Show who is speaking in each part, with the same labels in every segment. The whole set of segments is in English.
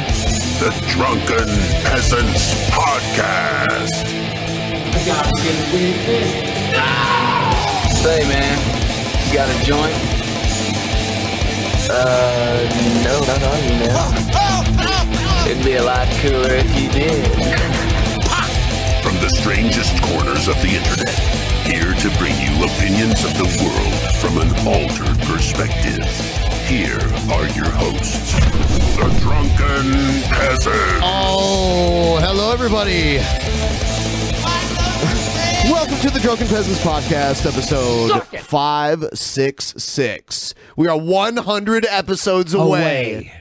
Speaker 1: the Drunken Peasants Podcast.
Speaker 2: Say, man, you got a joint? Uh, no, not on me, man. It'd be a lot cooler if you did.
Speaker 1: From the strangest corners of the internet, here to bring you opinions of the world from an altered perspective. Here are your hosts, the Drunken Peasants.
Speaker 3: Oh, hello, everybody. Welcome to the Drunken Peasants Podcast, episode 566. We are 100 episodes away,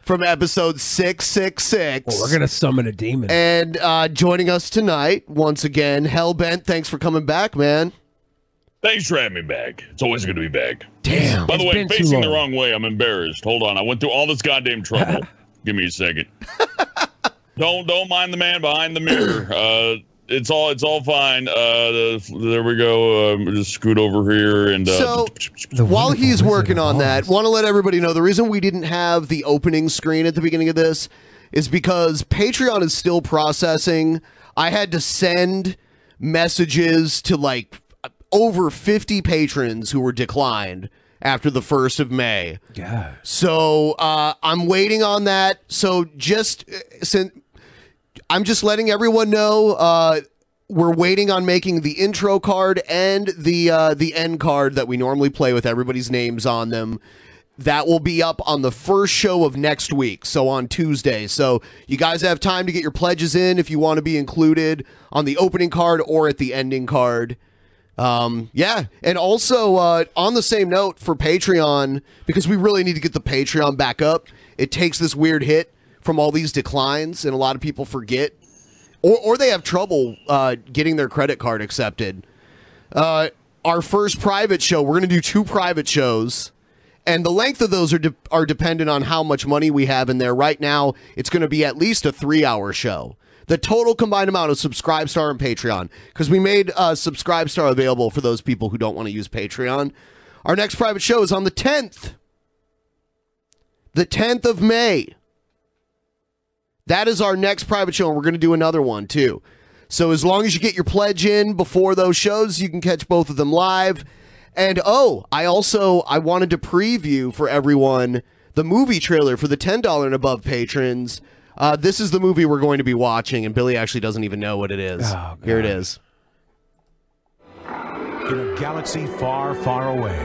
Speaker 3: from episode 666.
Speaker 4: Well, we're gonna summon a demon.
Speaker 3: and uh, joining us tonight, once again, Hellbent, thanks for coming back, man.
Speaker 5: Thanks for having me back. It's always good to be back.
Speaker 4: Damn.
Speaker 5: By the
Speaker 4: It's
Speaker 5: way,
Speaker 4: been too
Speaker 5: facing the wrong
Speaker 4: long.
Speaker 5: way, I'm embarrassed. Hold on, I went through all this goddamn trouble. Give me a second. don't don't mind the man behind the mirror. Uh, it's all it's all fine. Uh, the, there we go. Um, just scoot over here and uh,
Speaker 3: So,
Speaker 4: The
Speaker 3: While
Speaker 4: wonderful
Speaker 3: he's
Speaker 4: Wizard
Speaker 3: working
Speaker 4: of
Speaker 3: on that,
Speaker 4: Oz.
Speaker 3: want to let everybody know the reason we didn't have the opening screen at the beginning of this is because Patreon is still processing. I had to send messages to like over 50 patrons who were declined after the 1st of May.
Speaker 4: Yeah.
Speaker 3: So uh, I'm waiting on that. So just uh, since I'm just letting everyone know uh, we're waiting on making the intro card and the uh, the end card that we normally play with everybody's names on them. That will be up on the first show of next week, so on Tuesday. So you guys have time to get your pledges in if you want to be included on the opening card or at the ending card. Um, yeah, and also uh, on the same note for Patreon, because we really need to get the Patreon back up. It takes this weird hit from all these declines, and a lot of people forget, or or they have trouble uh, getting their credit card accepted. Uh, our first private show, we're gonna do two private shows, and the length of those are de- are dependent on how much money we have in there. Right now, it's gonna be at least a three hour show. The total combined amount of Subscribestar and Patreon, because we made uh, Subscribestar available for those people who don't want to use Patreon. Our next private show is on the tenth, the tenth of May. That is our next private show, and we're going to do another one too. So as long as you get your pledge in before those shows, you can catch both of them live. And oh, I also I wanted to preview for everyone the movie trailer for the ten dollar and above patrons. Uh, this is the movie we're going to be watching, and Billy actually doesn't even know what it is.
Speaker 4: Oh,
Speaker 3: Here it is.
Speaker 6: In a galaxy far, far away,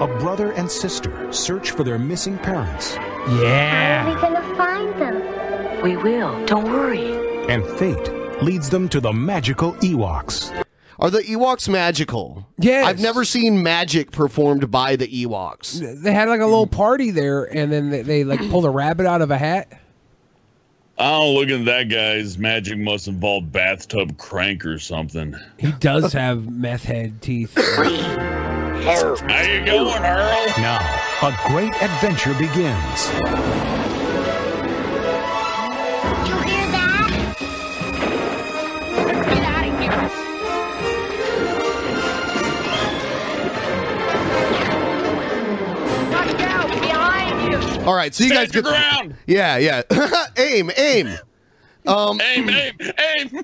Speaker 6: a brother and sister search for their missing parents,
Speaker 4: Yeah.
Speaker 7: How are we gonna find them?
Speaker 8: We will. Don't worry.
Speaker 6: and fate leads them to the magical Ewoks.
Speaker 3: Are the Ewoks magical?
Speaker 4: Yes.
Speaker 3: I've never seen magic performed by the Ewoks.
Speaker 4: They had like a little party there, and then they, they like pulled a rabbit out of a hat.
Speaker 5: oh, look at that guy's magic must involve bathtub crank or something.
Speaker 4: He does have meth head teeth.
Speaker 5: How you going, Earl?
Speaker 6: Now, a great adventure begins.
Speaker 7: You hear that? Let's get out of here. Watch out! Behind you!
Speaker 3: All right, so you guys
Speaker 5: Stand your
Speaker 3: get
Speaker 5: ground.
Speaker 3: yeah, yeah. aim, aim. Um,
Speaker 5: aim, aim, aim.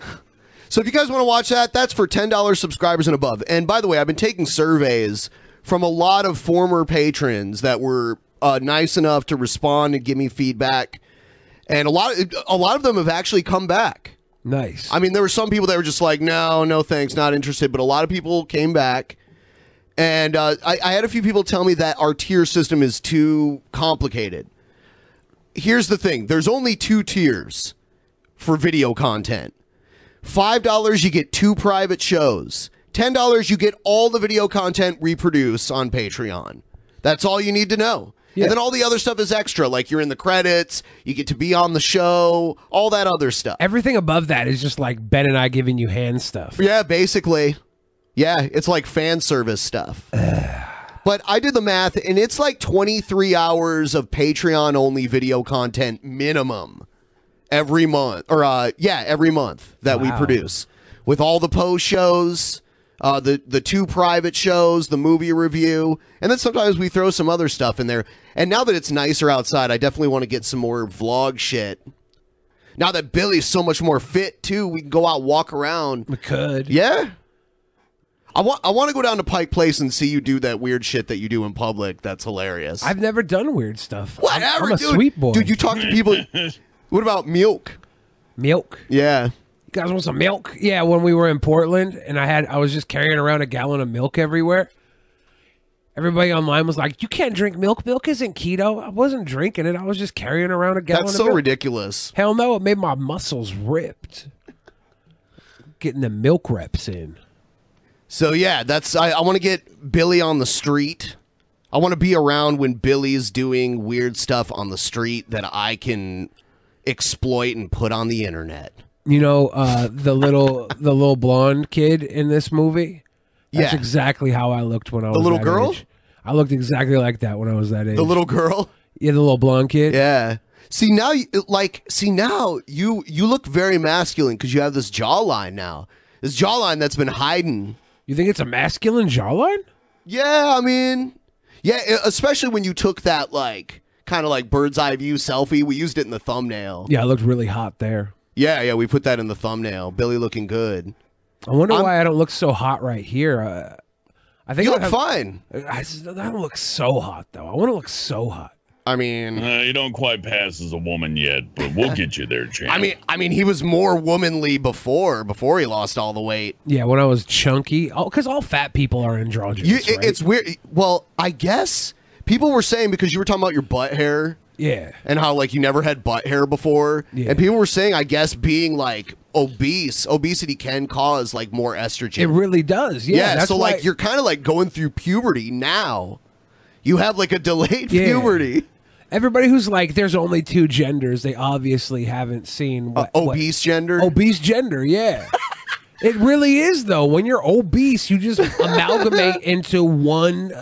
Speaker 3: So if you guys want to watch that, that's for $10 subscribers and above. And by the way, I've been taking surveys from a lot of former patrons that were uh, nice enough to respond and give me feedback. And a lot of, a lot of them have actually come back.
Speaker 4: Nice.
Speaker 3: I mean, there were some people that were just like, no, no thanks, not interested. But a lot of people came back. And uh, I, I had a few people tell me that our tier system is too complicated. Here's the thing there's only two tiers for video content $5, you get two private shows, $10, you get all the video content we produce on Patreon. That's all you need to know.
Speaker 4: Yeah.
Speaker 3: And then all the other stuff is extra, like you're in the credits, you get to be on the show, all that other stuff.
Speaker 4: Everything above that is just like Ben and I giving you hand stuff.
Speaker 3: Yeah, basically. Yeah, it's like fan service stuff. but I did the math and it's like 23 hours of Patreon only video content minimum every month or uh yeah, every month that we
Speaker 4: Wow.
Speaker 3: produce with all the post shows, uh the the two private shows, the movie review, and then sometimes we throw some other stuff in there. And now that it's nicer outside, I definitely want to get some more vlog shit Now that Billy's so much more fit too, we can go out walk around.
Speaker 4: We could.
Speaker 3: Yeah. I want I want to go down to Pike Place and see you do that weird shit that you do in public. That's hilarious.
Speaker 4: I've never done weird stuff. I'm-
Speaker 3: Whatever,
Speaker 4: I'm a
Speaker 3: dude.
Speaker 4: sweet boy.
Speaker 3: Dude, you talk to people. what about milk?
Speaker 4: milk.
Speaker 3: Yeah.
Speaker 4: You guys want some milk? Yeah, when we were in Portland and I had I was just carrying around a gallon of milk everywhere. Everybody online was like, "You can't drink milk. Milk isn't keto." I wasn't drinking it. I was just carrying around a gallon
Speaker 3: That's
Speaker 4: of
Speaker 3: so
Speaker 4: milk.
Speaker 3: ridiculous.
Speaker 4: Hell no, it made my muscles ripped. Getting the milk reps in.
Speaker 3: So yeah, that's I, I want to get Billy on the street. I want to be around when Billy's doing weird stuff on the street that I can exploit and put on the internet.
Speaker 4: You know, uh, the little the little blonde kid in this movie. That's
Speaker 3: Yeah.
Speaker 4: exactly how I looked when I was
Speaker 3: little
Speaker 4: that
Speaker 3: girl?
Speaker 4: age. I looked exactly like that when I was that age.
Speaker 3: The little girl.
Speaker 4: yeah, the little blonde kid.
Speaker 3: Yeah. See now, you- like, see now, you you look very masculine because you have this jawline now. This jawline that's been hiding.
Speaker 4: You think it's a masculine jawline?
Speaker 3: Yeah, I mean, yeah, e- especially when you took that like kind of like bird's eye view selfie. We used it in the thumbnail.
Speaker 4: Yeah, I looked really hot there.
Speaker 3: Yeah, yeah, we put that in the thumbnail. Billy looking good.
Speaker 4: I wonder why I don't look so hot right here. Uh, I think
Speaker 3: You
Speaker 4: I
Speaker 3: look
Speaker 4: have-
Speaker 3: fine.
Speaker 4: I, s- I don't look so hot though. Oh, I want to look so hot.
Speaker 3: I mean,
Speaker 5: Uh, you don't quite pass as a woman yet, but we'll get you there, champ.
Speaker 3: I mean, I mean, he was more womanly before before he lost all the weight.
Speaker 4: Yeah, when I was chunky, oh, because all fat people are androgynous.
Speaker 3: You, it-
Speaker 4: right?
Speaker 3: it's weird. Well, I guess people were saying because you were talking about your butt hair.
Speaker 4: yeah.
Speaker 3: and how like you never had butt hair before.
Speaker 4: Yeah.
Speaker 3: And people were saying, I guess, being like obese, obesity can cause like more estrogen.
Speaker 4: It really does. Yeah.
Speaker 3: yeah,
Speaker 4: that's
Speaker 3: so
Speaker 4: why-
Speaker 3: like you're kind of like going through puberty now. You have like a delayed
Speaker 4: Yeah.
Speaker 3: puberty.
Speaker 4: everybody who's like, there's only two genders. They obviously haven't seen what, what-
Speaker 3: Uh, obese gender.
Speaker 4: obese gender. Yeah. it really is though. When you're obese, you just amalgamate into one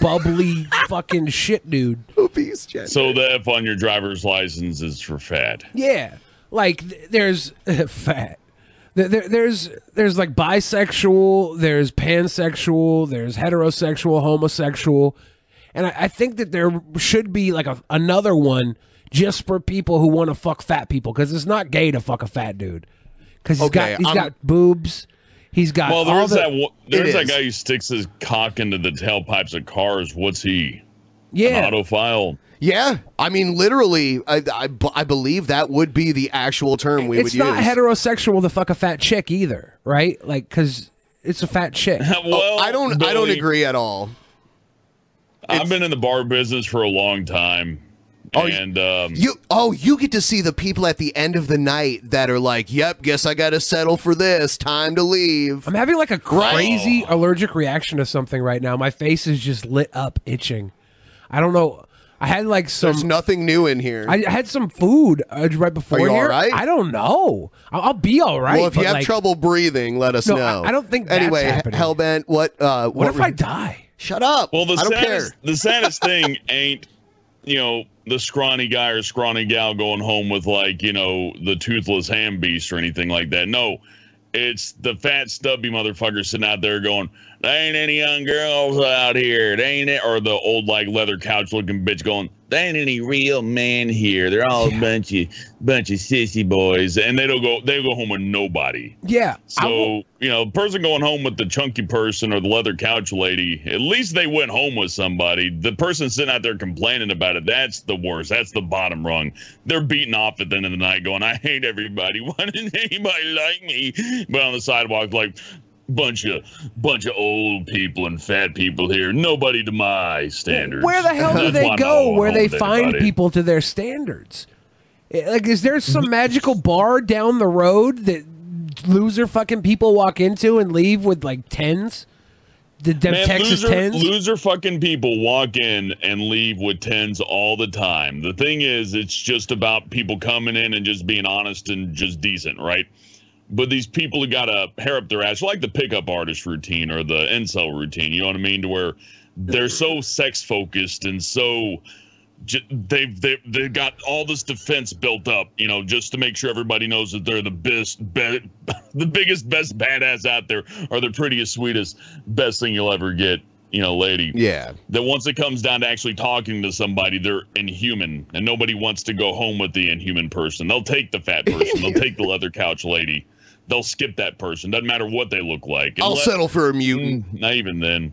Speaker 4: bubbly fucking shit, dude.
Speaker 3: obese gender.
Speaker 5: so the F on your driver's license is for fat.
Speaker 4: Yeah, like th- there's fat. There, there- there's there's like bisexual, there's pansexual, there's heterosexual, homosexual, and I, I think that there should be like a, another one just for people who want to fuck fat people because it's not gay to fuck a fat dude because he's
Speaker 3: Okay,
Speaker 4: got he's
Speaker 3: I'm-
Speaker 4: got boobs, he's got
Speaker 5: Well, there
Speaker 4: all
Speaker 5: was
Speaker 4: the-
Speaker 5: that that
Speaker 3: It
Speaker 5: there's that
Speaker 3: is.
Speaker 5: guy who sticks his cock into the tailpipes of cars. What's he?
Speaker 4: yeah
Speaker 5: Autophile.
Speaker 3: Yeah, I mean, literally, I, I, b- I believe that would be the actual term we
Speaker 4: it's
Speaker 3: would
Speaker 4: not
Speaker 3: use.
Speaker 4: heterosexual to fuck a fat chick either, right? Like because it's a fat chick.
Speaker 5: well,
Speaker 3: Oh, I don't. I don't
Speaker 5: Billy,
Speaker 3: agree at all.
Speaker 5: I've been in the bar business for a long time,
Speaker 3: Oh, you-
Speaker 5: and um,
Speaker 3: You oh, you get to see the people at the end of the night that are like, "Yep, guess I got to settle for this. Time to leave."
Speaker 4: I'm having like a crazy allergic reaction to something right now. My face is just lit up, itching. I don't know. I had like
Speaker 3: There's
Speaker 4: some.
Speaker 3: nothing new in here.
Speaker 4: I had some food uh, right before
Speaker 3: you all
Speaker 4: here.
Speaker 3: right?
Speaker 4: I don't know. I'll, I'll be all right.
Speaker 3: well, if you
Speaker 4: but,
Speaker 3: have
Speaker 4: like,
Speaker 3: trouble breathing, let us
Speaker 4: No,
Speaker 3: know.
Speaker 4: I- I don't think that's
Speaker 3: anyway.
Speaker 4: happening.
Speaker 3: Hellbent, what? Uh,
Speaker 4: what if
Speaker 3: re-
Speaker 4: I die?
Speaker 3: Shut up.
Speaker 5: well, the
Speaker 3: I don't
Speaker 5: saddest,
Speaker 3: care.
Speaker 5: the saddest thing ain't you know the scrawny guy or scrawny gal going home with like you know the toothless ham beast or anything like that. No. It's the fat stubby motherfucker sitting out there going, "There ain't any young girls out here. There ain't it," or the old like leather couch looking bitch going, "There ain't any real men here. They're all a bunch of bunch of sissy boys." And they don't go. They go home with nobody.
Speaker 4: Yeah. I will-
Speaker 5: So, you know, the person going home with the chunky person or the leather couch lady, at least they went home with somebody. The person sitting out there complaining about it, that's the worst. That's the bottom rung. They're beating off at the end of the night going, I hate everybody. Why didn't anybody like me? But on the sidewalk, like, bunch of bunch of old people and fat people here nobody to my standards
Speaker 4: where the hell do
Speaker 5: That's why
Speaker 4: they
Speaker 5: I'm not
Speaker 4: go?
Speaker 5: going
Speaker 4: Where
Speaker 5: home
Speaker 4: they
Speaker 5: with
Speaker 4: find
Speaker 5: anybody.
Speaker 4: people to their standards? Eh, Like, is there some magical bar down the road that loser fucking people walk into and leave with like tens? The them
Speaker 5: Man,
Speaker 4: Texas
Speaker 5: loser,
Speaker 4: tens.
Speaker 5: loser fucking people walk in and leave with tens all the time. The thing is, it's just about people coming in and just being honest and just decent, right? But these people who got a hair up their ass, like the pickup artist routine or the incel routine, you know what I mean? To where they're so sex focused and so j- they've they, they've got all this defense built up, you know, just to make sure everybody knows that they're the best, be, the biggest, best badass out there, or the prettiest, sweetest, best thing you'll ever get. you know, lady.
Speaker 3: Yeah.
Speaker 5: That once it comes down to actually talking to somebody, they're inhuman, and nobody wants to go home with the inhuman person. They'll take the fat person. They'll take the leather couch lady. They'll skip that person. Doesn't matter what they look like.
Speaker 3: I'll
Speaker 5: Unless-
Speaker 3: settle for a mutant.
Speaker 5: Mm, Not even then.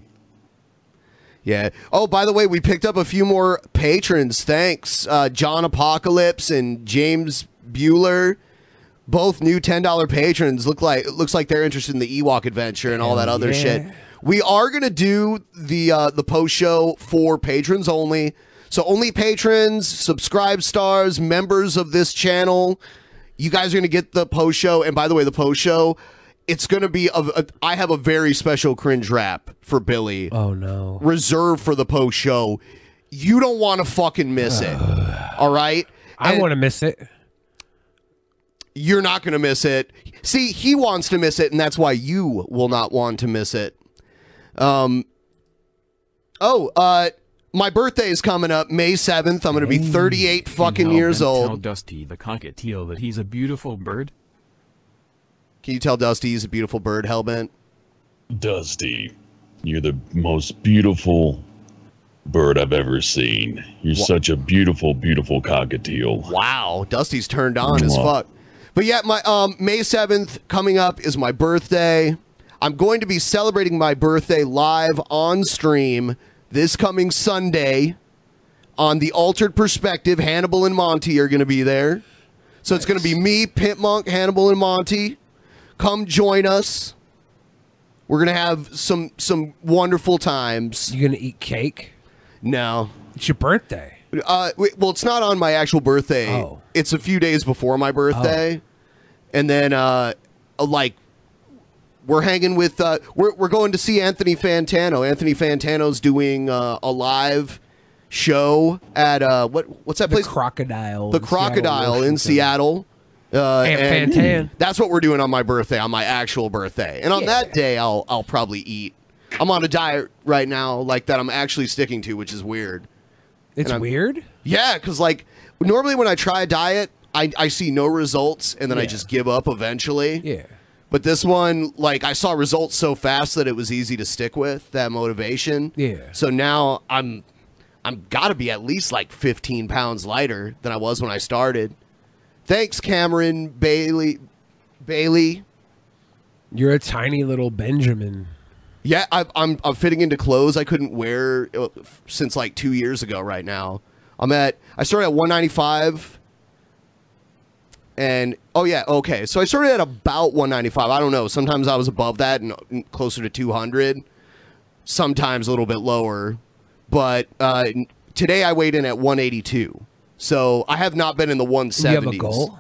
Speaker 3: Yeah. Oh, by the way, we picked up a few more patrons. Thanks, uh, John Apocalypse and James Bueller, both new ten dollar patrons. Look like it looks like they're interested in the Ewok adventure and all that other
Speaker 4: yeah.
Speaker 3: shit. We are gonna do the uh, the post show for patrons only. So only patrons, subscribe stars, members of this channel. You guys are gonna get the post show. And by the way, the post show. It's gonna be of. a- I have a very special cringe rap for Billy
Speaker 4: Oh no.
Speaker 3: reserved for the post show. You don't want to fucking miss it. All right?
Speaker 4: I
Speaker 3: And
Speaker 4: want to miss it.
Speaker 3: You're not going to miss it. See, he wants to miss it, and that's why you will not want to miss it. Um. Oh, uh, my birthday is coming up May 7th. I'm going to be 38 fucking years
Speaker 9: Tell
Speaker 3: old.
Speaker 9: Dusty the cockatiel that he's a beautiful bird.
Speaker 3: Can you tell Dusty he's a beautiful bird, Hellbent?
Speaker 5: Dusty, you're the most beautiful bird I've ever seen. You're such a beautiful, beautiful cockatiel.
Speaker 3: Wow, Dusty's turned on as
Speaker 5: Mwah.
Speaker 3: fuck. But yeah, my um, May seventh coming up is my birthday. I'm going to be celebrating my birthday live on stream this coming Sunday on the Altered Perspective. Hannibal and Monty are going to be there, so it's going to be me, Pit Monk, Hannibal, and Monty. Come join us. We're gonna have some some wonderful times.
Speaker 4: You gonna eat cake?
Speaker 3: No,
Speaker 4: It's your birthday.
Speaker 3: uh, wait, well, it's not on my actual birthday.
Speaker 4: Oh.
Speaker 3: It's a few days before my birthday, and then uh, uh, like we're hanging with uh, we're we're going to see Anthony Fantano. Anthony Fantano's doing uh, a live show at uh, what what's that
Speaker 4: The
Speaker 3: place?
Speaker 4: crocodile.
Speaker 3: the
Speaker 4: in Seattle,
Speaker 3: Crocodile in
Speaker 4: Washington.
Speaker 3: Seattle. Uh,
Speaker 4: And
Speaker 3: and
Speaker 4: Fantan.
Speaker 3: That's what we're doing on my birthday, on my actual birthday. And on that day, I'll I'll probably eat. I'm on a diet right now, like that. I'm actually sticking to, which is weird.
Speaker 4: It's
Speaker 3: I'm-
Speaker 4: weird.
Speaker 3: Yeah, because like normally when I try a diet, I, I see no results and then I
Speaker 4: Yeah.
Speaker 3: just give up eventually.
Speaker 4: Yeah.
Speaker 3: But this one, like I saw results so fast that it was easy to stick with that motivation.
Speaker 4: Yeah.
Speaker 3: So now I'm I'm gotta be at least like 15 pounds lighter than I was when I started. Thanks, Cameron Bailey. Bailey.
Speaker 4: You're a tiny little Benjamin.
Speaker 3: Yeah, I, I'm I'm fitting into clothes I couldn't wear uh, f- since like two years ago. Right now, I'm at I started at 195, and oh yeah, okay. So I started at about 195. I don't know. Sometimes I was above that and and closer to 200. Sometimes a little bit lower, but uh, n- today I weighed in at 182. So I have not been in the 170s.
Speaker 4: You have a goal.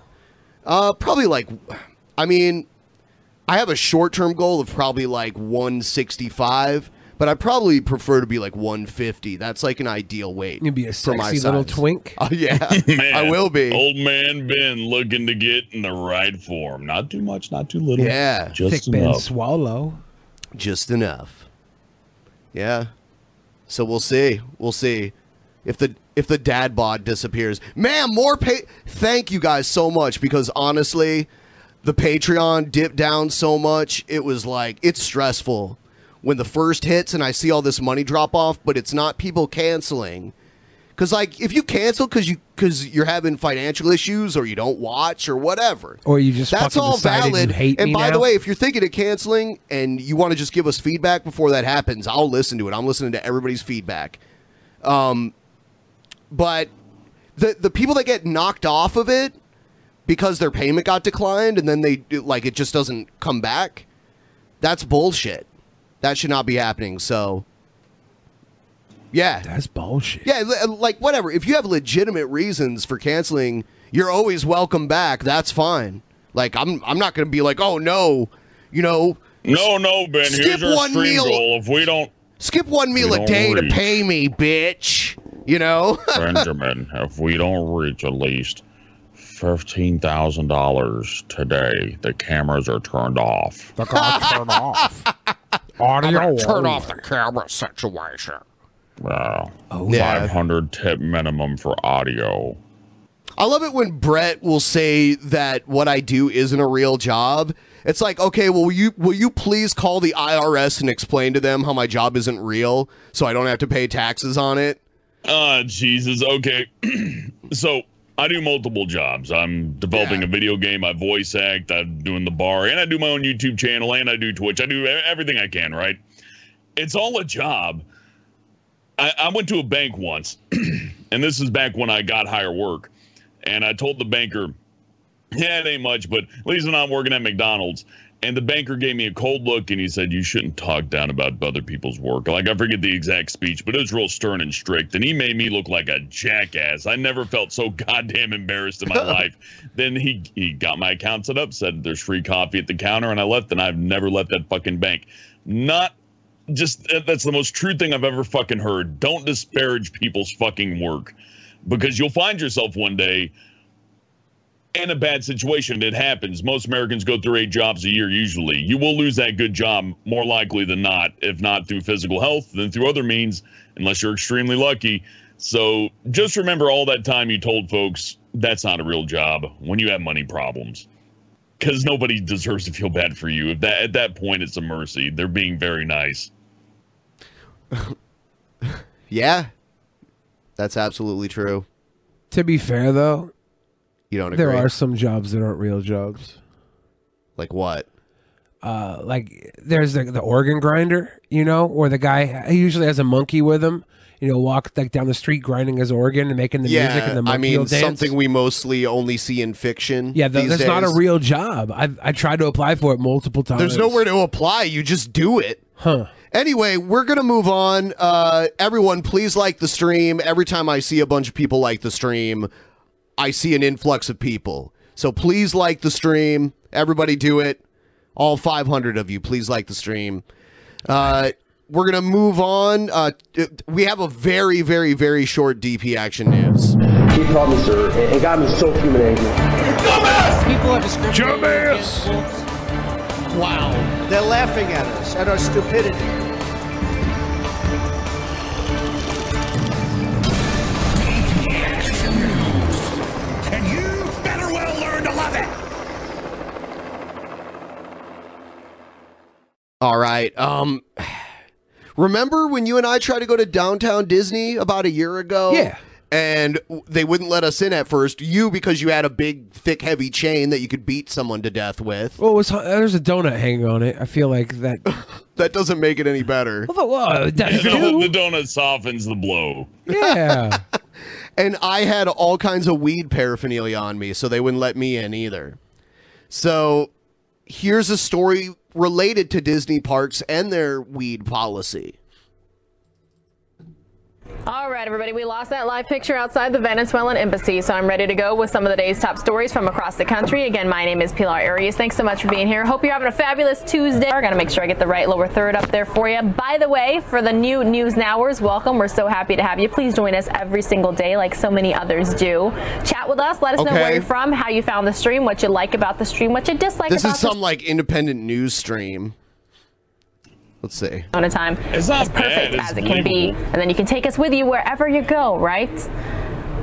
Speaker 3: Uh, probably like, I mean, I have a short term goal of probably like 165, but I probably prefer to be like 150. That's like an ideal weight.
Speaker 4: You'd be a
Speaker 3: for my
Speaker 4: sexy little
Speaker 3: size.
Speaker 4: twink.
Speaker 3: Oh, yeah,
Speaker 5: Man,
Speaker 3: I will be.
Speaker 5: Old man Ben looking to get in the right form. Not too much, not too little.
Speaker 3: Yeah,
Speaker 5: Just
Speaker 4: Thick Ben
Speaker 5: enough.
Speaker 4: Swallow.
Speaker 3: just enough. Yeah. So we'll see. We'll see if the if the dad bod disappears. Man, more pay. Thank you guys so much because honestly, the Patreon dipped down so much. It was like it's stressful when the first hits and I see all this money drop off, but it's not people canceling. Cause like if you cancel because you because you're having financial issues or you don't watch or whatever,
Speaker 4: Or you just
Speaker 3: that's
Speaker 4: fucking
Speaker 3: all
Speaker 4: decided
Speaker 3: valid.
Speaker 4: You hate
Speaker 3: and
Speaker 4: me
Speaker 3: by
Speaker 4: now?
Speaker 3: the way, if you're thinking of canceling and you want to just give us feedback before that happens, I'll listen to it. I'm listening to everybody's feedback. Um, but the the people that get knocked off of it because their payment got declined and then they like it just doesn't come back. That's bullshit. That should not be happening. So, yeah,
Speaker 4: that's bullshit.
Speaker 3: yeah, li- like whatever. If you have legitimate reasons for canceling, you're always welcome back. That's fine. Like I'm I'm not going to be like, "Oh no, you know,
Speaker 5: No, no, Ben.
Speaker 3: Skip
Speaker 5: here's your
Speaker 3: one
Speaker 5: stream
Speaker 3: meal.
Speaker 5: goal. If we don't,
Speaker 3: skip one meal a
Speaker 5: don't
Speaker 3: day
Speaker 5: worry.
Speaker 3: to pay me, bitch." You know?
Speaker 5: Benjamin, if we don't reach at least fifteen thousand dollars today, the cameras are turned off.
Speaker 6: The car turn off. Audio.
Speaker 3: Turn off the
Speaker 5: Wow.
Speaker 4: Oh,
Speaker 3: Yeah.
Speaker 5: Uh,
Speaker 3: Oh,
Speaker 5: Five hundred tip minimum for audio.
Speaker 3: I love it when Brett will say that what I do isn't a real job. It's like, okay, well, will you will you please call the IRS and explain to them how my job isn't real, so I don't have to pay taxes on it.
Speaker 5: Ah, Jesus. Okay. so I do multiple jobs. I'm developing a video game. I voice act. I'm doing the bar, and I do my own YouTube channel, and I do Twitch. I do e- everything I can. Right? It's all a job. I, I went to a bank once, and this is back when I got higher work, and I told the banker, "Yeah, it ain't much, but at least when I'm working at McDonald's." And the banker gave me a cold look, and he said, "You shouldn't talk down about other people's work." Like I forget the exact speech, but it was real stern and strict, and he made me look like a jackass. I never felt so goddamn embarrassed in my life. Then he he got my account set up, said there's free coffee at the counter, and I left. And I've never left that fucking bank. Not just that- that's the most true thing I've ever fucking heard. Don't disparage people's fucking work because you'll find yourself one day in a bad situation. It happens. Most Americans go through eight jobs a year usually. You will lose that good job more likely than not, if not through physical health, then through other means, unless you're extremely lucky. So just remember all that time you told folks that's not a real job when you have money problems. Because nobody deserves to feel bad for you. If that at that point, it's a mercy. They're being very nice.
Speaker 3: Yeah, that's absolutely true.
Speaker 4: To be fair, though,
Speaker 3: You don't agree?
Speaker 4: there are some jobs that aren't real jobs.
Speaker 3: Like what?
Speaker 4: Uh, like there's the, the organ grinder, you know, where the guy he usually has a monkey with him. You know, walk like down the street grinding his organ and making the music, and the monkey
Speaker 3: I mean
Speaker 4: will dance.
Speaker 3: something we mostly only see in fiction.
Speaker 4: Yeah, th-
Speaker 3: these
Speaker 4: that's not a
Speaker 3: days.
Speaker 4: real job. I I tried to apply for it multiple times.
Speaker 3: There's nowhere to apply. You just do it.
Speaker 4: Huh.
Speaker 3: Anyway, we're gonna move on. Uh, everyone, please like the stream. Every time I see a bunch of people like the stream, I see an influx of people. So please like the stream. Everybody, do it. All 500 of you, please like the stream. Uh, we're gonna move on. Uh, t- we have a very, very, very short DP action news.
Speaker 10: He called me sir and and got me so human angry.
Speaker 11: People have discriminated
Speaker 10: Dumbass!
Speaker 11: against wolves.
Speaker 3: Wow.
Speaker 11: They're laughing at us, at our stupidity.
Speaker 1: And you better well learn to love it.
Speaker 3: All right. Um remember when you and I tried to go to downtown Disney about a year ago? Yeah. And w- they wouldn't let us in at first. You because you had a big, thick, heavy chain that you could beat someone to death with.
Speaker 4: Well, it was, uh, there's a donut hanging on it. I feel like that.
Speaker 3: That doesn't make it any better. uh,
Speaker 5: uh,
Speaker 4: Whoa, that's
Speaker 5: Yeah,
Speaker 4: true.
Speaker 5: the, the donut softens the blow.
Speaker 4: Yeah.
Speaker 3: and I had all kinds of weed paraphernalia on me, so they wouldn't let me in either. So here's a story related to Disney parks and their weed policy.
Speaker 12: All right, everybody, we lost that live picture outside the Venezuelan embassy, so I'm ready to go with some of the day's top stories from across the country. Again, my name is Pilar Arias. Thanks so much for being here. Hope you're having a fabulous Tuesday. We're going to make sure I get the right lower third up there for you. By the way, for the new News Nowers, welcome. We're so happy to have you. Please join us every single day, like so many others do. Chat with us. Let us know
Speaker 3: Okay.
Speaker 12: where you're from, how you found the stream, what you like about the stream, what you dislike
Speaker 3: this
Speaker 12: about
Speaker 3: is
Speaker 12: the
Speaker 3: some like independent news stream. Let's see.
Speaker 12: amount of time.
Speaker 3: It's not
Speaker 12: as perfect
Speaker 3: bad, it's
Speaker 12: as it can be,
Speaker 3: believable.
Speaker 12: and then you can take us with you wherever you go, right?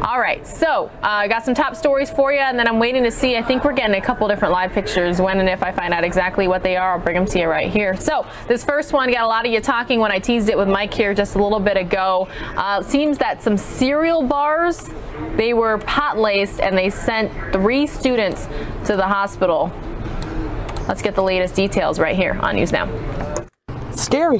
Speaker 12: All right, so uh, I got some top stories for you, and then I'm waiting to see. I think we're getting a couple different live pictures. When and if I find out exactly what they are, I'll bring them to you right here. So this first one got a lot of you talking when I teased it with Mike here just a little bit ago. Uh, seems that some cereal bars they were pot laced, and they sent three students to the hospital. Let's get the latest details right here on News Now.
Speaker 13: Scary.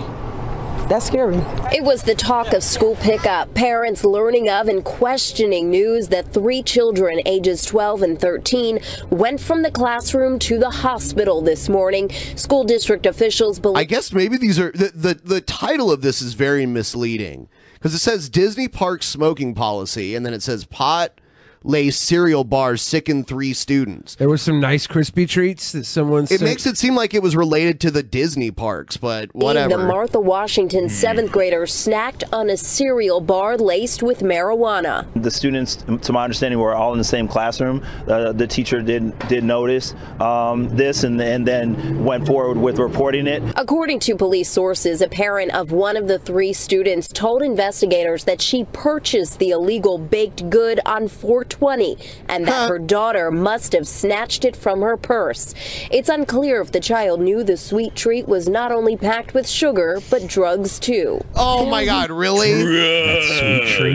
Speaker 13: That's scary.
Speaker 14: It was the talk of school pickup, parents learning of and questioning news that three children ages 12 and 13 went from the classroom to the hospital this morning. School district officials believe
Speaker 3: I guess maybe these are the the, the title of this is very misleading because it says Disney Park smoking policy, and then it says pot lace cereal bars sicken three students.
Speaker 4: there were some nice crispy treats that someone
Speaker 3: It
Speaker 4: sent.
Speaker 3: makes it seem like it was related to the Disney parks, but
Speaker 14: the
Speaker 3: whatever.
Speaker 14: Martha Washington seventh grader snacked on a cereal bar laced with marijuana.
Speaker 15: The students, to my understanding, were all in the same classroom. Uh, the teacher did did notice um, this, and and then went forward with reporting it.
Speaker 14: According to police sources, a parent of one of the three students told investigators that she purchased the illegal baked good on 420 20 and that her daughter must have snatched it from her purse. It's unclear if the child knew the sweet treat was not only packed with sugar, but drugs too.
Speaker 3: Oh my God, really?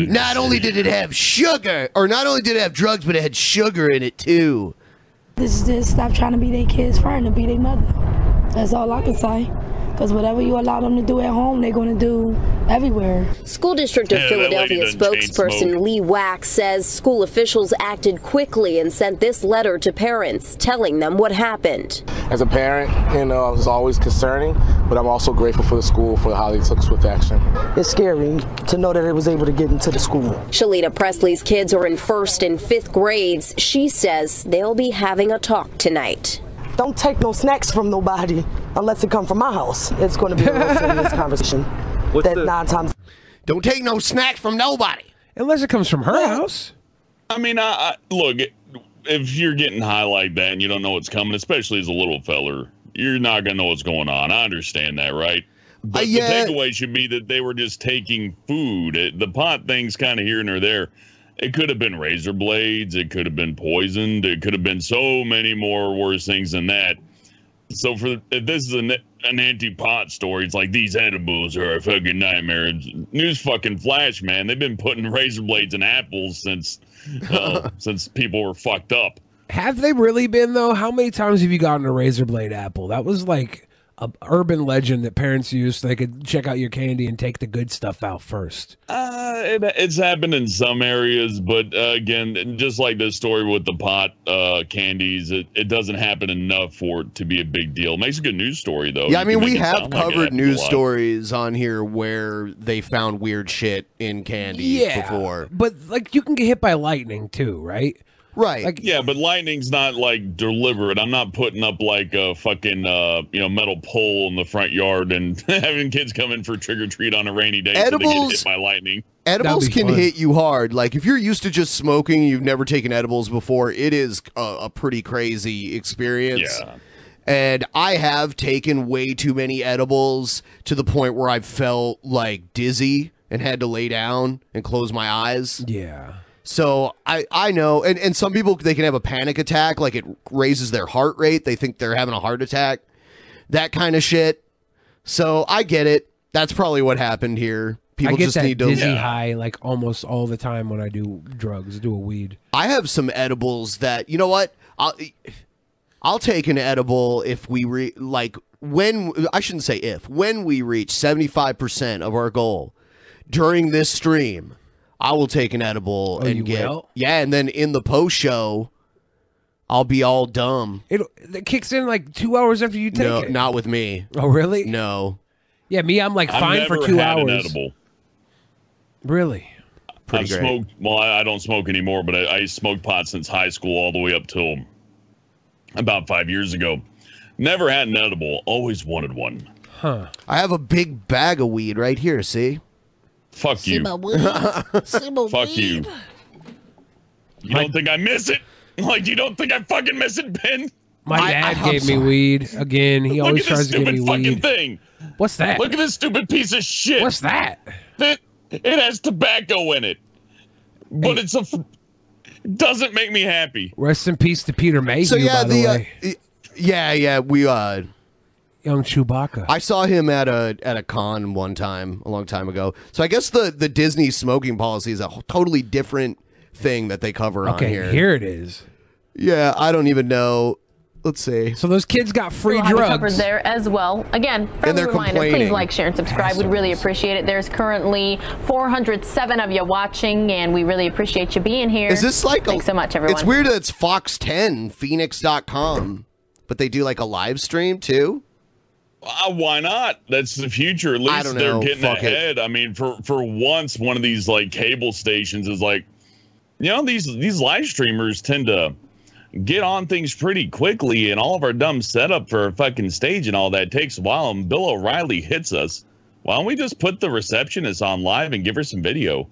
Speaker 3: Not only did it have sugar, or not only did it have drugs, but it had sugar in it too.
Speaker 16: This is this. Stop trying to be their kids' friend and be their mother. That's all I can say. Because whatever you allow them to do at home, they're going to do everywhere.
Speaker 14: School District of
Speaker 16: Yeah, that lady
Speaker 14: Philadelphia
Speaker 16: done chain
Speaker 14: spokesperson
Speaker 16: smoked.
Speaker 14: Lee Wax says school officials acted quickly and sent this letter to parents telling them what happened.
Speaker 17: As a parent, you know, it's always concerning, but I'm also grateful for the school for how they took swift action.
Speaker 13: It's scary to know that it was able to get into the school.
Speaker 14: Shalita Presley's kids are in first and fifth grades. She says they'll be having a talk tonight.
Speaker 13: Don't take no snacks from nobody unless it come from my house. It's going to be a real serious conversation. that nine times.
Speaker 3: Don't take no snacks from nobody.
Speaker 4: Unless it comes from her house.
Speaker 5: I mean, I, I look if you're getting high like that and you don't know what's coming, especially as a little feller, you're not gonna know what's going on. I understand that, right? But
Speaker 3: yeah.
Speaker 5: the takeaway should be that they were just taking food. It, the pot thing's kind of here and or there. It could have been razor blades. It could have been poisoned. It could have been so many more worse things than that. So for if this is an, an anti-pot story, it's like these edibles are a fucking nightmare. It's news fucking flash, man. They've been putting razor blades in apples since uh, since people were fucked up.
Speaker 4: Have they really been though? How many times have you gotten a razor blade apple? That was like a urban legend that parents used so they could check out your candy and take the good stuff out first.
Speaker 5: Uh, it, it's happened in some areas, but uh, again, just like this story with the pot uh, candies, it, it doesn't happen enough for it to be a big deal. makes a good news story, though.
Speaker 3: Yeah, I
Speaker 5: You can
Speaker 3: mean, we
Speaker 5: make it
Speaker 3: have
Speaker 5: sound like it
Speaker 3: covered
Speaker 5: happens a
Speaker 3: news
Speaker 5: lot.
Speaker 3: stories on here where they found weird shit in candy
Speaker 4: Yeah,
Speaker 3: before.
Speaker 4: but like you can get hit by lightning too, right?
Speaker 3: Right.
Speaker 5: yeah, but lightning's not like deliberate. I'm not putting up like a fucking uh, you know metal pole in the front yard and having kids come in for trick or treat on a rainy day so they get
Speaker 3: Edibles-
Speaker 5: hit by lightning.
Speaker 3: Edibles can hit you hard. Like if you're used to just smoking, you've never taken edibles before. It is a, a pretty crazy experience.
Speaker 5: Yeah.
Speaker 3: And I have taken way too many edibles to the point where I felt like dizzy and had to lay down and close my eyes.
Speaker 4: Yeah.
Speaker 3: So I I know, and and some people they can have a panic attack, like it raises their heart rate. They think they're having a heart attack, that kind of shit. So I get it. That's probably what happened here. People
Speaker 4: I get
Speaker 3: just
Speaker 4: that
Speaker 3: need to
Speaker 4: dizzy high like almost all the time when I do drugs, do a weed.
Speaker 3: I have some edibles that you know what I'll I'll take an edible if we re, like when I shouldn't say if when we reach seventy five percent of our goal during this stream, I will take an edible
Speaker 4: Oh,
Speaker 3: and
Speaker 4: you
Speaker 3: get
Speaker 4: will?
Speaker 3: yeah, and then in the post show, I'll be all dumb.
Speaker 4: It, it kicks in like two hours after you take
Speaker 3: No,
Speaker 4: it.
Speaker 3: not with me.
Speaker 4: Oh really?
Speaker 3: No,
Speaker 4: Yeah, me, I'm like fine for two hours. Really?
Speaker 5: I've
Speaker 4: great.
Speaker 5: smoked. Well, I, I don't smoke anymore, but I, I smoked pot since high school all the way up till about five years ago. Never had an edible. Always wanted one.
Speaker 4: Huh.
Speaker 3: I have a big bag of weed right here. See,
Speaker 5: fuck you. Fuck you. You don't think I miss it? Like you don't think I fucking miss it, Ben?
Speaker 4: My dad gave me weed again. He
Speaker 5: Look
Speaker 4: always
Speaker 5: at this
Speaker 4: tries to give
Speaker 5: stupid
Speaker 4: me
Speaker 5: fucking
Speaker 4: weed.
Speaker 5: thing.
Speaker 4: What's that?
Speaker 5: Look at this stupid piece of shit.
Speaker 4: What's that?
Speaker 5: It, it has tobacco in it, but it's a f- doesn't make me happy.
Speaker 4: Rest in peace to Peter Mayhew.
Speaker 3: So yeah,
Speaker 4: by the,
Speaker 3: the, uh,
Speaker 4: way.
Speaker 3: yeah, yeah, we uh,
Speaker 4: young Chewbacca.
Speaker 3: I saw him at a at a con one time a long time ago. So I guess the the Disney smoking policy is a wh- totally different thing that they cover
Speaker 4: okay,
Speaker 3: on here.
Speaker 4: here it is.
Speaker 3: Yeah, I don't even know. Let's see.
Speaker 4: So those kids got free
Speaker 12: We'll have you covered there as well. Again, friendly
Speaker 3: they're
Speaker 12: reminder, please
Speaker 3: complaining.
Speaker 12: like, share, and subscribe. We'd really appreciate it. There's currently 407 of you watching, and we really appreciate you being here.
Speaker 3: Is this like
Speaker 12: Thanks
Speaker 3: a,
Speaker 12: so much, everyone.
Speaker 3: It's weird that it's Fox 10 Phoenix.com, but they do like a live stream too.
Speaker 5: Uh, why not? That's the future. At least
Speaker 3: don't
Speaker 5: they're
Speaker 3: know.
Speaker 5: getting
Speaker 3: Fuck it.
Speaker 5: ahead. I mean, for for once, one of these like cable stations is like, you know, these these live streamers tend to get on things pretty quickly, and all of our dumb setup for a fucking stage and all that takes a while. And Bill O'Reilly hits us. Why don't we just put the receptionist on live and give her some video?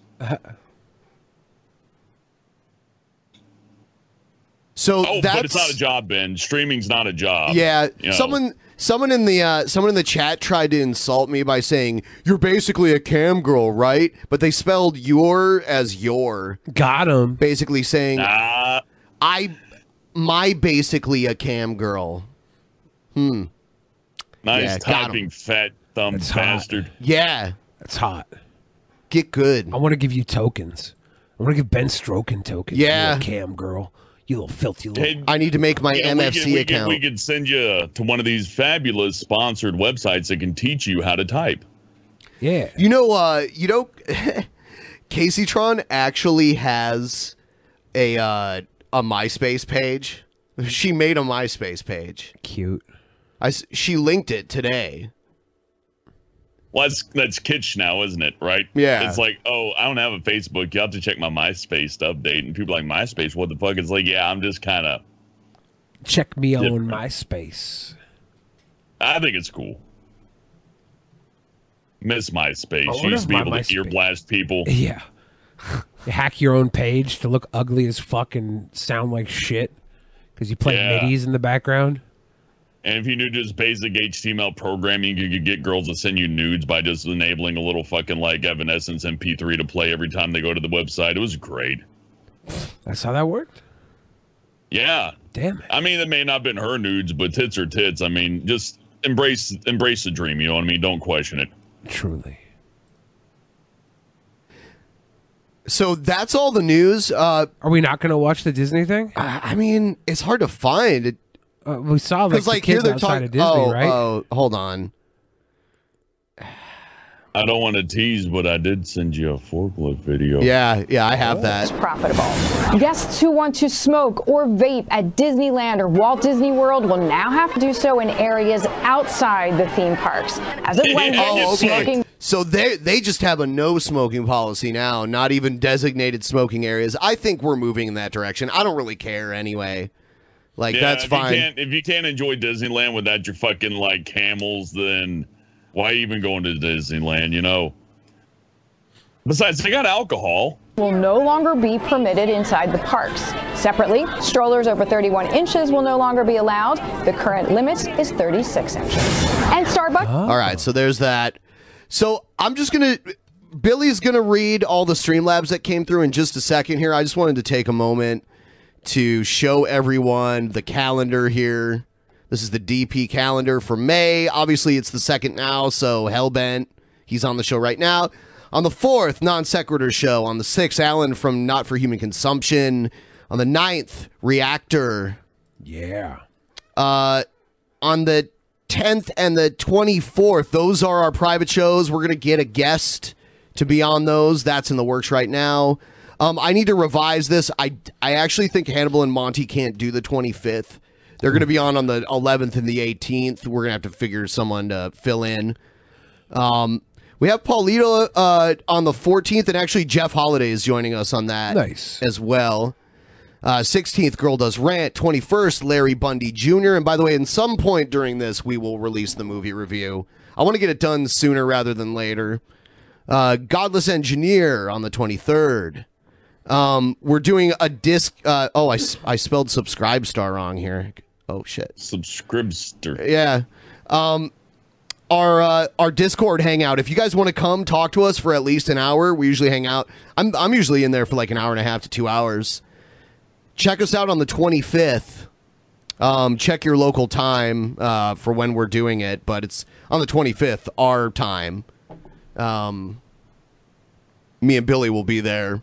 Speaker 3: So
Speaker 5: oh,
Speaker 3: that's
Speaker 5: but it's not a job, Ben. Streaming's not a job.
Speaker 3: yeah.
Speaker 5: Um, You know?
Speaker 3: Someone someone in the uh, someone in the chat tried to insult me by saying you're basically a cam girl, right? But they spelled your as your.
Speaker 4: Got him.
Speaker 3: Basically saying I my basically a cam girl. Hmm.
Speaker 5: Nice
Speaker 3: Yeah, got 'em.
Speaker 5: typing, fat thumb bastard.
Speaker 3: Yeah.
Speaker 4: That's hot.
Speaker 3: Get good.
Speaker 4: I want to give you tokens. I want to give Ben Stroken tokens.
Speaker 3: Yeah.
Speaker 4: You little cam girl. You little filthy little.
Speaker 5: Hey,
Speaker 3: I need to make my
Speaker 5: Yeah, we
Speaker 3: MFC
Speaker 5: could- we could-
Speaker 3: account.
Speaker 5: we could send you uh, to one of these fabulous sponsored websites that can teach you how to type.
Speaker 4: Yeah.
Speaker 3: You know, uh, you know, Caseytron actually has a uh, a MySpace page. She made a MySpace page.
Speaker 4: Cute.
Speaker 3: I s- she linked it today.
Speaker 5: Well, that's, that's kitsch now, isn't it? Right?
Speaker 3: Yeah.
Speaker 5: It's like, oh, I don't have a Facebook. You have to check my MySpace to update. And people are like, MySpace, what the fuck? It's like, yeah, I'm just kind of.
Speaker 4: Check me on MySpace.
Speaker 5: I think it's cool. Miss MySpace.
Speaker 4: I
Speaker 5: you
Speaker 4: wonder
Speaker 5: used to be
Speaker 4: if Oh, my
Speaker 5: able
Speaker 4: MySpace-
Speaker 5: to ear blast people.
Speaker 4: Yeah. You hack your own page to look ugly as fuck and sound like shit because you play
Speaker 5: Yeah.
Speaker 4: middies in the background.
Speaker 5: And if you knew just basic HTML programming, you could get girls to send you nudes by just enabling a little fucking like Evanescence MP3 to play every time they go to the website. It was great.
Speaker 4: That's how that worked.
Speaker 5: Yeah.
Speaker 4: Damn it.
Speaker 5: I mean, it may not have been her nudes, but tits are tits. I mean, just embrace embrace the dream. You know what I mean? Don't question it.
Speaker 4: Truly.
Speaker 3: So that's all the news. Uh,
Speaker 4: Are we not going to watch the Disney thing?
Speaker 3: I, I mean, it's hard to find. It,
Speaker 4: uh, we saw like, the kids outside of Disney,
Speaker 3: oh,
Speaker 4: right?
Speaker 3: Oh, hold on.
Speaker 5: I don't want to tease, but I did send you a forklift video.
Speaker 3: Yeah, yeah, I
Speaker 4: Oh.
Speaker 3: have that.
Speaker 18: profitable. Guests who want to smoke or vape at Disneyland or Walt Disney World will now have to do so in areas outside the theme parks. As of Wednesday,
Speaker 3: oh, okay.
Speaker 18: smoking
Speaker 3: So they they just have a no smoking policy now, not even designated smoking areas. I think we're moving in that direction. I don't really care anyway. Like
Speaker 5: Yeah,
Speaker 3: that's
Speaker 5: if
Speaker 3: fine.
Speaker 5: You can't, if you can't enjoy Disneyland without your fucking like camels, then why even going to Disneyland? You know. Besides, they got alcohol.
Speaker 18: will no longer be permitted inside the parks. Separately, strollers over 31 inches will no longer be allowed. The current limit is 36 inches. And Starbucks.
Speaker 3: All right, so there's that. So I'm just gonna Billy's gonna read all the Streamlabs that came through in just a second here. I just wanted to take a moment to show everyone the calendar here. This is the DP calendar for May. Obviously, it's the second now, so Hellbent, he's on the show right now. On the fourth, non sequitur show. On the sixth, Alan from Not for Human Consumption. On the ninth, Reactor.
Speaker 4: Yeah.
Speaker 3: Uh, on the 10th and the 24th, those are our private shows. We're going to get a guest to be on those. That's in the works right now. Um, I need to revise this. I, I actually think Hannibal and Monty can't do the 25th. They're going to be on on the 11th and the 18th. We're going to have to figure someone to fill in. Um, we have Paulito uh, on the 14th, and actually Jeff Holiday is joining us on that
Speaker 4: Nice.
Speaker 3: as well. Uh, 16th, Girl Does Rant. 21st, Larry Bundy Jr. And by the way, in some point during this, we will release the movie review. I want to get it done sooner rather than later. Uh, Godless Engineer on the 23rd. Um, we're doing a disc. Uh, oh, I, s- I spelled subscribe star wrong here. Oh, shit.
Speaker 5: Subscribster.
Speaker 3: Yeah. Um, our uh, our Discord hangout. If you guys want to come talk to us for at least an hour, we usually hang out. I'm I'm usually in there for like an hour and a half to two hours. Check us out on the 25th. Um, check your local time uh, for when we're doing it, but it's on the 25th our time. Um, me and Billy will be there.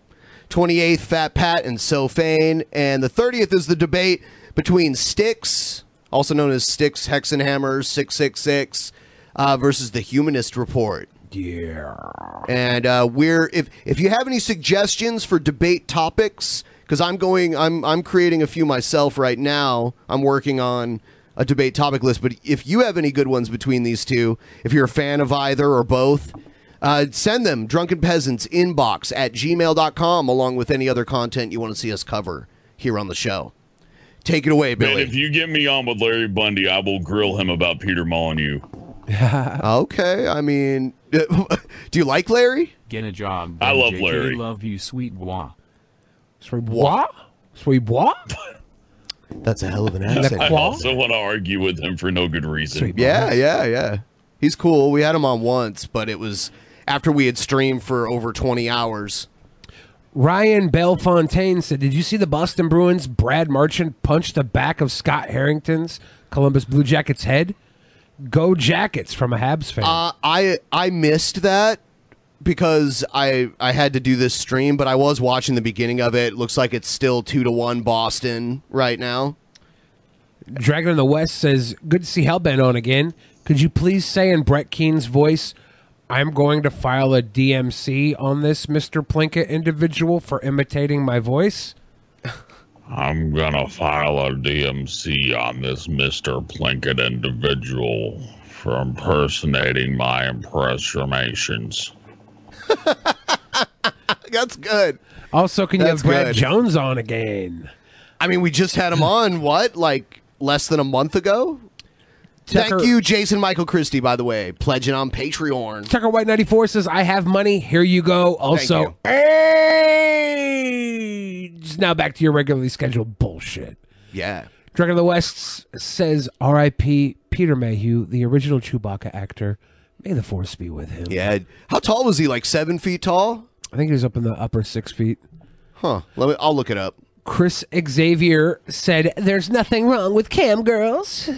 Speaker 3: 28th, Fat Pat and So Fane. And the 30th is the debate between Sticks, also known as Sticks Hexenhammer 666, uh, versus the Humanist Report.
Speaker 4: Yeah.
Speaker 3: And uh, we're if if you have any suggestions for debate topics, because I'm going, I'm I'm creating a few myself right now. I'm working on a debate topic list. But if you have any good ones between these two, if you're a fan of either or both, uh, send them drunken peasants inbox at gmail.com along with any other content you want to see us cover here on the show. Take it away,
Speaker 5: Man,
Speaker 3: Billy.
Speaker 5: if you get me on with Larry Bundy, I will grill him about Peter Molyneux.
Speaker 3: okay, I mean, do you like Larry?
Speaker 9: Get a job.
Speaker 3: I
Speaker 9: Ben
Speaker 3: love
Speaker 9: JK.
Speaker 3: Larry.
Speaker 9: Love you, sweet bois.
Speaker 4: Sweet bois? Sweet bois?
Speaker 3: That's a hell of an accent.
Speaker 5: I also want to argue with him for no good reason.
Speaker 3: Yeah, yeah, yeah. He's cool. We had him on once, but it was after we had streamed for over 20 hours.
Speaker 4: Ryan Belfontaine said, "Did you see the Boston Bruins? Brad Marchand punched the back of Scott Harrington's Columbus Blue Jackets head. Go Jackets!" From a Habs fan.
Speaker 3: Uh, I I missed that because I I had to do this stream, but I was watching the beginning of it. Looks like it's still two to one Boston right now.
Speaker 4: Dragon in the West says, "Good to see Hellbent on again. Could you please say in Brett Keene's voice, I'm going to file a DMC on this Mister Plinkett individual for imitating my voice?"
Speaker 5: I'm gonna file a DMC on this Mr. Plinkett individual for impersonating my impersonations.
Speaker 3: That's good.
Speaker 4: Also, can you
Speaker 3: That's
Speaker 4: have Brad
Speaker 3: good.
Speaker 4: Jones on again?
Speaker 3: I mean, we just had him on what like less than a month ago.
Speaker 4: Tucker-
Speaker 3: Thank you, Jason Michael Christie, by the way, pledging on Patreon.
Speaker 4: Tucker White ninety four says, "I have money. Here you go." Also, hey, just now back to your regularly scheduled bullshit.
Speaker 3: Yeah.
Speaker 4: Dragon of the West s- says, "R.I.P. Peter Mayhew, the original Chewbacca actor. May the force be with him."
Speaker 3: Yeah. How tall was he? Like seven feet tall?
Speaker 4: I think he was up in the upper six feet.
Speaker 3: Huh. Let me, I'll look it up.
Speaker 4: Chris Xavier said, "There's nothing wrong with cam girls."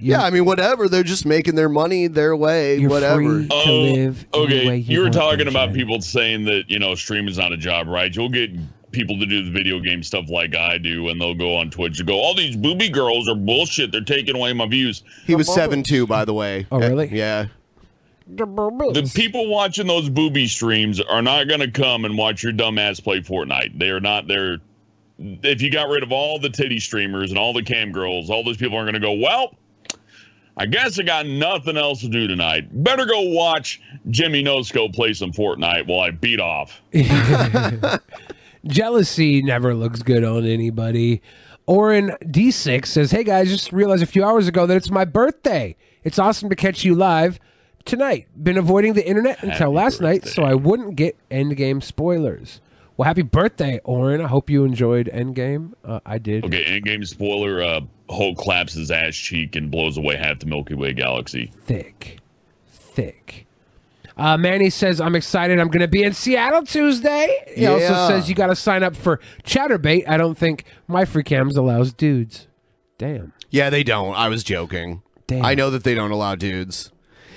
Speaker 3: yeah, I mean, whatever. They're just making their money their way, whatever.
Speaker 5: Oh, okay, you, were talking about people saying that you know streaming's not a job, right? You'll get people to do the video game stuff like I do, and they'll go on Twitch and go, "All these booby girls are bullshit. They're taking away my views."
Speaker 3: He was seven two, by the way. Oh, really? Yeah.
Speaker 5: The people watching those booby streams are not going to come and watch your dumbass play Fortnite. They are not there. If you got rid of all the titty streamers and all the cam girls, all those people are going to go, well, I guess I got nothing else to do tonight. Better go watch Jimmy Nosco play some Fortnite while I beat off.
Speaker 4: Jealousy never looks good on anybody. Orin D6 says, Hey guys, just realized a few hours ago that it's my birthday. It's awesome to catch you live tonight. Been avoiding the internet until last night so I wouldn't get endgame spoilers. Well, happy birthday, Orin. I hope you enjoyed Endgame. Uh, I did.
Speaker 5: Okay, endgame spoiler. Uh, Hulk claps his ass cheek and blows away half the Milky Way galaxy.
Speaker 4: Thick. Thick. Uh, Manny says, I'm excited. I'm going to be in Seattle Tuesday. He also
Speaker 19: Yeah.
Speaker 4: says, You got to sign up for Chatterbait. I don't think my free cams allows dudes. Damn.
Speaker 3: Yeah, they don't. I was joking.
Speaker 4: Damn.
Speaker 3: I know that they don't allow dudes.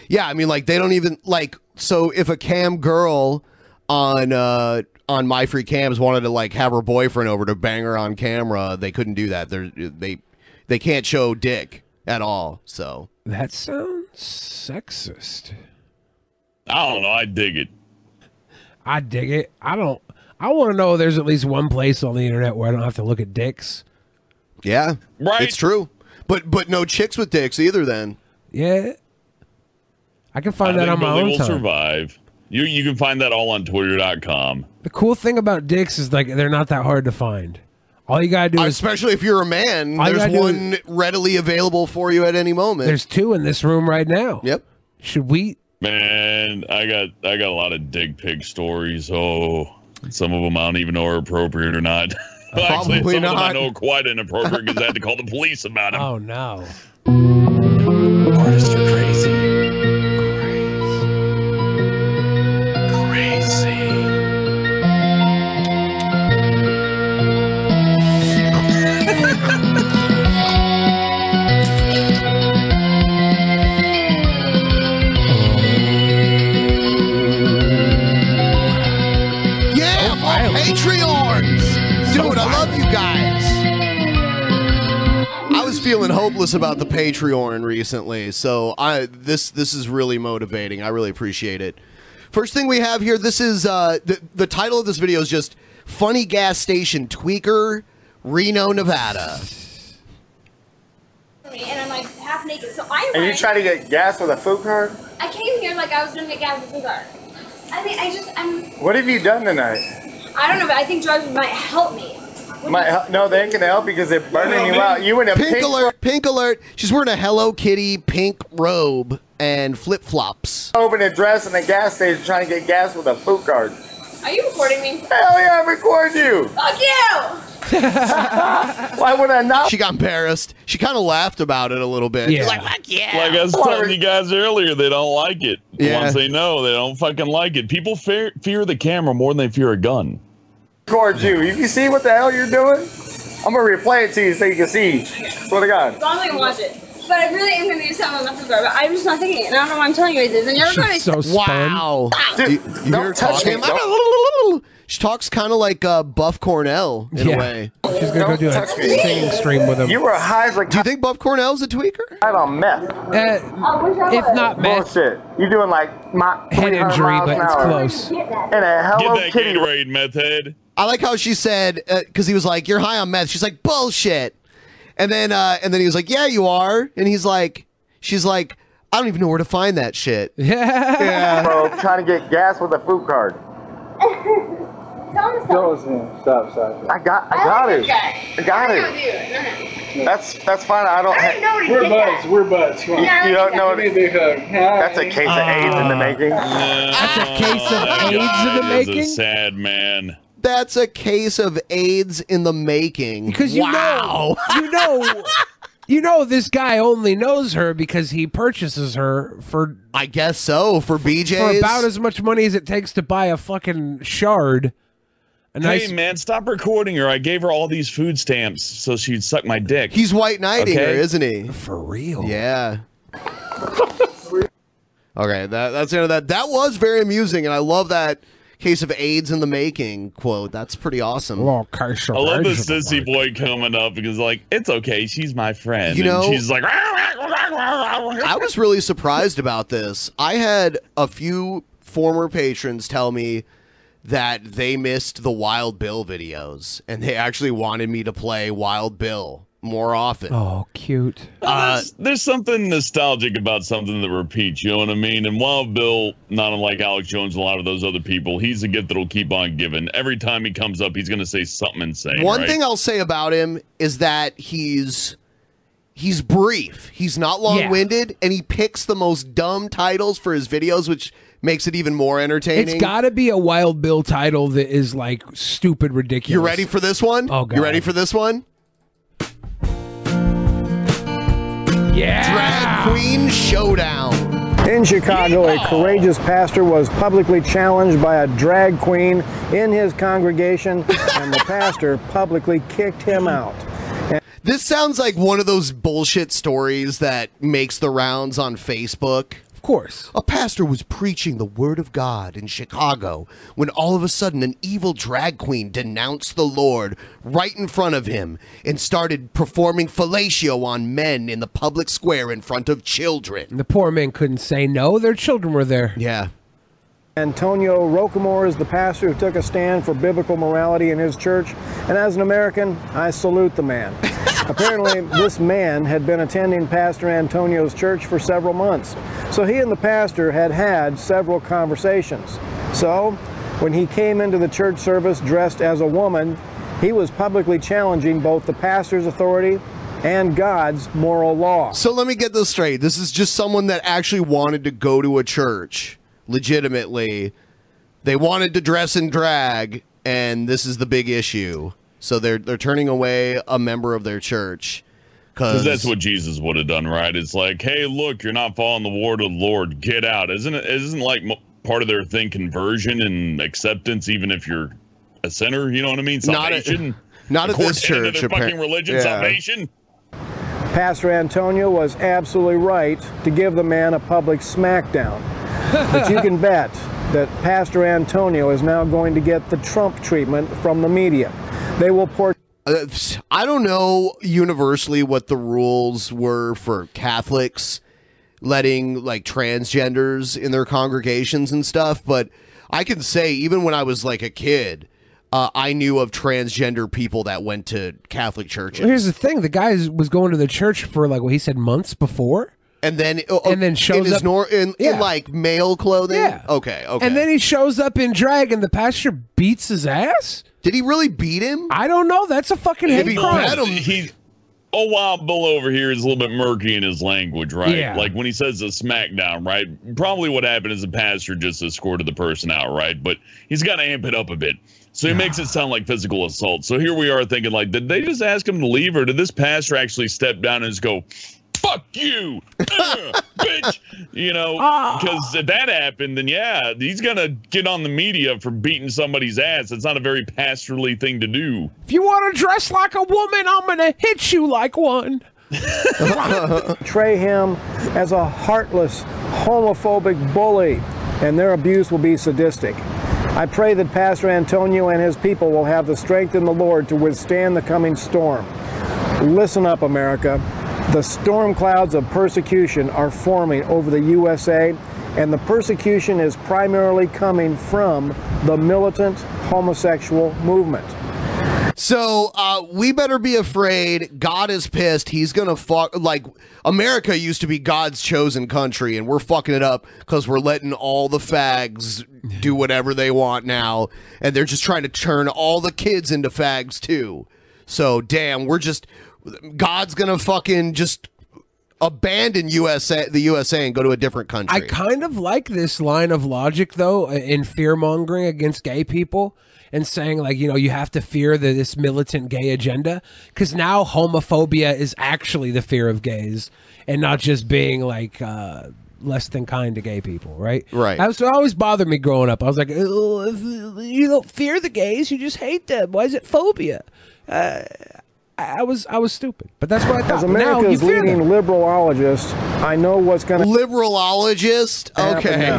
Speaker 3: Yeah, I mean, like they don't even like. So if a cam girl on uh on my free cams wanted to like have her boyfriend over to bang her on camera, they couldn't do that. They're, they they can't show dick at all. So
Speaker 4: That sounds sexist.
Speaker 5: I don't know. I dig it.
Speaker 4: I dig it. I don't. I want to know there's at least one place on the internet where I don't have to look at dicks.
Speaker 3: yeah,
Speaker 5: right.
Speaker 3: It's true. But but no chicks with dicks either. Then
Speaker 4: yeah, I can find that
Speaker 5: think
Speaker 4: on my
Speaker 5: Billy
Speaker 4: own
Speaker 5: will
Speaker 4: time.
Speaker 5: survive. You you can find that all on Twitter.com.
Speaker 4: The cool thing about dicks is like they're not that hard to find. All you gotta do is
Speaker 3: especially if you're a man,
Speaker 4: All you
Speaker 3: there's
Speaker 4: gotta do
Speaker 3: one readily available for you at any moment.
Speaker 4: there's two in this room right now.
Speaker 3: Yep.
Speaker 4: Should we?
Speaker 5: Man, I got I got a lot of dick pig stories. Oh, some of them I don't even know are appropriate or not. Well, Actually,
Speaker 4: Probably
Speaker 5: some of them I
Speaker 4: not.
Speaker 5: know are quite inappropriate because I had to call the police about them.
Speaker 4: Oh no.
Speaker 5: Artists are crazy.
Speaker 3: Yeah, Oh, my Oh, Patreons! Dude, I love you guys. I was feeling hopeless about the Patreon recently, so I this this is really motivating. I really appreciate it. First thing we have here, this is uh, the the title of this video is just "Funny Gas Station Tweaker, Reno, Nevada."
Speaker 20: and I'm like half naked. So I
Speaker 17: And you
Speaker 20: ran.
Speaker 17: trying to get gas with a food card?
Speaker 20: I came here like I was gonna get gas with a cigar. I think I just I'm
Speaker 17: What have you done tonight?
Speaker 20: I don't know, but I think drugs might help me.
Speaker 17: My, hel- no, they ain't gonna help you because they're burning you out. You in a
Speaker 3: pink,
Speaker 17: pink
Speaker 3: alert! Pink alert! She's wearing a Hello Kitty pink robe and flip flops.
Speaker 17: open a dress in a gas station trying to get gas with a food card.
Speaker 20: Are you recording me?
Speaker 17: Hell yeah, I record you.
Speaker 20: Fuck you!
Speaker 3: Why would I not? She got embarrassed. She kind of laughed about it a little bit. She's like, "Fuck yeah!"
Speaker 5: Like I was telling you guys earlier, they don't like it.
Speaker 3: Yeah.
Speaker 5: Once they know, they don't fucking like it. People fear, fear the camera more than they fear a gun.
Speaker 10: Record you. If you see what the hell you're doing, I'm gonna replay it to you so you can see. Swear to God.
Speaker 20: So I'm not gonna watch it. But I really am gonna use some of the guard, but I'm just not thinking it, and I don't know why I'm telling you guys this. And everybody's
Speaker 3: wow.
Speaker 20: Dude,
Speaker 3: you, you hear her
Speaker 20: touch
Speaker 3: talking?
Speaker 20: me.
Speaker 3: She talks kind of like uh, Buff Cornell in
Speaker 4: Yeah.
Speaker 3: a way.
Speaker 4: She's gonna go do a singing stream with him.
Speaker 3: You were high as like. Do you think Buff Cornell's a tweaker?
Speaker 10: I'm on meth.
Speaker 4: Uh, if not meth.
Speaker 10: Bullshit. You're doing like my
Speaker 4: Head
Speaker 10: 300
Speaker 4: injury,
Speaker 10: miles
Speaker 4: but
Speaker 10: an
Speaker 4: it's
Speaker 10: hour.
Speaker 4: close.
Speaker 10: And a Hello
Speaker 5: Get that
Speaker 10: Kitty.
Speaker 5: Gatorade, meth head.
Speaker 3: I like how she said because he was like, "You're high on meth." She's like, "Bullshit," and then uh, and then he was like, "Yeah, you are," and he's like, "She's like, I don't even know where to find that shit."
Speaker 4: Yeah,
Speaker 10: Bro, trying to get gas with a food card.
Speaker 20: Don't
Speaker 10: stop, stop, stop. I got, I got it. I got it. That's that's fine. I don't.
Speaker 20: I didn't know where to
Speaker 10: we're
Speaker 20: get that.
Speaker 10: buds. We're buds. Come on.
Speaker 20: Yeah, I
Speaker 10: you
Speaker 20: like
Speaker 10: don't know.
Speaker 20: that.
Speaker 10: That's a case of
Speaker 2: Uh,
Speaker 10: AIDS in the making.
Speaker 5: That's
Speaker 10: a case of
Speaker 5: That
Speaker 3: in the
Speaker 5: guy is
Speaker 3: making?
Speaker 5: a sad man.
Speaker 3: That's a case of AIDS in the making.
Speaker 4: Because you
Speaker 3: wow.
Speaker 4: know, you know, you know, this guy only knows her because he purchases her for.
Speaker 3: I guess so for BJ's
Speaker 4: for about as much money as it takes to buy a fucking shard. A nice.
Speaker 5: Hey man, stop recording her. I gave her all these food stamps so she'd suck my dick.
Speaker 3: He's white knighting her,
Speaker 5: Okay?
Speaker 3: isn't he?
Speaker 4: For real.
Speaker 3: Yeah. okay, that, that's the end of that. That was very amusing, and I love that case of AIDS in the making quote. That's pretty awesome.
Speaker 5: I love the sissy boy coming up because like it's okay, she's my friend.
Speaker 3: You know-
Speaker 5: and she's like
Speaker 3: I was really surprised about this. I had a few former patrons tell me that they missed the Wild Bill videos and they actually wanted me to play Wild Bill more often.
Speaker 4: Oh, cute.
Speaker 3: uh,
Speaker 5: there's, there's something nostalgic about something that repeats, you know what I mean? And while Bill, not unlike Alex Jones and a lot of those other people, he's a gift that'll keep on giving. Every time he comes up, he's gonna say something insane.
Speaker 3: One
Speaker 5: right?
Speaker 3: thing I'll say about him is that he's he's brief. He's not long-winded and he picks the most dumb titles for his videos which makes it even more entertaining.
Speaker 4: It's got to be a Wild Bill title that is like stupid, ridiculous.
Speaker 3: You ready for this one?
Speaker 4: Oh, God.
Speaker 3: You ready for this one?
Speaker 4: Yeah.
Speaker 3: Drag Queen Showdown.
Speaker 19: In Chicago, a courageous pastor was publicly challenged by a drag queen in his congregation, and the pastor publicly kicked him out.
Speaker 3: This sounds like one of those bullshit stories that makes the rounds on Facebook. Of
Speaker 4: course.
Speaker 3: A pastor was preaching the word of God in Chicago when all of a sudden an evil drag queen denounced the Lord right in front of him and started performing fellatio on men in the public square in front of children.
Speaker 4: The poor man couldn't say no. Their children were there.
Speaker 3: Yeah.
Speaker 19: Antonio Rocamore is the pastor who took a stand for biblical morality in his church, and as an American, I salute the man. Apparently, this man had been attending Pastor Antonio's church for several months, so he and the pastor had had several conversations. So, when he came into the church service dressed as a woman, he was publicly challenging both the pastor's authority and God's moral law.
Speaker 3: So let me get this straight. This is just someone that actually wanted to go to a church legitimately. They wanted to dress in drag, and this is the big issue. So they're they're turning away a member of their church because
Speaker 5: Because that's what Jesus would have done, right? It's like, hey, look, you're not following the word of the Lord. Get out. Isn't it? Isn't like m- part of their thing conversion and acceptance, even if you're a sinner? You know what I mean?
Speaker 3: Not at-
Speaker 5: Salvation.
Speaker 3: not at this
Speaker 5: According to
Speaker 3: church,
Speaker 5: Their fucking
Speaker 3: appar-
Speaker 5: religion,
Speaker 3: yeah.
Speaker 5: salvation.
Speaker 19: Pastor Antonio was absolutely right to give the man a public smackdown. but you can bet that Pastor Antonio is now going to get the Trump treatment from the media. They will portray
Speaker 3: Uh, I don't know universally what the rules were for Catholics letting like transgenders in their congregations and stuff, but I can say even when I was like a kid, uh, I knew of transgender people that went to Catholic churches.
Speaker 4: Well, here's the thing: the guy is- was going to the church for like what he said months before,
Speaker 3: and then oh,
Speaker 4: and then shows
Speaker 3: in his
Speaker 4: up
Speaker 3: nor- in, in,
Speaker 4: Yeah.
Speaker 3: like male clothing.
Speaker 4: Yeah.
Speaker 3: Okay. Okay.
Speaker 4: and then he shows up in drag, and the pastor beats his ass.
Speaker 3: Did he really beat him?
Speaker 4: I don't know. That's a fucking
Speaker 5: If
Speaker 4: hate
Speaker 5: he
Speaker 4: crime.
Speaker 5: beat him- he- Oh, wow, Bill over here is a little bit murky in his language, right?
Speaker 4: Yeah.
Speaker 5: Like when he says a smackdown, right? Probably what happened is the pastor just escorted the person out, right? But he's got to amp it up a bit. So he makes it sound like physical assault. So here we are thinking, like, did they just ask him to leave, or did this pastor actually step down and just go, fuck you, uh, bitch? You know, because if that happened, then yeah, he's going to get on the media for beating somebody's ass. It's not a very pastorly thing to do.
Speaker 4: If you want to dress like a woman, I'm going to hit you like one.
Speaker 19: portray him as a heartless, homophobic bully, and their abuse will be sadistic. I pray that Pastor Antonio and his people will have the strength in the Lord to withstand the coming storm. Listen up, America. The storm clouds of persecution are forming over the USA, and the persecution is primarily coming from the militant homosexual movement.
Speaker 3: So uh, we better be afraid. God is pissed. He's gonna fuck. Like America used to be God's chosen country, and we're fucking it up because we're letting all the fags do whatever they want now, and they're just trying to turn all the kids into fags too. So damn, we're just God's gonna fucking just abandon USA, the USA, and go to a different country.
Speaker 4: I kind of like this line of logic, though, in fear mongering against gay people and saying, like, you know, you have to fear the, this militant gay agenda because now homophobia is actually the fear of gays and not just being like uh, less than kind to gay people, right?
Speaker 3: Right.
Speaker 4: That's what always bothered me growing up. I was like, "Oh, if you don't fear the gays, you just hate them. Why is it phobia? Uh, I I was I was stupid, but that's what I thought.
Speaker 19: As
Speaker 4: But now you
Speaker 19: America's
Speaker 4: fear them.
Speaker 19: leading liberalologist, I know what's going to
Speaker 3: liberalologist. Okay.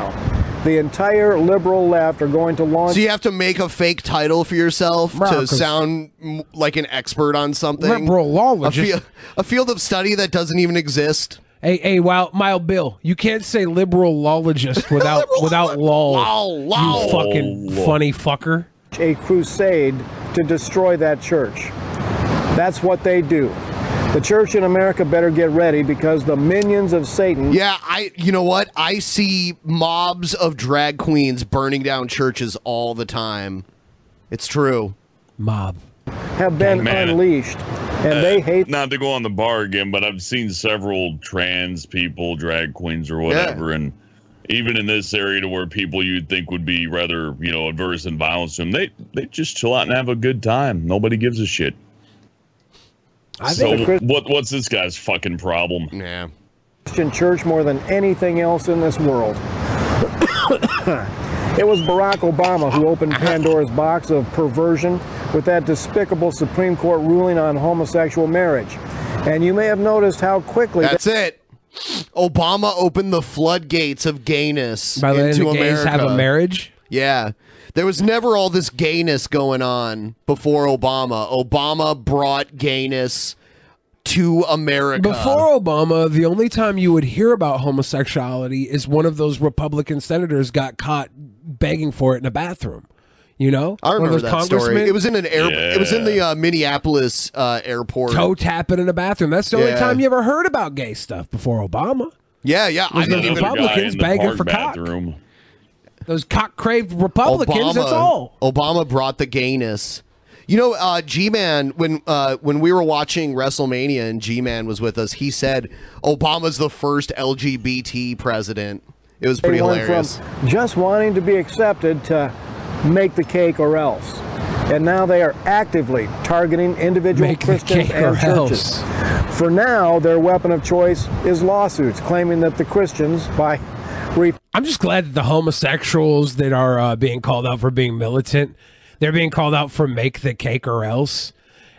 Speaker 19: The entire liberal left are going to launch.
Speaker 3: So you have to make a fake title for yourself
Speaker 19: Right,
Speaker 3: to
Speaker 19: 'cause-
Speaker 3: sound m- like an expert on something.
Speaker 4: Liberalologist.
Speaker 3: A, fiel- a field of study that doesn't even exist.
Speaker 4: Hey, hey, wow, Mild Bill, you can't say liberalologist without without lol.
Speaker 3: Lol, lol.
Speaker 4: You fucking
Speaker 19: Lol.
Speaker 4: funny fucker.
Speaker 19: a crusade to destroy that church. That's what they do. The church in America better get ready because the minions of Satan.
Speaker 3: Yeah, I. You know what? I see mobs of drag queens burning down churches all the time. It's true.
Speaker 4: Mob.
Speaker 19: Have been
Speaker 5: Man. Uh,
Speaker 19: unleashed, and they hate.
Speaker 5: Not to go on the bar again, but I've seen several trans people, drag queens, or whatever, and even in this area to where people you'd think would be rather, you know, adverse and violence to them, they they just chill out and have a good time. Nobody gives a shit.
Speaker 19: I
Speaker 5: so
Speaker 19: think the Chris-
Speaker 5: what what's this guy's fucking problem?
Speaker 3: Yeah.
Speaker 19: Christian church more than anything else in this world. it was Barack Obama who opened Pandora's box of perversion with that despicable Supreme Court ruling on homosexual marriage. And you may have noticed how quickly
Speaker 3: That's it. Obama opened the floodgates of gayness
Speaker 4: By letting
Speaker 3: into
Speaker 4: the gays
Speaker 3: America.
Speaker 4: have a marriage?
Speaker 3: Yeah. There was never all this gayness going on before Obama. Obama brought gayness to America.
Speaker 4: Before Obama, the only time you would hear about homosexuality is one of those Republican senators got caught begging for it in a bathroom. You know,
Speaker 3: I
Speaker 4: One
Speaker 3: remember
Speaker 4: of those
Speaker 3: that story.
Speaker 4: congressmen-
Speaker 3: It was in an air. It was in the uh, Minneapolis uh, airport.
Speaker 4: toe tapping in a bathroom. That's the only
Speaker 3: Yeah.
Speaker 4: time you ever heard about gay stuff before Obama.
Speaker 3: Yeah, yeah.
Speaker 4: Was the
Speaker 5: Another guy
Speaker 4: Republicans
Speaker 5: in the
Speaker 4: begging
Speaker 5: park
Speaker 4: for cock?
Speaker 5: bathroom.
Speaker 4: Those cock craved Republicans. That's all.
Speaker 3: Obama brought the gayness. You know, uh, G-Man, when uh, when we were watching WrestleMania and G-Man was with us, he said Obama's the first LGBT president. It was pretty
Speaker 19: They went
Speaker 3: hilarious.
Speaker 19: From just wanting to be accepted to make the cake or else. And now they are actively targeting individual Christians
Speaker 4: cake
Speaker 19: and
Speaker 4: or
Speaker 19: churches. For now, their weapon of choice is lawsuits claiming that the Christians, by re-
Speaker 4: I'm just glad that the homosexuals that are uh, being called out for being militant, they're being called out for make the cake or else.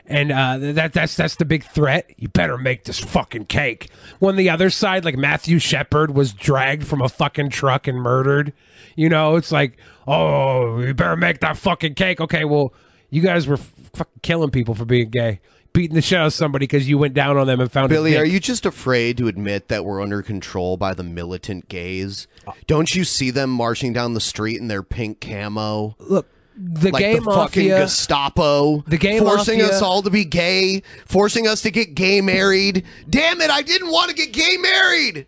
Speaker 4: And uh, th- that that's that's the big threat. You better make this fucking cake. When the other side, like Matthew Shepard, was dragged from a fucking truck and murdered, you know, it's like, oh, you better make that fucking cake. Okay, well, you guys were f- fucking killing people for being gay, beating the shit out of somebody because you went down on them and found. a
Speaker 3: Billy,
Speaker 4: dick.
Speaker 3: are you just afraid to admit that we're under control by the militant gays? Don't you see them marching down the street in their pink camo?
Speaker 4: Look, the
Speaker 3: like
Speaker 4: gay
Speaker 3: the fucking
Speaker 4: mafia-
Speaker 3: Gestapo,
Speaker 4: The gay
Speaker 3: forcing
Speaker 4: mafia-
Speaker 3: us all to be gay, forcing us to get gay married. Damn it, I didn't want to get gay married,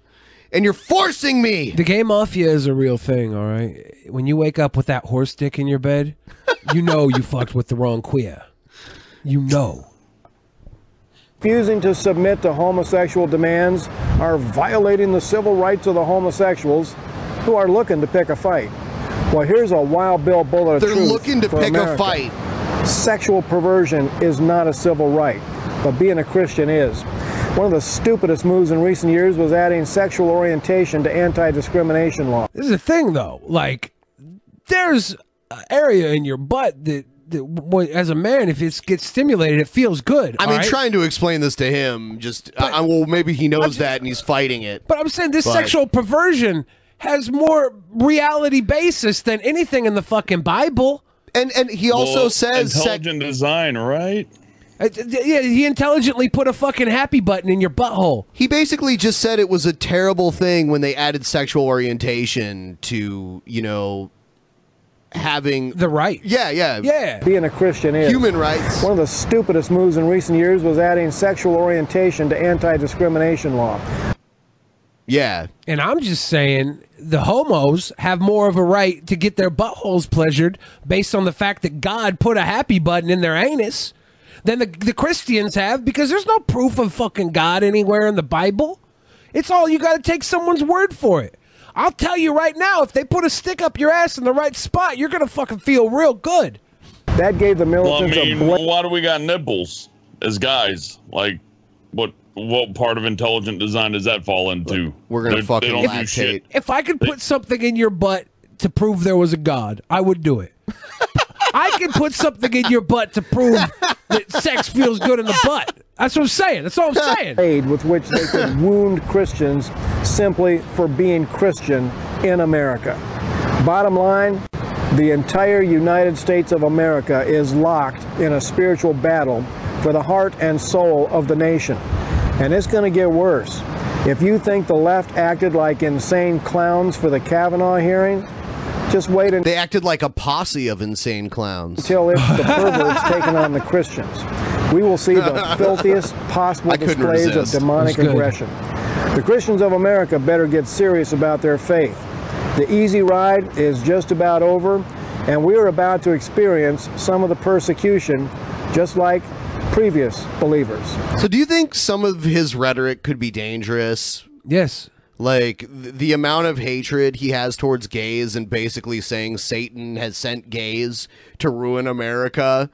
Speaker 3: and you're forcing me.
Speaker 4: The gay mafia is a real thing, all right? When you wake up with that horse dick in your bed, you know you fucked with the wrong queer. You know.
Speaker 19: refusing to submit to homosexual demands are violating the civil rights of the homosexuals who are looking to pick a fight. Well, here's a wild Bill bullet of
Speaker 3: They're
Speaker 19: truth
Speaker 3: looking to
Speaker 19: for
Speaker 3: pick a
Speaker 19: America.
Speaker 3: fight.
Speaker 19: Sexual perversion is not a civil right, but being a Christian is. One of the stupidest moves in recent years was adding sexual orientation to anti-discrimination law.
Speaker 4: This is the thing, though. Like, there's an area in your butt that, that w- as a man, if it gets stimulated, it feels good.
Speaker 3: I
Speaker 4: all
Speaker 3: mean,
Speaker 4: right?
Speaker 3: trying to explain this to him, just I, I- well, maybe he knows that and he's fighting it.
Speaker 4: But I'm saying this
Speaker 3: But-
Speaker 4: sexual perversion has more reality basis than anything in the fucking Bible.
Speaker 3: And and he
Speaker 5: Well, intelligent design, right?
Speaker 4: Uh, yeah, he intelligently put a fucking happy button in your butthole.
Speaker 3: He basically just said it was a terrible thing when they added sexual orientation to you know having
Speaker 4: the right.
Speaker 3: Yeah, yeah,
Speaker 19: Being a Christian is
Speaker 3: Human rights.
Speaker 19: One of the stupidest moves in recent years was adding sexual orientation to anti-discrimination law.
Speaker 3: Yeah.
Speaker 4: And I'm just saying the homos have more of a right to get their buttholes pleasured based on the fact that God put a happy button in their anus than the, the Christians have because there's no proof of fucking God anywhere in the Bible. It's all you got to take someone's word for it. I'll tell you right now, if they put a stick up your ass in the right spot, you're going to fucking feel real good.
Speaker 19: That gave the
Speaker 5: Well, I
Speaker 19: militants
Speaker 5: mean,
Speaker 19: a blank
Speaker 5: why do we got nipples as guys? Like, what what part of intelligent design does that fall into? We're
Speaker 3: gonna fucking
Speaker 5: they don't do
Speaker 3: lactate.
Speaker 5: shit.
Speaker 4: If I could put something in your butt to prove there was a God, I would do it. I can put something in your butt to prove that sex feels good in the butt. That's what I'm saying. That's all I'm saying.
Speaker 19: aid with which they could wound Christians simply for being Christian in America. Bottom line, the entire United States of America is locked in a spiritual battle for the heart and soul of the nation. And it's going to get worse. If you think the left acted like insane clowns for the Kavanaugh hearing, just wait until
Speaker 3: They acted like a posse of insane clowns.
Speaker 19: until it's the perverts taking on the Christians. We will see the filthiest possible
Speaker 3: I couldn't
Speaker 19: displays
Speaker 3: resist.
Speaker 19: of demonic
Speaker 3: It was good.
Speaker 19: aggression. The Christians of America better get serious about their faith. The easy ride is just about over, and we are about to experience some of the persecution, just like previous believers.
Speaker 3: So, do you think some of his rhetoric could be dangerous?
Speaker 4: Yes.
Speaker 3: Like th- the amount of hatred he has towards gays and basically saying Satan has sent gays to ruin America.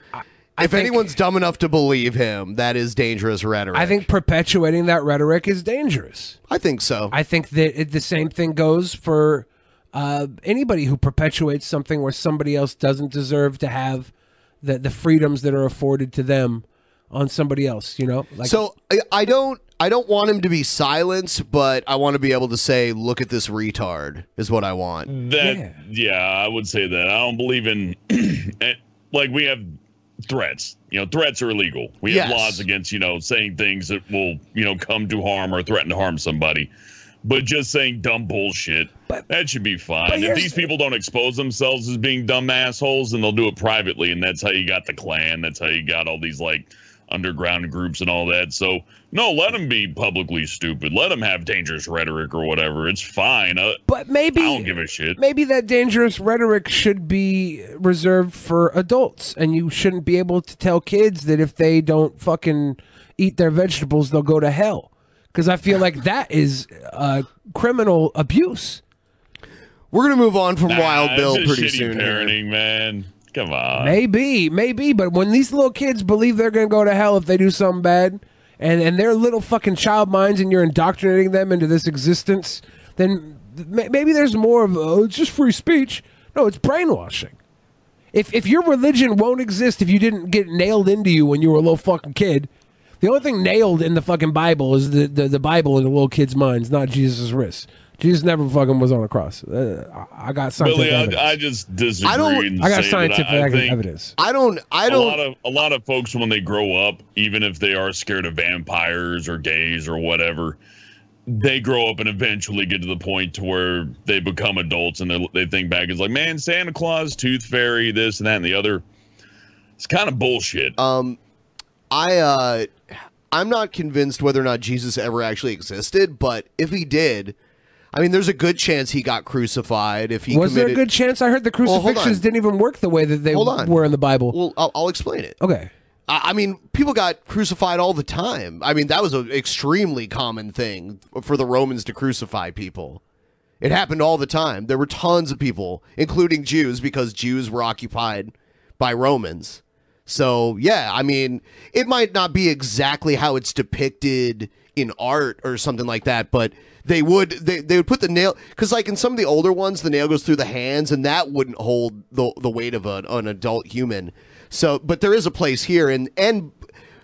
Speaker 3: if anyone's dumb enough to believe him, that is dangerous rhetoric.
Speaker 4: I think perpetuating that rhetoric is dangerous.
Speaker 3: I think so.
Speaker 4: I think that it, the same thing goes for uh, anybody who perpetuates something where somebody else doesn't deserve to have the, the freedoms that are afforded to them on somebody else, you know?
Speaker 3: so I, I don't I don't want him to be silenced, but I want to be able to say, "Look at this retard," is what I want.
Speaker 5: That yeah. I would say that. I don't believe in eh, like we have threats. You know, threats are illegal. We have
Speaker 3: Yes.
Speaker 5: laws against, you know, saying things that will, you know, come to harm or threaten to harm somebody. But just saying dumb bullshit, that should be fine. If these people don't expose themselves as being dumb assholes, then they'll do it privately, and that's how you got the Klan. That's how you got all these like underground groups and all that. So no, let them be publicly stupid. Let them have dangerous rhetoric or whatever. It's fine. Uh,
Speaker 4: but maybe
Speaker 5: I don't give a shit.
Speaker 4: Maybe that dangerous rhetoric should be reserved for adults, and you shouldn't be able to tell kids that if they don't fucking eat their vegetables, they'll go to hell. Because I feel like that is uh, criminal abuse.
Speaker 3: We're gonna move on from
Speaker 5: Nah, it's just shitty Parenting, man. Come on.
Speaker 4: Maybe, maybe, but when these little kids believe they're gonna go to hell if they do something bad, and and their little fucking child minds, and you're indoctrinating them into this existence, then ma- maybe there's more of oh, it's just free speech. No, it's brainwashing. If if your religion won't exist if you didn't get nailed into you when you were a little fucking kid, the only thing nailed in the fucking Bible is the the, the Bible in the little kids' minds, not Jesus' wrist. Jesus never fucking was on a cross. Uh, I I got scientific
Speaker 5: Billy,
Speaker 4: evidence.
Speaker 5: I, I just disagree.
Speaker 4: I don't-
Speaker 5: and
Speaker 4: I got
Speaker 5: say that
Speaker 4: scientific
Speaker 5: I think
Speaker 4: evidence.
Speaker 3: I don't. I
Speaker 5: A
Speaker 3: don't-
Speaker 5: lot of a lot of folks when they grow up, even if they are scared of vampires or gays or whatever, they grow up and eventually get to the point to where they become adults and they they think back it's like, man, Santa Claus, Tooth Fairy, this and that and the other. It's kind of
Speaker 4: Mm.
Speaker 5: bullshit.
Speaker 3: Um, I uh, I'm not convinced whether or not Jesus ever actually existed, but if he did, I mean, there's a good chance he got crucified. If he
Speaker 4: was there a
Speaker 3: committed-
Speaker 4: good chance? I heard the
Speaker 3: Well, hold
Speaker 4: crucifixions
Speaker 3: on.
Speaker 4: didn't even work the way that they
Speaker 3: Hold on.
Speaker 4: were in the Bible.
Speaker 3: Well, I'll, I'll explain it.
Speaker 4: Okay.
Speaker 3: I I mean, people got crucified all the time. I mean, that was an extremely common thing for the Romans to crucify people. It happened all the time. There were tons of people, including Jews, because Jews were occupied by Romans. So, yeah, I mean, it might not be exactly how it's depicted in art or something like that, but they would they, they would put the nail because like in some of the older ones the nail goes through the hands and that wouldn't hold the the weight of an, an adult human so but there is a place here and and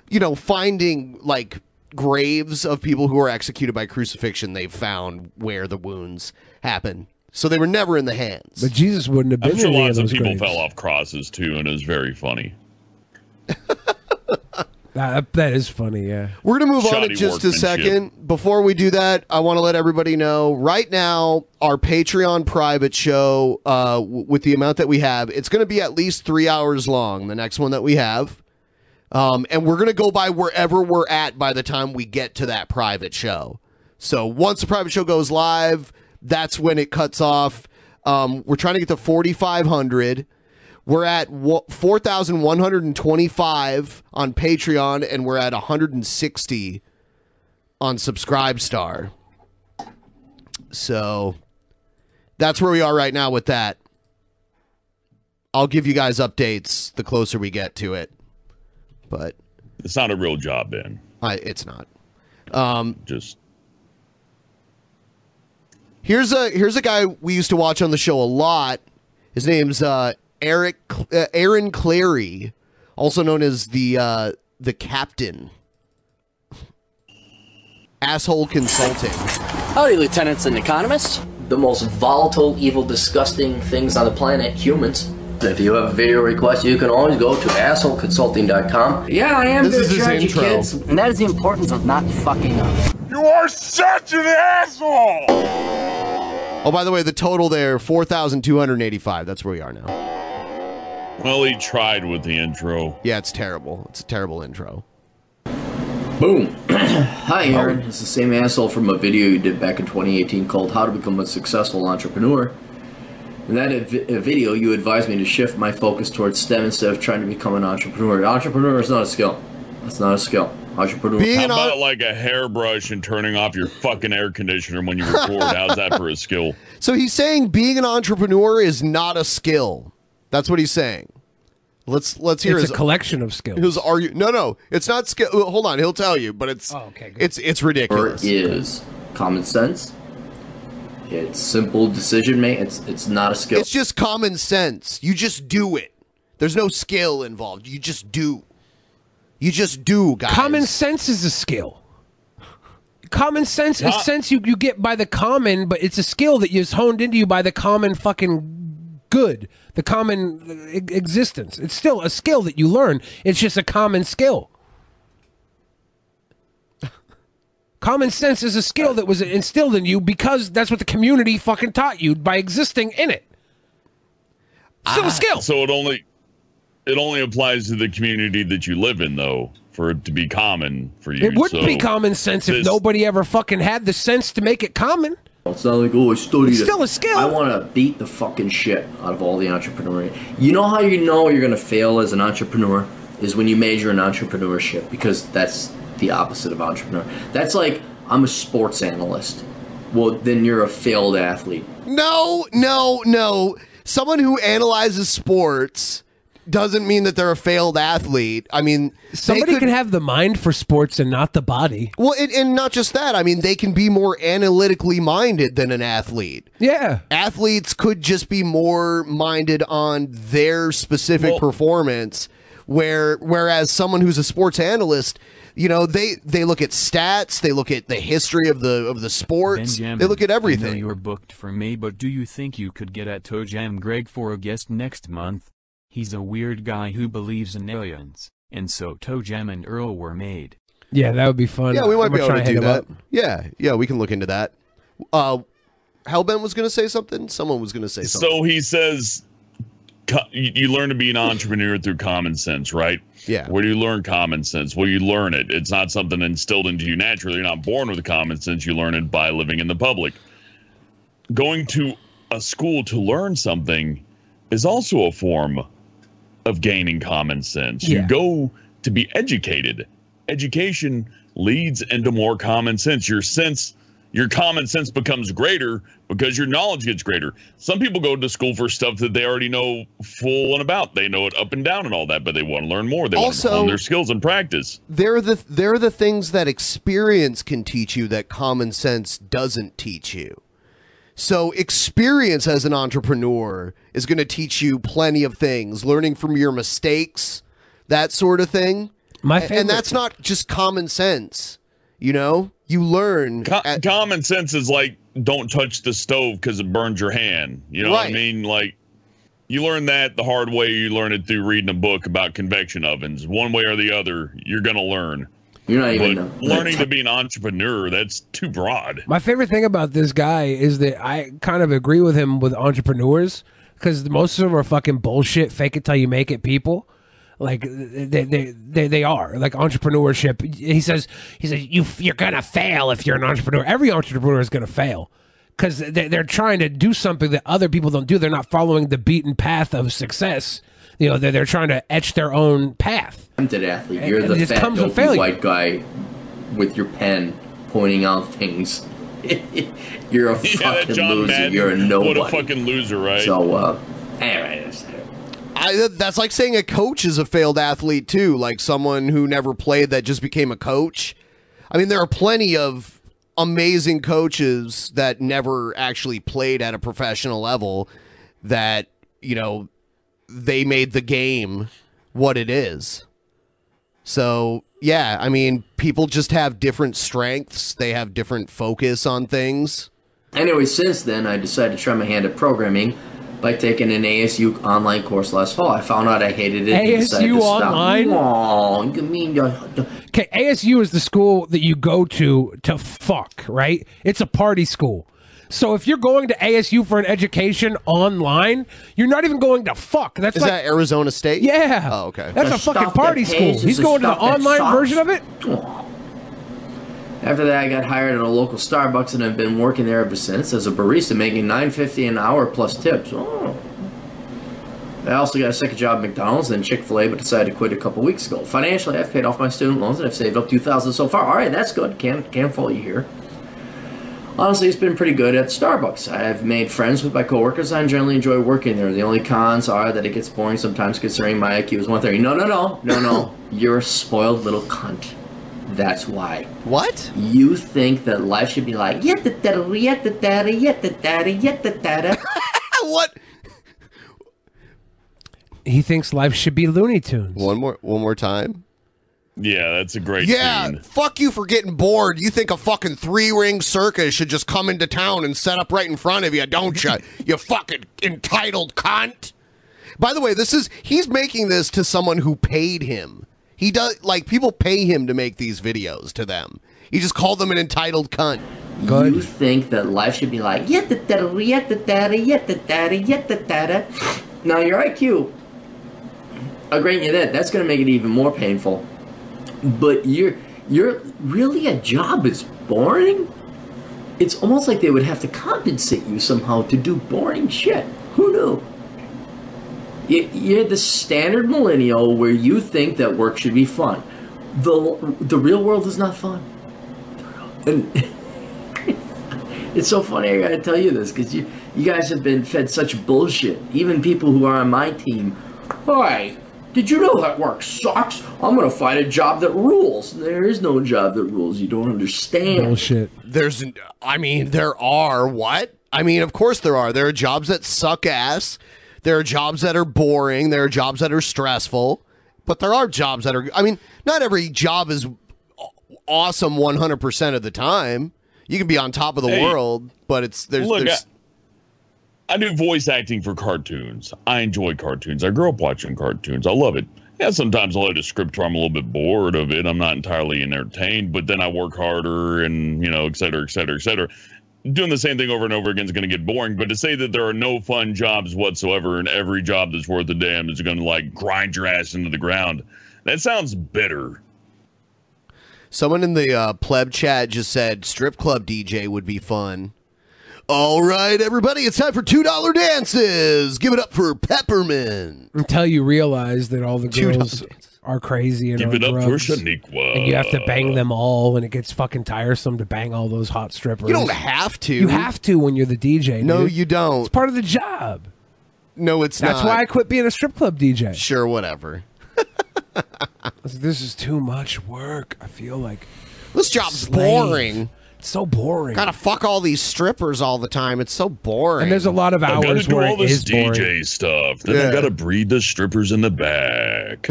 Speaker 3: you know finding like graves of people who are executed by crucifixion they've found where the wounds happen so they were never in the hands
Speaker 4: But Jesus wouldn't have been
Speaker 5: I'm sure
Speaker 4: in any
Speaker 5: lots
Speaker 4: of
Speaker 5: of
Speaker 4: those
Speaker 5: people
Speaker 4: graves.
Speaker 5: fell off crosses too, and it was very funny.
Speaker 4: Ah, that is funny, yeah.
Speaker 3: We're gonna move on
Speaker 4: Shoddy
Speaker 3: in just a
Speaker 4: workmanship.
Speaker 3: second. Before we do that, I want to let everybody know right now our Patreon private show, uh, w- with the amount that we have, it's gonna be at least three hours long. The next one that we have, um, and we're gonna go by wherever we're at by the time we get to that private show. So once the private show goes live, that's when it cuts off. Um, we're trying to get to forty five hundred. We're at wo- 4,125 on Patreon, and we're at 160 on Subscribestar. So that's where we are right now with that. I'll give you guys updates the closer we get to it. But
Speaker 5: it's not a real job, Ben.
Speaker 3: I, it's not. Um,
Speaker 5: Just
Speaker 3: Here's a here's a guy we used to watch on the show a lot. His name's uh, Eric Cl- uh, Aaron Clary, also known as the uh, the Captain. Asshole consulting.
Speaker 21: Howdy, lieutenants and economists. The most volatile, evil, disgusting things on the planet, humans. If you have a video request, you can always go to assholeconsulting.com. Yeah, I am
Speaker 7: This
Speaker 21: gonna
Speaker 7: is his
Speaker 21: charge you
Speaker 7: intro.
Speaker 21: kids, and that is the importance of not fucking up.
Speaker 7: You are such an asshole!
Speaker 3: Oh, by the way, the total there four thousand two hundred eighty five. That's where we are now.
Speaker 5: well, he tried with the intro.
Speaker 3: Yeah, it's terrible. It's a terrible intro.
Speaker 21: Boom. Hi, Aaron. It's the same asshole from a video you did back in 2018 called How to Become a Successful Entrepreneur. In that ev- uh, video, you advised me to shift my focus towards STEM instead of trying to become an entrepreneur. Entrepreneur is not a skill. That's not a skill. Entrepreneur.
Speaker 5: How about like a hairbrush and turning off your fucking air conditioner when you record? How's that for a skill?
Speaker 3: So he's saying being an entrepreneur is not a skill. That's what he's saying. Let's let's hear
Speaker 4: It's
Speaker 3: his
Speaker 4: a collection of skills.
Speaker 3: His argu- no, no, it's not skill. Hold on, he'll tell you, but it's
Speaker 4: Oh,
Speaker 3: it's it's ridiculous.
Speaker 21: Or is common sense. It's simple decision making. It's it's not a skill.
Speaker 3: It's just common sense. You just do it. There's no skill involved. You just do. You just do, guys.
Speaker 4: Common sense is a skill. Common sense
Speaker 3: Not-
Speaker 4: is sense you, you get by the common, but it's a skill that is honed into you by the common fucking good, the common e- existence. It's still a skill that you learn. It's just a common skill. Common sense is a skill that was instilled in you because that's what the community fucking taught you by existing in it. Still a skill.
Speaker 5: So it only it only applies to the community that you live in, though, for it to be common for you.
Speaker 4: It wouldn't
Speaker 5: So
Speaker 4: be common sense if
Speaker 5: this-
Speaker 4: nobody ever fucking had the sense to make it common.
Speaker 21: It's not like oh, I studied
Speaker 4: It's
Speaker 21: it.
Speaker 4: still a skill.
Speaker 21: I want to beat the fucking shit out of all the entrepreneur. You know how you know you're gonna fail as an entrepreneur is when you major in entrepreneurship because that's the opposite of entrepreneur. That's like I'm a sports analyst. Well, then you're a failed athlete.
Speaker 3: No, no, no. Someone who analyzes sports doesn't mean that they're a failed athlete. I mean, they
Speaker 4: Somebody
Speaker 3: could-
Speaker 4: can have the mind for sports and not the body.
Speaker 3: Well, and, and not just that. I mean, they can be more analytically minded than an athlete.
Speaker 4: Yeah.
Speaker 3: Athletes could just be more minded on their specific performance where whereas someone who's a sports analyst, you know, they they look at stats, they look at the history of the of the sports.
Speaker 9: Benjamin,
Speaker 3: they look at
Speaker 9: I know
Speaker 3: everything.
Speaker 9: you're booked for May, but do you think you could get at Toe Jam Greg for a guest next month? He's a weird guy who believes in aliens, and so Toe Jam and Earl were made.
Speaker 4: Yeah, that would be fun.
Speaker 3: Yeah, we might
Speaker 4: I'm
Speaker 3: be
Speaker 4: gonna
Speaker 3: able
Speaker 4: try
Speaker 3: to do
Speaker 4: hit him
Speaker 3: that.
Speaker 4: up.
Speaker 3: Yeah, yeah, we can look into that. Uh Hellbent was going to say something. Someone was going to say something.
Speaker 5: So he says, co- you you learn to be an entrepreneur through common sense, right?
Speaker 3: Yeah.
Speaker 5: Where do you learn common sense? Well, you learn it. It's not something instilled into you naturally. You're not born with common sense. You learn it by living in the public. Going to a school to learn something is also a form of gaining common sense.
Speaker 7: Yeah.
Speaker 5: You go to be educated. Education leads into more common sense. Your sense, your common sense becomes greater because your knowledge gets greater. Some people go to school for stuff that they already know full and about. They know it up and down and all that, but they want to learn more. They want
Speaker 3: Also-
Speaker 5: to hone their skills and practice.
Speaker 3: They're the they're the things that experience can teach you that common sense doesn't teach you. So experience as an entrepreneur is going to teach you plenty of things, learning from your mistakes, that sort of thing.
Speaker 4: My
Speaker 3: A-
Speaker 4: favorite-
Speaker 3: and that's not just common sense. You know, you learn.
Speaker 5: common sense is like don't touch the stove because it burns your hand. You know what I
Speaker 3: Right.
Speaker 5: mean? Like you learn that the hard way. You learn it through reading a book about convection ovens. One way or the other, you're gonna learn.
Speaker 21: You're not even-
Speaker 5: But learning to be an entrepreneur. That's too broad.
Speaker 4: My favorite thing about this guy is that I kind of agree with him with entrepreneurs because most of them are fucking bullshit, fake it till you make it people. Like they, they they they are like entrepreneurship. He says he says you you're gonna fail if you're an entrepreneur. Every entrepreneur is gonna fail because they, they're trying to do something that other people don't do. They're not following the beaten path of success. You know they're, they're trying to etch their own path.
Speaker 21: Tempted athlete.
Speaker 4: And-
Speaker 21: You're
Speaker 4: and
Speaker 21: the
Speaker 4: it
Speaker 21: fat,
Speaker 4: comes with
Speaker 21: dopey
Speaker 4: failure.
Speaker 21: white guy with your pen pointing out things. you're a
Speaker 5: Yeah, that
Speaker 21: fucking
Speaker 5: John
Speaker 21: loser.
Speaker 5: Madden.
Speaker 21: You're a
Speaker 5: What
Speaker 21: nobody.
Speaker 5: a fucking loser, right?
Speaker 21: So, uh,
Speaker 3: I, that's like saying a coach is a failed athlete too, like someone who never played that just became a coach. I mean, there are plenty of amazing coaches that never actually played at a professional level that, you know, they made the game what it is. So, yeah, I mean, people just have different strengths, they have different focus on things.
Speaker 21: Anyway, since then, I decided to try my hand at programming by taking an ASU online course last fall. I found out I hated it. and decided
Speaker 4: ASU
Speaker 21: to stop.
Speaker 4: online?
Speaker 21: Aw, you mean you-
Speaker 4: Okay, ASU is the school that you go to to fuck, right? It's a party school. So if you're going to ASU for an education online, you're not even going to fuck. That's
Speaker 3: Is
Speaker 4: like
Speaker 3: that Arizona State?
Speaker 4: Yeah.
Speaker 3: Oh, okay.
Speaker 4: that's a fucking party school. He's going to the online version of it.
Speaker 21: After that, I got hired at a local Starbucks and I've been working there ever since as a barista, making nine fifty an hour plus tips. Oh. I also got a second job at McDonald's and Chick Fil A, but decided to quit a couple weeks ago. Financially, I've paid off my student loans and I've saved up two thousand so far. All right, that's good. Can't can't fault you here. Honestly, it's been pretty good at Starbucks. I've made friends with my coworkers. I generally enjoy working there. The only cons are that it gets boring sometimes, considering my IQ is one thirty. No, no, no, no, no. You're a spoiled little cunt. That's why.
Speaker 3: What?
Speaker 21: You think that life should be like yetta da yetta da yetta da yetta da.
Speaker 3: What?
Speaker 4: He thinks life should be Looney Tunes.
Speaker 3: One more one more time.
Speaker 5: Yeah, that's a great.
Speaker 3: Yeah,
Speaker 5: tune.
Speaker 3: fuck you for getting bored. You think a fucking three ring circus should just come into town and set up right in front of you, don't you? You fucking entitled cunt. By the way, this is he's making this to someone who paid him. He does like people pay him to make these videos to them. He just called them an entitled cunt.
Speaker 21: You think that life should be like yetta da yetta da yetta da yetta da. Now your IQ. I'll grant you that. That's going to make it even more painful. But you're you're really a job is boring. It's almost like they would have to compensate you somehow to do boring shit. Who knew? You- You're the standard millennial where you think that work should be fun. The, the real world is not fun. And it's so funny I gotta tell you this because you, you guys have been fed such bullshit. Even people who are on my team. Hi, did you know that work sucks? I'm gonna find a job that rules. There is no job that rules. You don't understand.
Speaker 3: There's, I mean, there are what? I mean, of course there are. There are jobs that suck ass. There are jobs that are boring. There are jobs that are stressful. But there are jobs that are. I mean, not every job is aw- awesome 100% of the time. You can be on top of the
Speaker 5: Hey,
Speaker 3: world, but it's there's,
Speaker 5: look,
Speaker 3: there's
Speaker 5: I, I do voice acting for cartoons. I enjoy cartoons. I grew up watching cartoons. I love it. Yeah, sometimes I'll hit a script where I'm a little bit bored of it. I'm not entirely entertained, but then I work harder and, you know, et cetera, et cetera, et cetera. Doing the same thing over and over again is going to get boring, but to say that there are no fun jobs whatsoever and every job that's worth a damn is going to like grind your ass into the ground, that sounds bitter.
Speaker 3: someone in the uh, pleb chat just said strip club DJ would be fun. All right, everybody, it's time for $2 dances. Give it up for Peppermint.
Speaker 4: Until you realize that all the
Speaker 3: Two
Speaker 4: girls are crazy and
Speaker 5: Give
Speaker 4: on
Speaker 5: it up for
Speaker 4: drugs,
Speaker 5: Shaniqua.
Speaker 4: and you have to bang them all, and it gets fucking tiresome to bang all those hot strippers.
Speaker 3: You don't have to.
Speaker 4: You have to when you're the DJ.
Speaker 3: No,
Speaker 4: dude.
Speaker 3: you don't. It's
Speaker 4: part of the job.
Speaker 3: No, it's
Speaker 4: That's
Speaker 3: not.
Speaker 4: why I quit being a strip club DJ.
Speaker 3: Sure, whatever.
Speaker 4: this is too much work. I feel like
Speaker 3: This job's
Speaker 4: Slave.
Speaker 3: boring.
Speaker 4: It's so boring.
Speaker 3: Gotta fuck all these strippers all the time. It's so boring.
Speaker 4: And there's a lot of
Speaker 5: I gotta
Speaker 4: hours
Speaker 5: do
Speaker 4: where
Speaker 5: all
Speaker 4: it
Speaker 5: this
Speaker 4: is
Speaker 5: DJ
Speaker 4: boring.
Speaker 5: stuff. Then
Speaker 3: Yeah.
Speaker 5: I gotta breed the strippers in the back.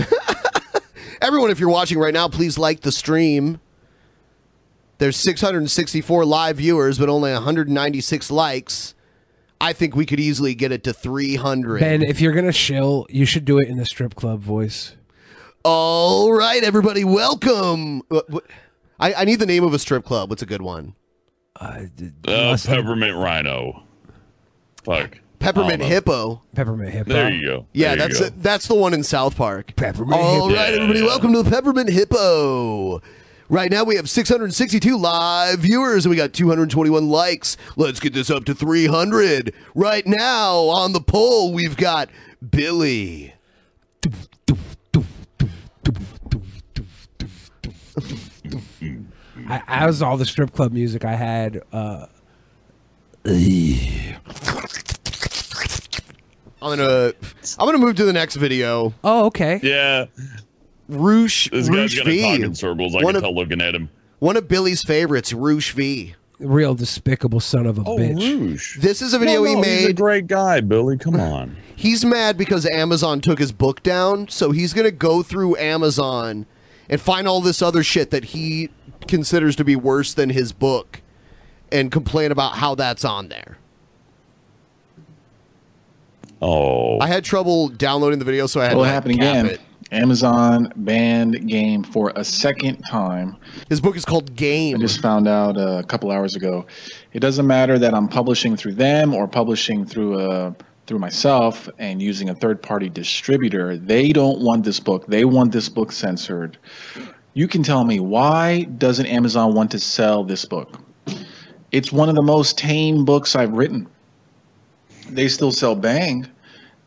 Speaker 3: Everyone, if you're watching right now, please like the stream. There's 664 live viewers, but only 196 likes. I think we could easily get it to 300.
Speaker 4: Ben, if you're gonna shill, you should do it in the strip club voice.
Speaker 3: All right, everybody, welcome. Wh- wh- I, I need the name of a strip club. What's a good one?
Speaker 5: Uh, peppermint rhino. Fuck. I don't
Speaker 3: Peppermint
Speaker 5: know.
Speaker 3: Hippo.
Speaker 4: Oh, Peppermint Hippo.
Speaker 5: There you go.
Speaker 3: Yeah,
Speaker 5: There you
Speaker 3: that's
Speaker 5: go.
Speaker 3: it. that's the one in South Park.
Speaker 4: Peppermint
Speaker 3: All
Speaker 4: Hippo.
Speaker 3: right, everybody,
Speaker 4: Yeah.
Speaker 3: welcome to the Peppermint Hippo. Right now we have 662 live viewers and we got 221 likes. Let's get this up to 300. Right now on the poll we've got Billy.
Speaker 4: I, I was all the strip club music I had. Uh,
Speaker 3: I'm gonna I'm gonna move to the next video.
Speaker 4: Oh, okay.
Speaker 5: Yeah.
Speaker 3: Roosh
Speaker 5: This
Speaker 3: Roosh
Speaker 5: guy's gonna
Speaker 3: V.
Speaker 5: talk in circles. I
Speaker 3: one,
Speaker 5: can
Speaker 3: of,
Speaker 5: tell looking at him.
Speaker 3: one of Billy's favorites, Roosh V.
Speaker 4: real despicable son of a
Speaker 5: Oh,
Speaker 4: bitch.
Speaker 3: This is a video
Speaker 5: No,
Speaker 3: he
Speaker 5: no,
Speaker 3: made.
Speaker 5: he's a great guy, Billy. Come on.
Speaker 3: He's mad because Amazon took his book down, so he's going to go through Amazon and find all this other shit that he considers to be worse than his book and complain about how that's on there.
Speaker 5: Oh.
Speaker 3: I had trouble downloading the video, so I had
Speaker 2: Well,
Speaker 3: to
Speaker 2: it happened
Speaker 3: cap
Speaker 2: again.
Speaker 3: it.
Speaker 2: Amazon banned game for a second time.
Speaker 3: His book is called Game.
Speaker 2: I just found out uh, a couple hours ago. It doesn't matter that I'm publishing through them or publishing through uh through myself and using a third party distributor. They don't want this book. They want this book censored. You can tell me why doesn't Amazon want to sell this book? It's one of the most tame books I've written. They still sell Bang.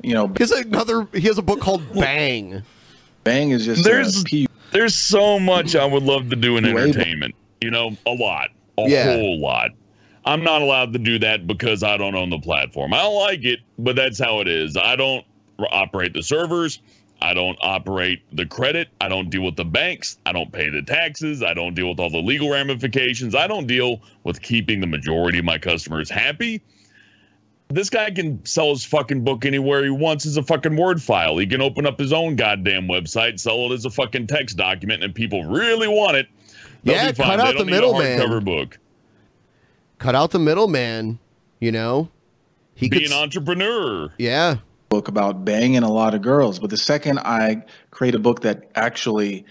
Speaker 2: You know,
Speaker 3: he has another. He has a book called Bang.
Speaker 2: Bang is just
Speaker 5: There's
Speaker 2: a P-
Speaker 5: there's so much I would love to do in
Speaker 2: Way back.
Speaker 5: entertainment. You know, a lot, a
Speaker 2: Yeah.
Speaker 5: whole lot. I'm not allowed to do that because I don't own the platform. I don't like it, but that's how it is. I don't r- operate the servers. I don't operate the credit. I don't deal with the banks. I don't pay the taxes. I don't deal with all the legal ramifications. I don't deal with keeping the majority of my customers happy this guy can sell his fucking book anywhere he wants as a fucking word file. He can open up his own goddamn website, sell it as a fucking text document, and if people really want it. they'll
Speaker 3: Yeah,
Speaker 5: be fine.
Speaker 3: cut
Speaker 5: They
Speaker 3: out
Speaker 5: don't
Speaker 3: the
Speaker 5: need a
Speaker 3: middleman.
Speaker 5: hardcover book.
Speaker 3: Cut out the middleman. You know, he
Speaker 5: Be
Speaker 3: could.
Speaker 5: an entrepreneur.
Speaker 3: Yeah.
Speaker 2: book about banging a lot of girls, but the second I create a book that actually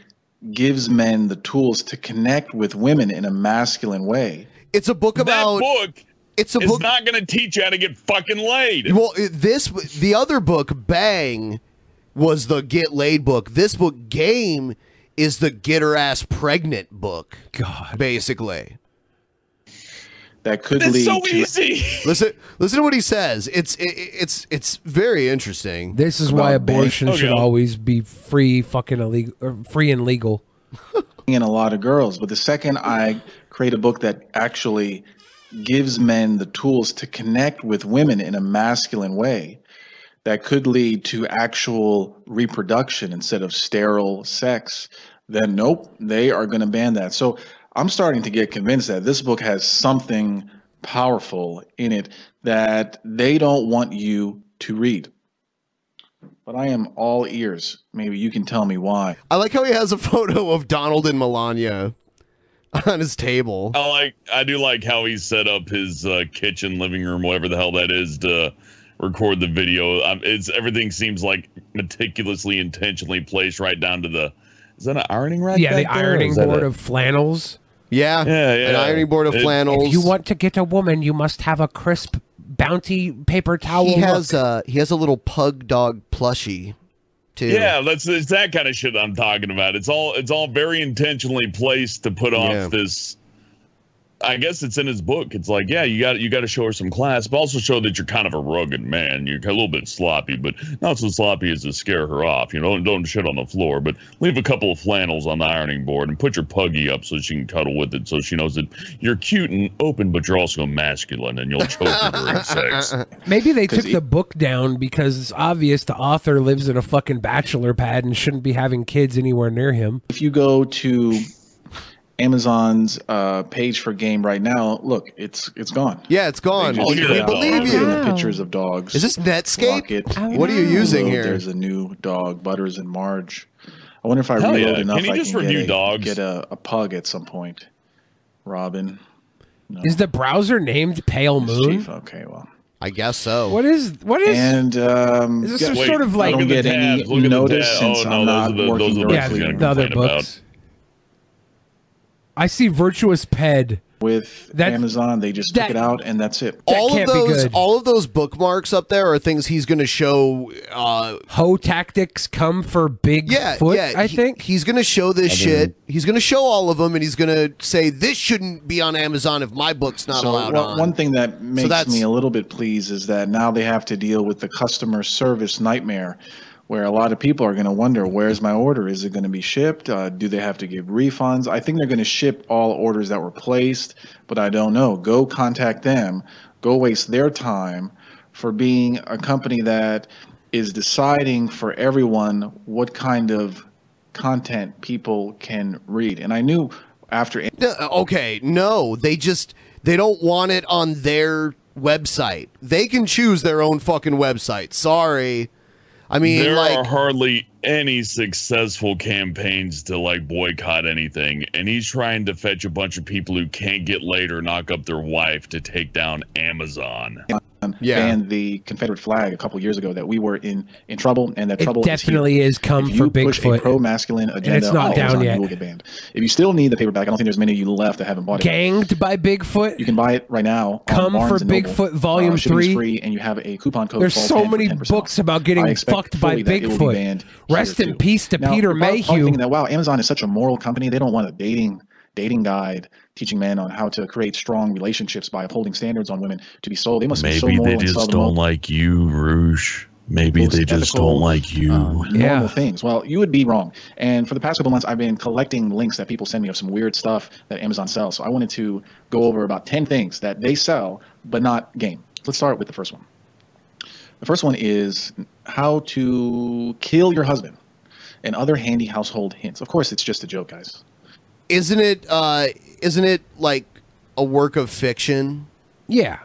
Speaker 2: gives men the tools to connect with women in a masculine way,
Speaker 3: It's a book about.
Speaker 5: book.
Speaker 3: It's a
Speaker 5: It's
Speaker 3: book.
Speaker 5: not going to teach you how to get fucking laid.
Speaker 3: Well, it- this the other book, Bang, was the get laid book. This book, Game, is the get her ass pregnant book.
Speaker 4: God,
Speaker 3: basically.
Speaker 2: that could
Speaker 5: That's
Speaker 2: lead
Speaker 5: so
Speaker 2: to
Speaker 5: easy.
Speaker 3: Listen, listen to what he says. It's it, it's it's very interesting.
Speaker 4: This is why abortion
Speaker 5: Oh,
Speaker 3: Oh,
Speaker 4: should always be free, fucking illegal, or free and legal.
Speaker 2: banging a lot of girls, but the second I create a book that actually gives men the tools to connect with women in a masculine way, that could lead to actual reproduction instead of sterile sex, then nope, they are going to ban that. So I'm starting to get convinced that this book has something powerful in it that they don't want you to read. But I am all ears. Maybe you can tell me why.
Speaker 3: I like how he has a photo of Donald and Melania on his table.
Speaker 5: I like. I do like how he set up his uh, kitchen, living room, whatever the hell that is, to record the video. Um, it's everything seems like meticulously, intentionally placed, right down to the. Is that an ironing rack?
Speaker 4: yeah, the
Speaker 5: back there, or
Speaker 4: ironing
Speaker 5: is that
Speaker 4: board
Speaker 5: a-
Speaker 4: of flannels.
Speaker 3: Yeah,
Speaker 5: Yeah, yeah. an ironing board of It- flannels.
Speaker 4: If you want to get a woman, you must have a crisp bounty paper towel.
Speaker 3: He has
Speaker 4: look.
Speaker 3: uh he has a little pug dog plushie too.
Speaker 5: Yeah, that's it's that kind of shit I'm talking about. It's all it's all very intentionally placed to put off this I guess it's in his book. It's like, yeah, you got you got to show her some class, but also show that you're kind of a rugged man. You're a little bit sloppy, but not so sloppy as to scare her off. You know, and don't shit on the floor, but leave a couple of flannels on the ironing board and put your puggy up so she can cuddle with it, so she knows that you're cute and open, but you're also masculine, and you'll choke her during sex.
Speaker 4: Maybe they took the book down because it's obvious the author lives in a fucking bachelor pad and shouldn't be having kids anywhere near him.
Speaker 2: If you go to Amazon's uh, page for game right now, look, it's it's gone.
Speaker 3: Yeah, it's gone.
Speaker 5: Oh,
Speaker 2: They just put
Speaker 3: We
Speaker 2: out
Speaker 3: believe you.
Speaker 2: the Pictures of dogs.
Speaker 3: Is this Netscape?
Speaker 2: Rocket.
Speaker 3: What are you using
Speaker 2: Reload,
Speaker 3: here?
Speaker 2: There's a new dog, Butters and Marge. I wonder if I
Speaker 5: Hell
Speaker 2: reload
Speaker 5: yeah.
Speaker 2: enough,
Speaker 5: Can you
Speaker 2: I
Speaker 5: just
Speaker 2: can
Speaker 5: review
Speaker 2: get, a,
Speaker 5: dogs?
Speaker 2: get a, a pug at some point. Robin.
Speaker 4: Is the browser named Pale Moon?
Speaker 2: Okay, well,
Speaker 3: I guess so.
Speaker 4: What is what is?
Speaker 2: And um,
Speaker 4: Is this some Wait, sort of, like-
Speaker 2: I
Speaker 4: look
Speaker 2: don't
Speaker 4: at
Speaker 2: get
Speaker 4: the
Speaker 2: any
Speaker 4: tabs, look at the
Speaker 2: notice
Speaker 4: tab-
Speaker 2: since
Speaker 4: oh, no,
Speaker 2: I'm
Speaker 4: those
Speaker 2: not
Speaker 4: are the-
Speaker 2: working
Speaker 4: those are the
Speaker 2: directly
Speaker 4: books you're gonna Yeah, the complain other about. books. I see virtuous ped
Speaker 2: with Amazon. They just took it out, and that's it.
Speaker 3: all of those, all of those bookmarks up there are things he's going to show. Uh,
Speaker 4: Ho tactics come for big
Speaker 3: yeah,
Speaker 4: foot.
Speaker 3: yeah.
Speaker 4: I
Speaker 3: he-
Speaker 4: think
Speaker 3: he's going to show this
Speaker 4: I
Speaker 3: shit. He's going to show all of them, and he's going to say this shouldn't be on Amazon if my book's not
Speaker 2: so
Speaker 3: allowed
Speaker 2: one,
Speaker 3: on.
Speaker 2: one thing that makes
Speaker 3: that's-
Speaker 2: me a little bit pleased is that now they have to deal with the customer service nightmare, where a lot of people are going to wonder, "Where's my order? Is it going to be shipped? Uh, do they have to give refunds?" I think they're going to ship all orders that were placed, but I don't know. Go contact them. Go waste their time for being a company that is deciding for everyone what kind of content people can read. And I knew after
Speaker 3: No, Uh, okay, no, they just they don't want it on their website. They can choose their own fucking website. Sorry, I mean
Speaker 5: there
Speaker 3: like
Speaker 5: are hardly any successful campaigns to like boycott anything, and he's trying to fetch a bunch of people who can't get laid or knock up their wife to take down Amazon.
Speaker 2: um, banned the Confederate flag a couple years ago that we were in in trouble and that
Speaker 4: It
Speaker 2: trouble
Speaker 4: definitely
Speaker 2: is,
Speaker 4: is come
Speaker 2: If
Speaker 4: for
Speaker 2: you push a
Speaker 4: Bigfoot.
Speaker 2: pro masculine
Speaker 4: And
Speaker 2: agenda.
Speaker 4: it's not
Speaker 2: on
Speaker 4: down
Speaker 2: Amazon,
Speaker 4: yet.
Speaker 2: You will get banned. If you still need the paperback, I don't think there's many of you left that haven't bought it.
Speaker 4: Ganged by Bigfoot.
Speaker 2: You can buy it right now. on
Speaker 4: Come for
Speaker 2: Barnes and Noble.
Speaker 4: Bigfoot Volume
Speaker 2: Uh, shipping's
Speaker 4: 3.
Speaker 2: free, and you have a coupon code.
Speaker 4: There's
Speaker 2: Fall
Speaker 4: so
Speaker 2: 10 for
Speaker 4: many
Speaker 2: 10%.
Speaker 4: books about getting
Speaker 2: I expect
Speaker 4: fucked by
Speaker 2: fully that it will be
Speaker 4: Bigfoot.
Speaker 2: banned
Speaker 4: Rest
Speaker 2: here,
Speaker 4: in
Speaker 2: too.
Speaker 4: peace to Peter
Speaker 2: the problem-
Speaker 4: Mayhew.
Speaker 2: Thinking that wow, Amazon is such a moral company. They don't want a dating dating guide teaching men on how to create strong relationships by upholding standards on women to be sold. They must be so
Speaker 5: Maybe
Speaker 2: moral
Speaker 5: they
Speaker 2: and
Speaker 5: just
Speaker 2: sound moral.
Speaker 5: don't like you, Rouge. Maybe
Speaker 2: Most
Speaker 5: they just
Speaker 2: ethical, um,
Speaker 5: don't like you.
Speaker 2: normal things. Well, you would be wrong. And for the past couple months, I've been collecting links that people send me of some weird stuff that Amazon sells. So I wanted to go over about 10 things that they sell, but not game. Let's start with the first one. The first one is how to kill your husband and other handy household hints. Of course, it's just a joke, guys.
Speaker 3: isn't it uh isn't it like a work of fiction
Speaker 4: yeah.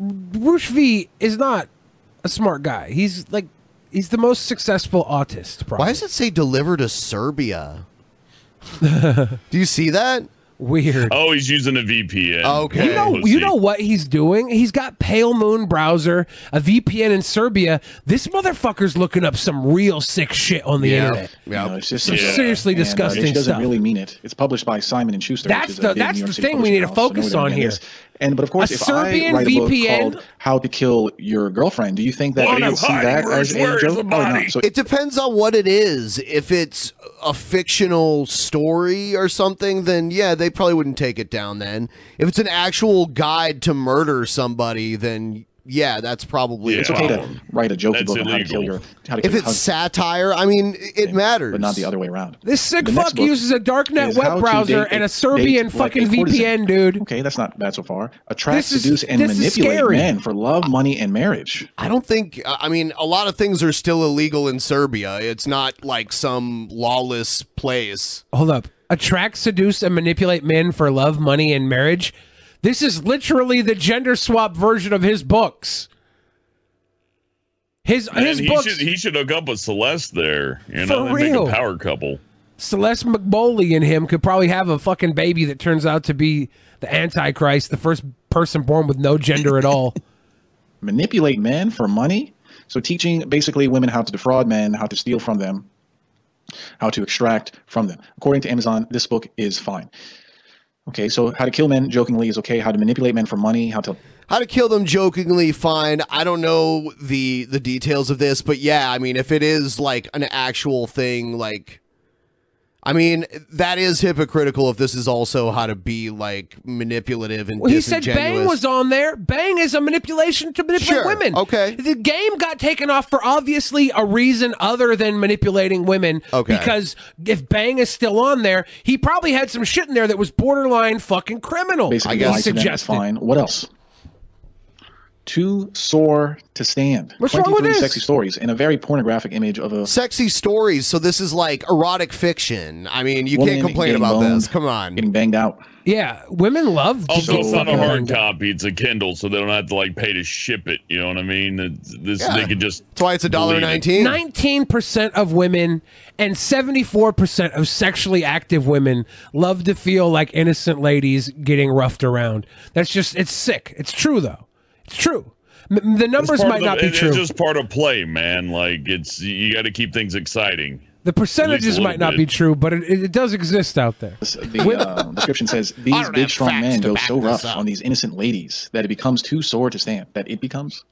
Speaker 4: Rushvi is not a smart guy. He's like he's the most successful autist. Probably.
Speaker 3: why does it say deliver to serbia do you see that
Speaker 4: weird
Speaker 5: Oh, he's using a VPN.
Speaker 3: Okay.
Speaker 4: You know, you know what he's doing? He's got Pale Moon browser, a VPN in Serbia. This motherfucker's looking up some real sick shit on the internet.
Speaker 2: Yeah, it's just
Speaker 4: Some seriously
Speaker 2: And, uh,
Speaker 4: disgusting
Speaker 2: she doesn't
Speaker 4: stuff.
Speaker 2: really mean it. It's published by Simon and Schuster. which
Speaker 4: That's
Speaker 2: is a
Speaker 4: the-
Speaker 2: big New
Speaker 4: that's
Speaker 2: York
Speaker 4: the
Speaker 2: City
Speaker 4: thing we
Speaker 2: publishing
Speaker 4: need to
Speaker 2: house, so
Speaker 4: focus
Speaker 2: nobody
Speaker 4: on
Speaker 2: can
Speaker 4: here.
Speaker 2: this. And but of course,
Speaker 4: A
Speaker 2: if
Speaker 4: Serbian
Speaker 2: I write a book
Speaker 4: VPN?
Speaker 2: called "How to Kill Your Girlfriend," do you think that
Speaker 3: What
Speaker 2: they
Speaker 3: are you
Speaker 2: would see
Speaker 3: hiding,
Speaker 2: that
Speaker 3: Bruce?
Speaker 2: as
Speaker 3: Where
Speaker 2: a
Speaker 3: is
Speaker 2: joke?
Speaker 3: the
Speaker 2: Probably not. So
Speaker 3: it depends on what it is if it's a fictional story or something then yeah they probably wouldn't take it down then if it's an actual guide to murder somebody then yeah that's probably
Speaker 2: it's
Speaker 3: a
Speaker 2: okay to
Speaker 3: problem.
Speaker 2: write a joke book on how to kill your how to kill
Speaker 3: if
Speaker 2: your
Speaker 3: it's
Speaker 2: husband,
Speaker 3: satire i mean it matters
Speaker 2: but not the other way around.
Speaker 4: This sick
Speaker 2: The next
Speaker 4: fuck
Speaker 2: book
Speaker 4: uses a darknet
Speaker 2: is how
Speaker 4: web
Speaker 2: to
Speaker 4: browser
Speaker 2: date
Speaker 4: and a
Speaker 2: date
Speaker 4: Serbian
Speaker 2: like
Speaker 4: fucking
Speaker 2: a courtezan.
Speaker 4: VPN, dude.
Speaker 2: Okay, that's not bad so far. Attract,
Speaker 3: This is-
Speaker 2: seduce, and
Speaker 3: this is
Speaker 2: manipulate
Speaker 3: scary.
Speaker 2: men for love, money, and marriage.
Speaker 3: I don't think. I I mean, a lot of things are still illegal in Serbia. It's not like some lawless place.
Speaker 4: Hold up. Attract, seduce, and manipulate men for love, money, and marriage. This is literally the gender swap version of his books. His
Speaker 5: Man,
Speaker 4: his
Speaker 5: he
Speaker 4: books.
Speaker 5: should he should hook up with Celeste there. You know,
Speaker 4: For
Speaker 5: they
Speaker 4: real.
Speaker 5: make a power couple.
Speaker 4: Celeste McBoley and him could probably have a fucking baby that turns out to be the Antichrist, the first person born with no gender at all.
Speaker 2: manipulate men for money. So teaching basically women how to defraud men, how to steal from them, how to extract from them. According to Amazon, this book is fine. Okay, so how to kill men jokingly is okay. How to manipulate men for money, how to
Speaker 3: How to kill them jokingly? Fine. I don't know the the details of this, but yeah, I mean, if it is like an actual thing, like I mean, that is hypocritical if this is also how to be like manipulative and
Speaker 4: Well, he said
Speaker 3: disingenuous.
Speaker 4: Bang was on there. Bang is a manipulation to manipulate women. Okay. The game got taken off for obviously a reason other than manipulating women.
Speaker 3: Okay.
Speaker 4: Because if Bang is still on there, he probably had some shit in there that was borderline fucking criminal.
Speaker 2: Basically,
Speaker 4: he
Speaker 2: lied to them, it's fine. What else? Too sore to stand.
Speaker 3: What's wrong
Speaker 2: 23
Speaker 3: with this?
Speaker 2: sexy stories and a very pornographic image of a
Speaker 3: Sexy stories. So this is like erotic fiction. I mean, you
Speaker 2: Woman
Speaker 3: can't complain
Speaker 2: getting
Speaker 3: about
Speaker 2: boned,
Speaker 3: this. Come on.
Speaker 2: Getting banged out.
Speaker 4: Yeah, women love.
Speaker 3: Oh,
Speaker 5: Also, it's not a
Speaker 4: fucking-
Speaker 5: hard copy; it's a Kindle, so they don't have to like pay to ship it. You know what I mean? It's- This
Speaker 4: Yeah.
Speaker 5: they could just.
Speaker 3: That's why it's
Speaker 4: Nineteen percent of women and seventy-four percent of sexually active women love to feel like innocent ladies getting roughed around. That's just it's sick. It's true though. It's true. M- the numbers might not be true.
Speaker 5: It's just part of play, man. Like it's you got to keep things exciting.
Speaker 4: the percentages
Speaker 5: little
Speaker 4: might not
Speaker 5: bit.
Speaker 4: be true, but it, it does exist out there.
Speaker 2: The uh, description says
Speaker 4: I
Speaker 2: these
Speaker 4: don't
Speaker 2: big
Speaker 4: have
Speaker 2: strong
Speaker 4: facts
Speaker 2: men
Speaker 4: to
Speaker 2: go
Speaker 4: back
Speaker 2: so
Speaker 4: this
Speaker 2: rough
Speaker 4: up."
Speaker 2: on these innocent ladies that it becomes too sore to stand. That it becomes.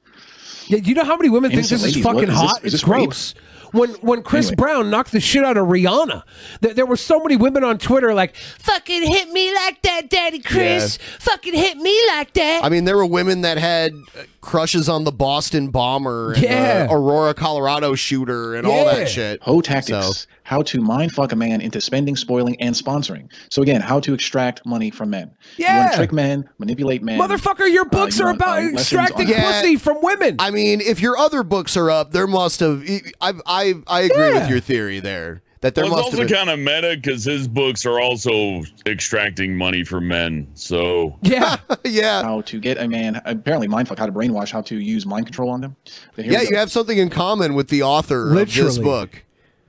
Speaker 4: Yeah, you know how many women think
Speaker 2: Innocent
Speaker 4: this
Speaker 2: ladies,
Speaker 4: is
Speaker 2: what
Speaker 4: fucking
Speaker 2: is this?
Speaker 4: hot?
Speaker 2: Is
Speaker 4: it's
Speaker 2: this rape?
Speaker 4: gross. When when Chris Brown knocked the shit out of Rihanna, th- there were so many women on Twitter like, Fucking hit me like that, Daddy Chris. Fucking hit me like that.
Speaker 3: I mean, there were women that had uh, crushes on the Boston bomber, and
Speaker 2: Yeah.
Speaker 3: the Aurora, Colorado shooter, and all that shit.
Speaker 2: Hoe tactics. How to mind fuck a man into spending, spoiling, and sponsoring. So again, how to extract money from men. You want
Speaker 4: Yeah.
Speaker 2: to trick men, manipulate men.
Speaker 4: Motherfucker, your books
Speaker 2: you
Speaker 4: are
Speaker 2: want,
Speaker 4: about
Speaker 2: uh, lessons
Speaker 4: extracting
Speaker 2: on-
Speaker 4: pussy from women.
Speaker 3: I mean, if your other books are up, there must have. I I, I agree with your theory there that there
Speaker 5: Well, it's
Speaker 3: must
Speaker 5: also
Speaker 3: have. Been,
Speaker 5: kind of meta because his books are also extracting money from men. So
Speaker 4: Yeah,
Speaker 3: yeah.
Speaker 2: How to get a man? Apparently, mindfuck. How to brainwash? How to use mind control on them? But here
Speaker 3: yeah,
Speaker 2: we go.
Speaker 3: you have something in common with the author of this
Speaker 2: Literally.
Speaker 3: book.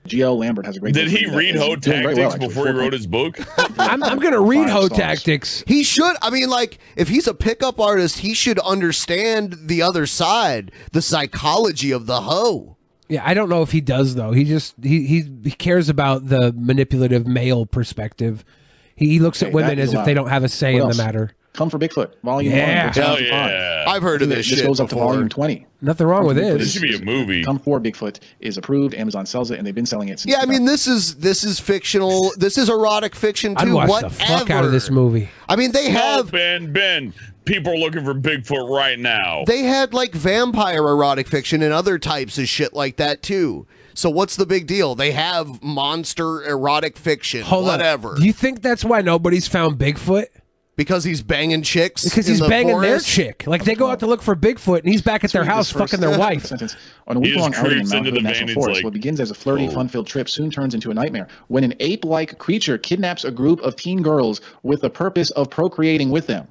Speaker 2: G.L. Lambert has a great.
Speaker 5: Did
Speaker 2: book
Speaker 5: he
Speaker 2: that
Speaker 5: read
Speaker 2: is
Speaker 5: Hoe
Speaker 2: doing very
Speaker 5: Tactics
Speaker 2: well, actually.
Speaker 5: before he
Speaker 2: Four
Speaker 5: wrote his book?
Speaker 4: I'm, I'm gonna read
Speaker 3: Five
Speaker 4: Hoe
Speaker 3: songs.
Speaker 4: Tactics.
Speaker 3: He should. I mean, like, if he's a pickup artist, he should understand the other side, the psychology of the hoe.
Speaker 4: Yeah, I don't know if he does though. He just he he, he cares about the manipulative male perspective. He, he looks at
Speaker 2: Okay,
Speaker 4: women
Speaker 2: that is
Speaker 4: as if
Speaker 2: allowed.
Speaker 4: they don't have a say
Speaker 2: What
Speaker 4: in
Speaker 2: else?
Speaker 4: the matter.
Speaker 2: Come for Bigfoot, Volume
Speaker 4: Yeah.
Speaker 2: One. which is
Speaker 4: Hell
Speaker 2: fine.
Speaker 4: yeah. I've heard of
Speaker 2: This-
Speaker 4: this
Speaker 2: This
Speaker 4: shit
Speaker 2: goes up
Speaker 4: before.
Speaker 2: to Volume Twenty.
Speaker 4: Nothing wrong with this. This should
Speaker 5: be a movie.
Speaker 2: Come for Bigfoot is approved. Amazon sells it, and they've been selling it since.
Speaker 3: Yeah, I mean, this is this is fictional. This is erotic fiction too.
Speaker 2: I'd watch
Speaker 3: whatever.
Speaker 2: the fuck out of this
Speaker 4: movie.
Speaker 3: I mean, they have
Speaker 5: no, Ben. Ben, people are looking for Bigfoot right now.
Speaker 3: they had like vampire erotic fiction and other types of shit like that too. So what's the big deal? They have monster erotic fiction,
Speaker 4: Hold on.
Speaker 3: whatever.
Speaker 4: Do you think that's why nobody's found Bigfoot?
Speaker 3: Because he's banging chicks.
Speaker 4: Because
Speaker 3: in
Speaker 4: he's
Speaker 3: the
Speaker 4: banging
Speaker 3: forest?
Speaker 4: their chick. Like they go out to look for Bigfoot, and he's back at their
Speaker 2: read
Speaker 4: house
Speaker 2: this first
Speaker 4: fucking their wife.
Speaker 2: sentence. On a week-long outing in Mount Hood National Forest, what begins as a flirty, fun-filled trip soon turns into a nightmare when an ape-like creature kidnaps a group of teen girls with the purpose of procreating with them.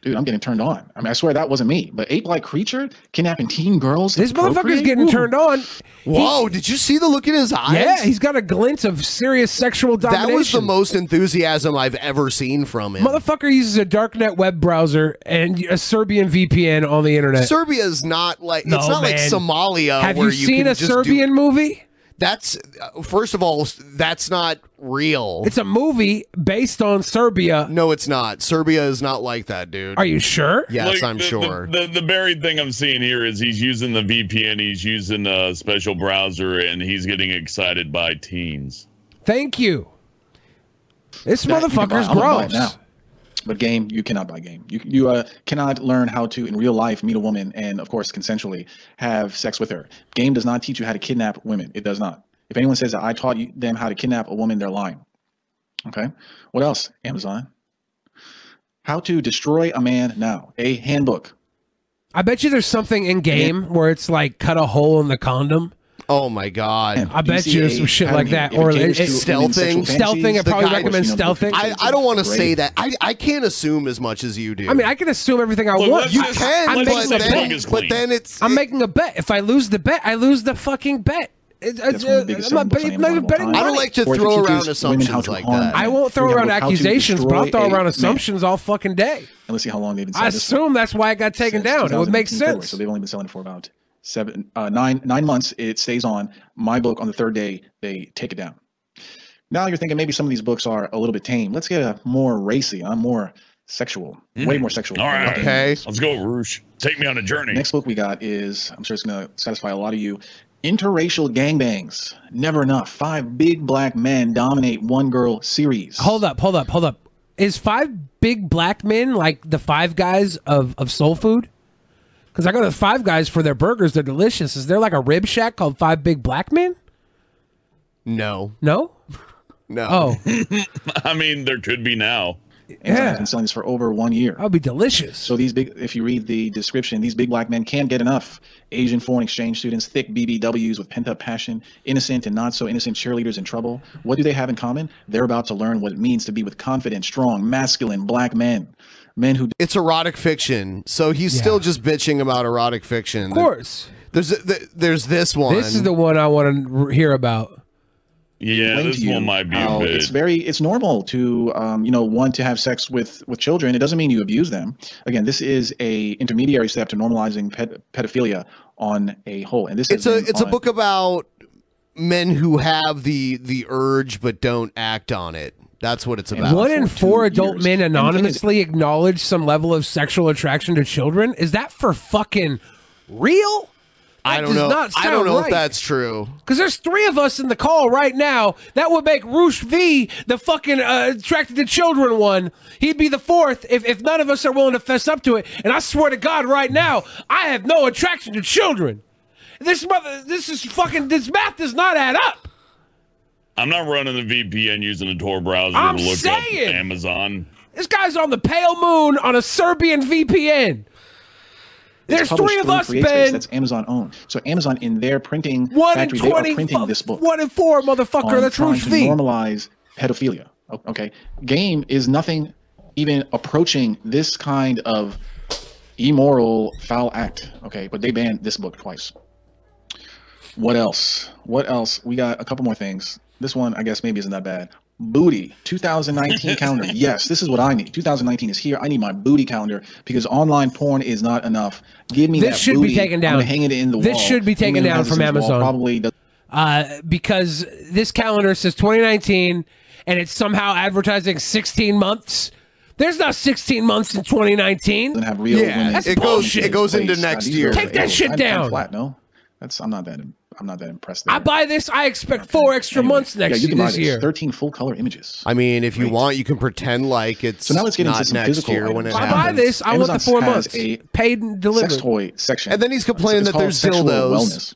Speaker 2: Dude, I'm getting turned on. I mean, I swear that wasn't me. But ape-like creature kidnapping teen girls. to
Speaker 4: This motherfucker's
Speaker 2: procreate?
Speaker 4: getting
Speaker 2: Ooh.
Speaker 4: turned on.
Speaker 3: Whoa, did you see the look in his eyes?
Speaker 4: Yeah, he's got a glint of serious sexual domination.
Speaker 3: That was the most enthusiasm I've ever seen from him.
Speaker 4: Motherfucker uses a darknet web browser and a Serbian VPN on the internet.
Speaker 3: Serbia is not like
Speaker 4: No,
Speaker 3: it's not like
Speaker 4: man.
Speaker 3: Somalia.
Speaker 4: Have
Speaker 3: where
Speaker 4: you seen
Speaker 3: can
Speaker 4: a
Speaker 3: just
Speaker 4: Serbian
Speaker 3: do,
Speaker 4: movie?
Speaker 3: That's uh, first of all, s- that's not real.
Speaker 4: It's a movie based on Serbia.
Speaker 3: No, it's not. Serbia is not like that, dude.
Speaker 4: Are you sure?
Speaker 3: Yes,
Speaker 5: Like,
Speaker 3: I'm
Speaker 5: the- the-
Speaker 3: sure.
Speaker 5: The, the, buried thing I'm seeing here is he's using the VPN, he's using a special browser, and he's getting excited by teens.
Speaker 4: Thank you. This
Speaker 2: That you can buy.
Speaker 4: motherfucker's
Speaker 2: I'm gonna buy it
Speaker 4: gross.
Speaker 2: now. But game, you cannot buy game. You you uh, cannot learn how to in real life meet a woman and of course consensually have sex with her. Game does not teach you how to kidnap women. It does not. If anyone says that I taught you, them how to kidnap a woman, they're lying. Okay. What else? Amazon. How to destroy a man now. A handbook.
Speaker 4: I bet you there's something in game where it's like cut a hole in the condom.
Speaker 3: Oh my god!
Speaker 4: I bet you there's some shit like that, or it, it,
Speaker 3: stealthing.
Speaker 4: Stealthing. I probably recommend stealthing.
Speaker 3: I, I don't want to say that. I, I can't assume as much as you do.
Speaker 4: I mean, I can assume everything I
Speaker 3: Look,
Speaker 4: want.
Speaker 3: let's You just- can,
Speaker 4: I'm
Speaker 3: let's
Speaker 4: making
Speaker 3: just
Speaker 4: a
Speaker 3: say the
Speaker 4: bet.
Speaker 3: bug is But clean. then it's-
Speaker 4: I'm making a bet. If I lose the bet, I lose the fucking bet. It, it's,
Speaker 2: one of the
Speaker 4: uh,
Speaker 2: biggest
Speaker 4: I'm not
Speaker 2: selling books on Amazon
Speaker 4: betting, not
Speaker 2: of all
Speaker 4: betting
Speaker 2: time. I don't
Speaker 4: money.
Speaker 2: like to Or if throw you teach around women how assumptions to like harm that.
Speaker 4: I won't throw
Speaker 2: For
Speaker 4: around
Speaker 2: example, how to
Speaker 4: accusations, but I'll
Speaker 2: destroy
Speaker 4: throw
Speaker 2: a
Speaker 4: around
Speaker 2: man.
Speaker 4: assumptions all fucking day.
Speaker 2: And let's see how long they've been
Speaker 4: I
Speaker 2: selling this.
Speaker 4: assume that's why it got taken down. It would make
Speaker 2: 2015 February,
Speaker 4: sense.
Speaker 2: so they've only been selling it for about seven, uh, nine, nine months. It stays on my book on the third day. They take it down. Now you're thinking maybe some of these books are a little bit tame. Let's get a more racy. I'm more sexual,
Speaker 3: Mm.
Speaker 2: way more sexual.
Speaker 5: Hmm. All right.
Speaker 2: Okay.
Speaker 5: Let's go, Roosh. Take me on a journey.
Speaker 2: Next book we got is I'm sure it's going to satisfy a lot of you. Interracial gangbangs. Never enough. Five big black men dominate one girl series.
Speaker 4: Hold up, hold up, hold up. Is five big black men like the five guys of, of soul food? Because I go to Five Guys for their burgers. They're delicious. Is there like a rib shack called Five Big Black Men?
Speaker 3: No.
Speaker 4: No?
Speaker 3: No.
Speaker 4: Oh.
Speaker 5: I mean, there could be now.
Speaker 2: Amazon has been selling this for over one year. That
Speaker 4: would be delicious.
Speaker 2: So these big, if you read the description, these big black men can't get enough. Asian foreign exchange students, thick BBWs with pent-up passion, innocent and not so innocent cheerleaders in trouble. What do they have in common? They're about to learn what it means to be with confident, strong, masculine black men. Men who
Speaker 3: It's erotic fiction, so he's still just bitching about erotic fiction. Of
Speaker 4: course.
Speaker 3: There's th- there's this one.
Speaker 4: This is the one I want to hear about.
Speaker 5: Yeah,
Speaker 2: explain
Speaker 5: this
Speaker 2: to you
Speaker 5: one might be
Speaker 2: how
Speaker 5: a bit.
Speaker 2: It's very, it's normal to, um, you know, want to have sex with with children. It doesn't mean you abuse them. Again, this is a intermediary step to normalizing ped- pedophilia on a whole. And this
Speaker 3: it's
Speaker 2: has
Speaker 3: a
Speaker 2: been
Speaker 3: it's a
Speaker 2: on-
Speaker 3: book about men who have the the urge but don't act on it. That's what it's about.
Speaker 4: One in four adult men anonymously acknowledge some level of sexual attraction to children. Is that for fucking real? That
Speaker 3: I don't
Speaker 4: does
Speaker 3: know.
Speaker 4: not
Speaker 3: I don't
Speaker 4: sound
Speaker 3: know if
Speaker 4: right.
Speaker 3: that's true.
Speaker 4: Because there's three of us in the call right now. That would make Roosh V the fucking uh, attracted to children one. He'd be the fourth if, if none of us are willing to fess up to it. And I swear to God, right now, I have no attraction to children. This mother, this is fucking, this math does not add up.
Speaker 5: I'm not running the VPN using a Tor browser
Speaker 4: I'm
Speaker 5: to look
Speaker 4: saying!
Speaker 5: up Amazon.
Speaker 4: This guy's on the pale moon on a Serbian VPN. There's
Speaker 2: it's published
Speaker 4: three of
Speaker 2: through
Speaker 4: us,
Speaker 2: CreateSpace,
Speaker 4: Ben.
Speaker 2: That's Amazon owned. So Amazon in their printing
Speaker 4: One in
Speaker 2: factory, they are
Speaker 4: twenty,
Speaker 2: printing this book.
Speaker 4: one in four, motherfucker.
Speaker 2: on
Speaker 4: That's
Speaker 2: trying
Speaker 4: Roosh
Speaker 2: to
Speaker 4: V.
Speaker 2: normalize pedophilia. O- Okay, game is nothing even approaching this kind of immoral foul act. Okay, but they banned this book twice. What else? What else? We got a couple more things. This one, I guess, maybe isn't that bad. Booty 2019 calendar. Yes, this is what I need. 2019 is here. I need my booty calendar because online porn is not enough. Give me
Speaker 4: This
Speaker 2: that
Speaker 4: should be
Speaker 2: booty.
Speaker 4: taken
Speaker 2: I'm
Speaker 4: down.
Speaker 2: gonna hang it in the
Speaker 4: This
Speaker 2: wall.
Speaker 4: should be taken
Speaker 2: Anyone who
Speaker 4: down
Speaker 2: has this
Speaker 4: from
Speaker 2: in his wall
Speaker 4: Amazon.
Speaker 2: Probably does
Speaker 4: uh, because this calendar says 2019 and it's somehow advertising 16 months. There's not 16 months in 2019.
Speaker 2: and have real women.
Speaker 4: That's
Speaker 2: in
Speaker 4: bullshit.
Speaker 2: place. God, these are
Speaker 4: Take that
Speaker 2: old.
Speaker 4: shit
Speaker 2: I'm- I'm
Speaker 4: down.
Speaker 2: flat, no, that's I'm not that. I'm not that impressed.
Speaker 4: I buy this. I expect four extra months
Speaker 2: yeah,
Speaker 4: next
Speaker 2: you can buy
Speaker 4: this
Speaker 2: this.
Speaker 4: year.
Speaker 2: 13 full color images.
Speaker 3: I mean, if you want, you can pretend like it's
Speaker 2: So now let's get
Speaker 3: not
Speaker 2: into some
Speaker 3: next
Speaker 2: physical
Speaker 3: year when it
Speaker 2: items.
Speaker 4: I
Speaker 3: happens.
Speaker 4: buy this. I want the
Speaker 2: Amazon
Speaker 4: four
Speaker 2: has
Speaker 4: months
Speaker 2: a
Speaker 4: paid and delivered.
Speaker 2: Sex toy section.
Speaker 3: And then he's complaining
Speaker 2: It's
Speaker 3: that there's
Speaker 2: called sexual
Speaker 3: dildos.
Speaker 2: Wellness.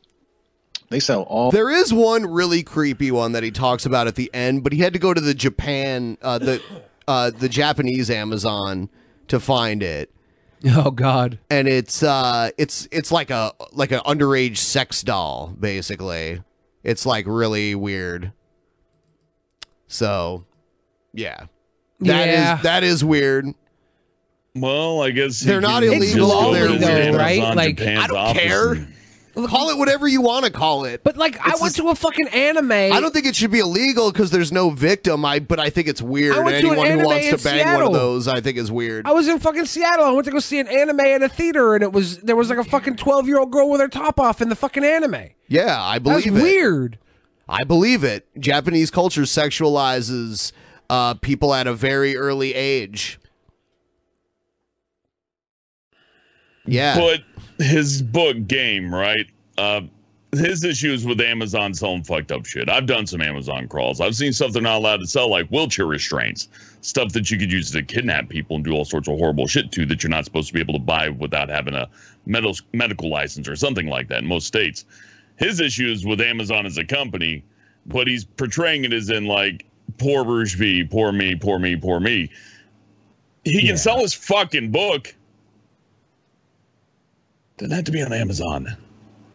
Speaker 2: They sell all.
Speaker 3: There is one really creepy one that he talks about at the end, but he had to go to the Japan, uh, the uh, the Japanese Amazon to find it.
Speaker 4: Oh God!
Speaker 3: And it's uh, it's it's like a like an underage sex doll, basically. It's like really weird. So, yeah, that is
Speaker 5: Yeah.
Speaker 3: that is weird.
Speaker 5: Well, I guess he
Speaker 3: They're not
Speaker 5: can just
Speaker 3: illegal.
Speaker 5: go
Speaker 3: They're
Speaker 5: to
Speaker 3: weird.
Speaker 5: Amazon
Speaker 3: Right? Like,
Speaker 5: Japan's
Speaker 3: I don't
Speaker 5: office
Speaker 3: care.
Speaker 5: and-
Speaker 3: Call it whatever you want to call it.
Speaker 4: But like, I went to a fucking anime. I
Speaker 3: don't think it should be illegal because there's no victim. I but I think it's weird.
Speaker 4: I went to an
Speaker 3: Anyone who
Speaker 4: anime
Speaker 3: wants
Speaker 4: in
Speaker 3: to bang one
Speaker 4: Seattle.
Speaker 3: of those, I think, is weird.
Speaker 4: I was in fucking Seattle. I went to go see an anime in a theater, and it was there was like a fucking 12 year old girl with her top off in the fucking anime.
Speaker 3: Yeah, I believe it.
Speaker 4: weird.
Speaker 3: I believe it. Japanese culture sexualizes uh, people at a very early age. Yeah.
Speaker 5: But his book game, right? Uh, his issues with Amazon selling fucked up shit. I've done some Amazon crawls. I've seen stuff they're not allowed to sell, like wheelchair restraints, stuff that you could use to kidnap people and do all sorts of horrible shit to that you're not supposed to be able to buy without having a medical medical license or something like that in most states. His issues with Amazon as a company, but he's portraying it as in like poor Bruce V, poor me, poor me, poor me. He can sell his fucking book. Doesn't have to be on Amazon.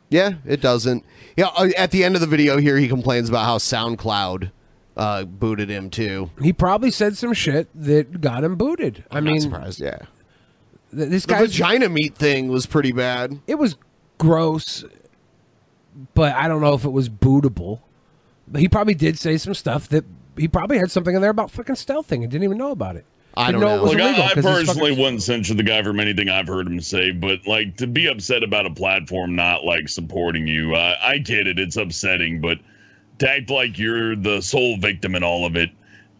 Speaker 3: Yeah, it doesn't. Yeah, uh, at the end of the video here, he complains about how SoundCloud uh, booted him too.
Speaker 4: He probably said some shit that got him booted. I
Speaker 3: I'm not
Speaker 4: mean,
Speaker 3: surprised. Yeah,
Speaker 4: th- this
Speaker 3: the
Speaker 4: guy's
Speaker 3: vagina meat thing was pretty bad.
Speaker 4: It was gross, but I don't know if it was bootable. But he probably did say some stuff that he probably had something in there about fucking stealthing and didn't even know about it. Didn't It was
Speaker 5: Look, I,
Speaker 4: illegal
Speaker 5: I
Speaker 4: 'cause it's
Speaker 5: personally
Speaker 4: fucking-
Speaker 5: wouldn't censure the guy from anything I've heard him say, but like to be upset about a platform not like supporting you, uh, I get it. It's upsetting, but to act like you're the sole victim in all of it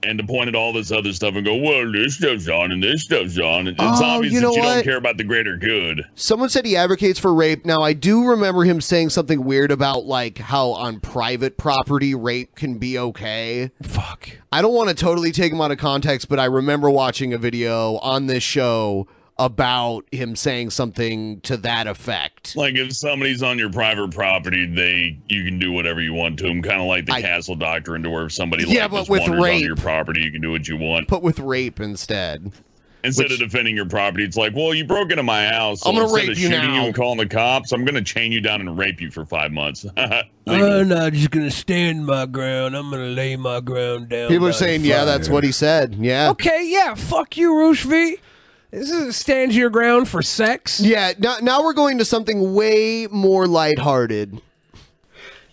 Speaker 5: and to point at all this other stuff and go, well, this stuff's on and this stuff's on. It's
Speaker 3: Oh,
Speaker 5: obvious
Speaker 3: you know
Speaker 5: that you
Speaker 3: what?
Speaker 5: don't care about the greater good.
Speaker 3: Someone said he advocates for rape. Now, I do remember him saying something weird about like how on private property rape can be okay. Fuck. I don't want to totally take him out of context, but I remember watching a video on this show about him saying something to that effect.
Speaker 5: Like if somebody's on your private property, they you can do whatever you want to them, kind of like the castle doctrine, to where if somebody
Speaker 3: Yeah,
Speaker 5: like
Speaker 3: but
Speaker 5: just
Speaker 3: with
Speaker 5: wanders
Speaker 3: rape.
Speaker 5: onto your property, you can do what you want.
Speaker 3: But with rape instead,
Speaker 5: Instead of defending your property, it's like, well, you broke into my house. so
Speaker 3: I'm gonna
Speaker 5: instead
Speaker 3: rape
Speaker 5: of
Speaker 3: you
Speaker 5: shooting
Speaker 3: now.
Speaker 5: you and calling the cops. I'm gonna chain you down and rape you for five months.
Speaker 4: Oh, I'm not just gonna stand my ground. I'm gonna lay my ground down.
Speaker 3: people
Speaker 4: by
Speaker 3: are
Speaker 4: the
Speaker 3: saying, yeah, that's
Speaker 4: fire.
Speaker 3: what he said. Yeah.
Speaker 4: Okay, yeah, fuck you, Rushvi. This is stand your ground for sex.
Speaker 3: Yeah, now, now we're going to something way more lighthearted.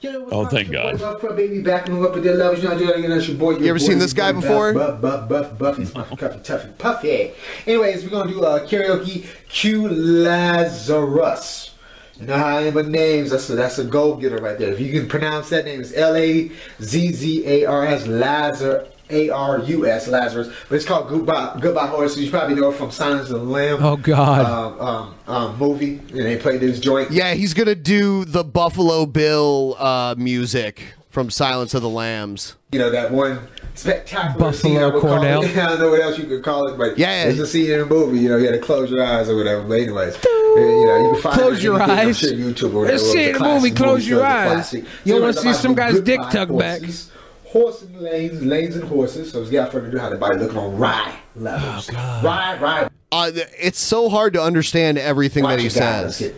Speaker 5: oh, thank God.
Speaker 8: Baby back move up to their levels. You know, you know, that's your boy. your
Speaker 3: You ever
Speaker 8: boy,
Speaker 3: seen
Speaker 8: your
Speaker 3: this guy
Speaker 8: boy,
Speaker 3: before?
Speaker 8: Buff, buff, buff, buff. He's puffy, puffy, toughy, puffy. Anyways, we're gonna do uh, karaoke. Q Lazarus. You know how I am with names. That's a, that's a goal getter right there. If you can pronounce that name, it's L A Z Z A R S Lazarus. A R U S Lazarus, but it's called Goodbye Goodbye Horse. You probably know it from Silence of the Lamb.
Speaker 4: Oh, God.
Speaker 8: Um, um, um, movie, and they played this joint.
Speaker 3: Yeah, he's gonna do the Buffalo Bill uh, music from Silence of the Lambs.
Speaker 8: You know that one spectacular
Speaker 3: Buffalo
Speaker 8: scene I would call
Speaker 3: Cornell.
Speaker 8: it. I don't know what else you could call it, but
Speaker 3: Yeah.
Speaker 8: it's a scene in a movie. You know, you had to close your eyes or whatever. But anyways, you know, you can find
Speaker 4: Close
Speaker 8: it on
Speaker 4: your
Speaker 8: anything. I'm
Speaker 4: eyes.
Speaker 8: sure YouTube or
Speaker 4: Let's
Speaker 8: whatever.
Speaker 4: see
Speaker 8: It was
Speaker 4: the
Speaker 8: a
Speaker 4: movie.
Speaker 8: classic
Speaker 4: Close
Speaker 8: movie,
Speaker 4: your
Speaker 8: so it's a
Speaker 4: eyes.
Speaker 8: classic.
Speaker 4: You
Speaker 8: So
Speaker 4: wanna
Speaker 8: it's
Speaker 4: see
Speaker 8: about
Speaker 4: some
Speaker 8: the
Speaker 4: guy's
Speaker 8: good
Speaker 4: dick
Speaker 8: life
Speaker 4: tucked back.
Speaker 8: horses, Horse and lanes, lanes and horses. So it's got to figure out how to buy looking on rye levels. Rye, rye.
Speaker 3: Uh, th- it's so hard to understand everything that he
Speaker 8: it, guys.
Speaker 3: says.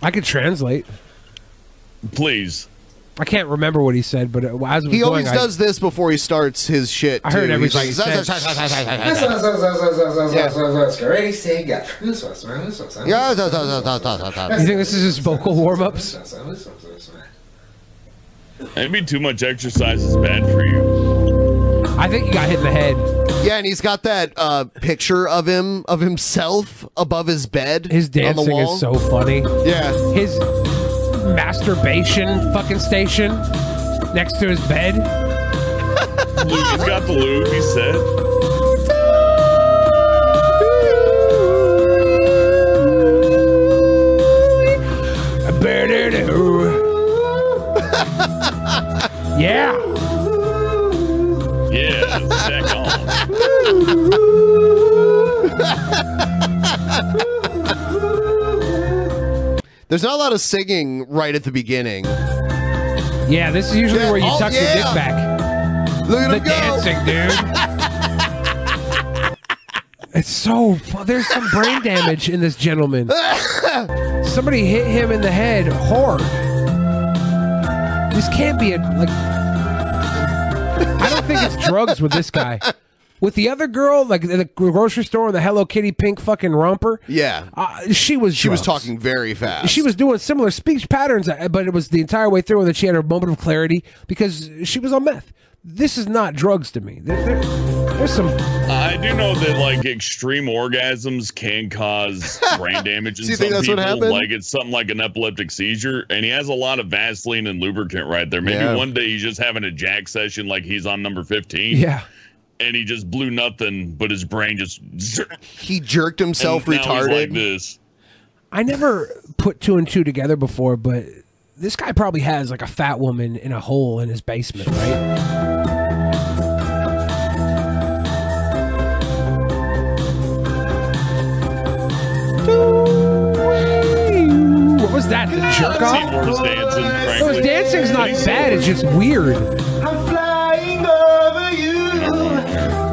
Speaker 4: I could translate.
Speaker 5: Please.
Speaker 4: I can't remember what he said, but it, as it was
Speaker 3: He always
Speaker 4: going, I-
Speaker 3: does this before he starts his shit.
Speaker 4: I heard
Speaker 3: too. He's
Speaker 4: everything
Speaker 3: like,
Speaker 4: he said.
Speaker 3: "Zah, zah, zah, zah, zah, zah, zah, zah." Yeah, zah, zah, zah, zah, zah, zah, zah.
Speaker 4: You think this is his vocal warm ups?
Speaker 5: Maybe too much exercise is bad for you.
Speaker 4: I think he got hit in the head.
Speaker 3: Yeah, and he's got that uh, picture of him of himself above his bed. His on the
Speaker 4: Dancing
Speaker 3: wall.
Speaker 4: is so funny.
Speaker 3: Yeah.
Speaker 4: His masturbation fucking station next to his bed.
Speaker 5: He's got the lube. He said.
Speaker 4: Yeah.
Speaker 5: Yeah, back
Speaker 3: There's not a lot of singing right at the beginning.
Speaker 4: Yeah, this is usually where you tuck your dick back.
Speaker 3: Look at
Speaker 4: the
Speaker 3: him go.
Speaker 4: dancing, dude. it's so. fu- There's some brain damage in this gentleman. Somebody hit him in the head hard. This can't be a like. I don't think it's drugs with this guy. With the other girl, like in the grocery store, the Hello Kitty pink fucking romper.
Speaker 3: Yeah.
Speaker 4: Uh, she was.
Speaker 3: She was
Speaker 4: drugs.
Speaker 3: talking very fast.
Speaker 4: She was doing similar speech patterns, uh, but it was the entire way through that she had her moment of clarity because she was on meth. This is not drugs to me. There- there- there's some.
Speaker 5: I do know that like extreme orgasms can cause brain damage in
Speaker 4: So you
Speaker 5: some
Speaker 4: think that's what
Speaker 5: people.
Speaker 4: happened?
Speaker 5: Like it's something like an epileptic seizure, and he has a lot of Vaseline and lubricant right there. Maybe
Speaker 4: Yeah.
Speaker 5: one day he's just having a jack session, like he's on number fifteen.
Speaker 4: Yeah.
Speaker 5: and he just blew nothing, but his brain just
Speaker 3: he jerked himself
Speaker 5: like
Speaker 3: retarded.
Speaker 5: this.
Speaker 4: I never put two and two together before, but this guy probably has like a fat woman in a hole in his basement, right? What was that? The jerk
Speaker 5: I've seen
Speaker 4: off?
Speaker 5: worse dancing,
Speaker 4: It was
Speaker 5: frankly.
Speaker 4: dancing's not
Speaker 5: I've seen
Speaker 4: bad. It's just weird.
Speaker 8: I'm flying over you.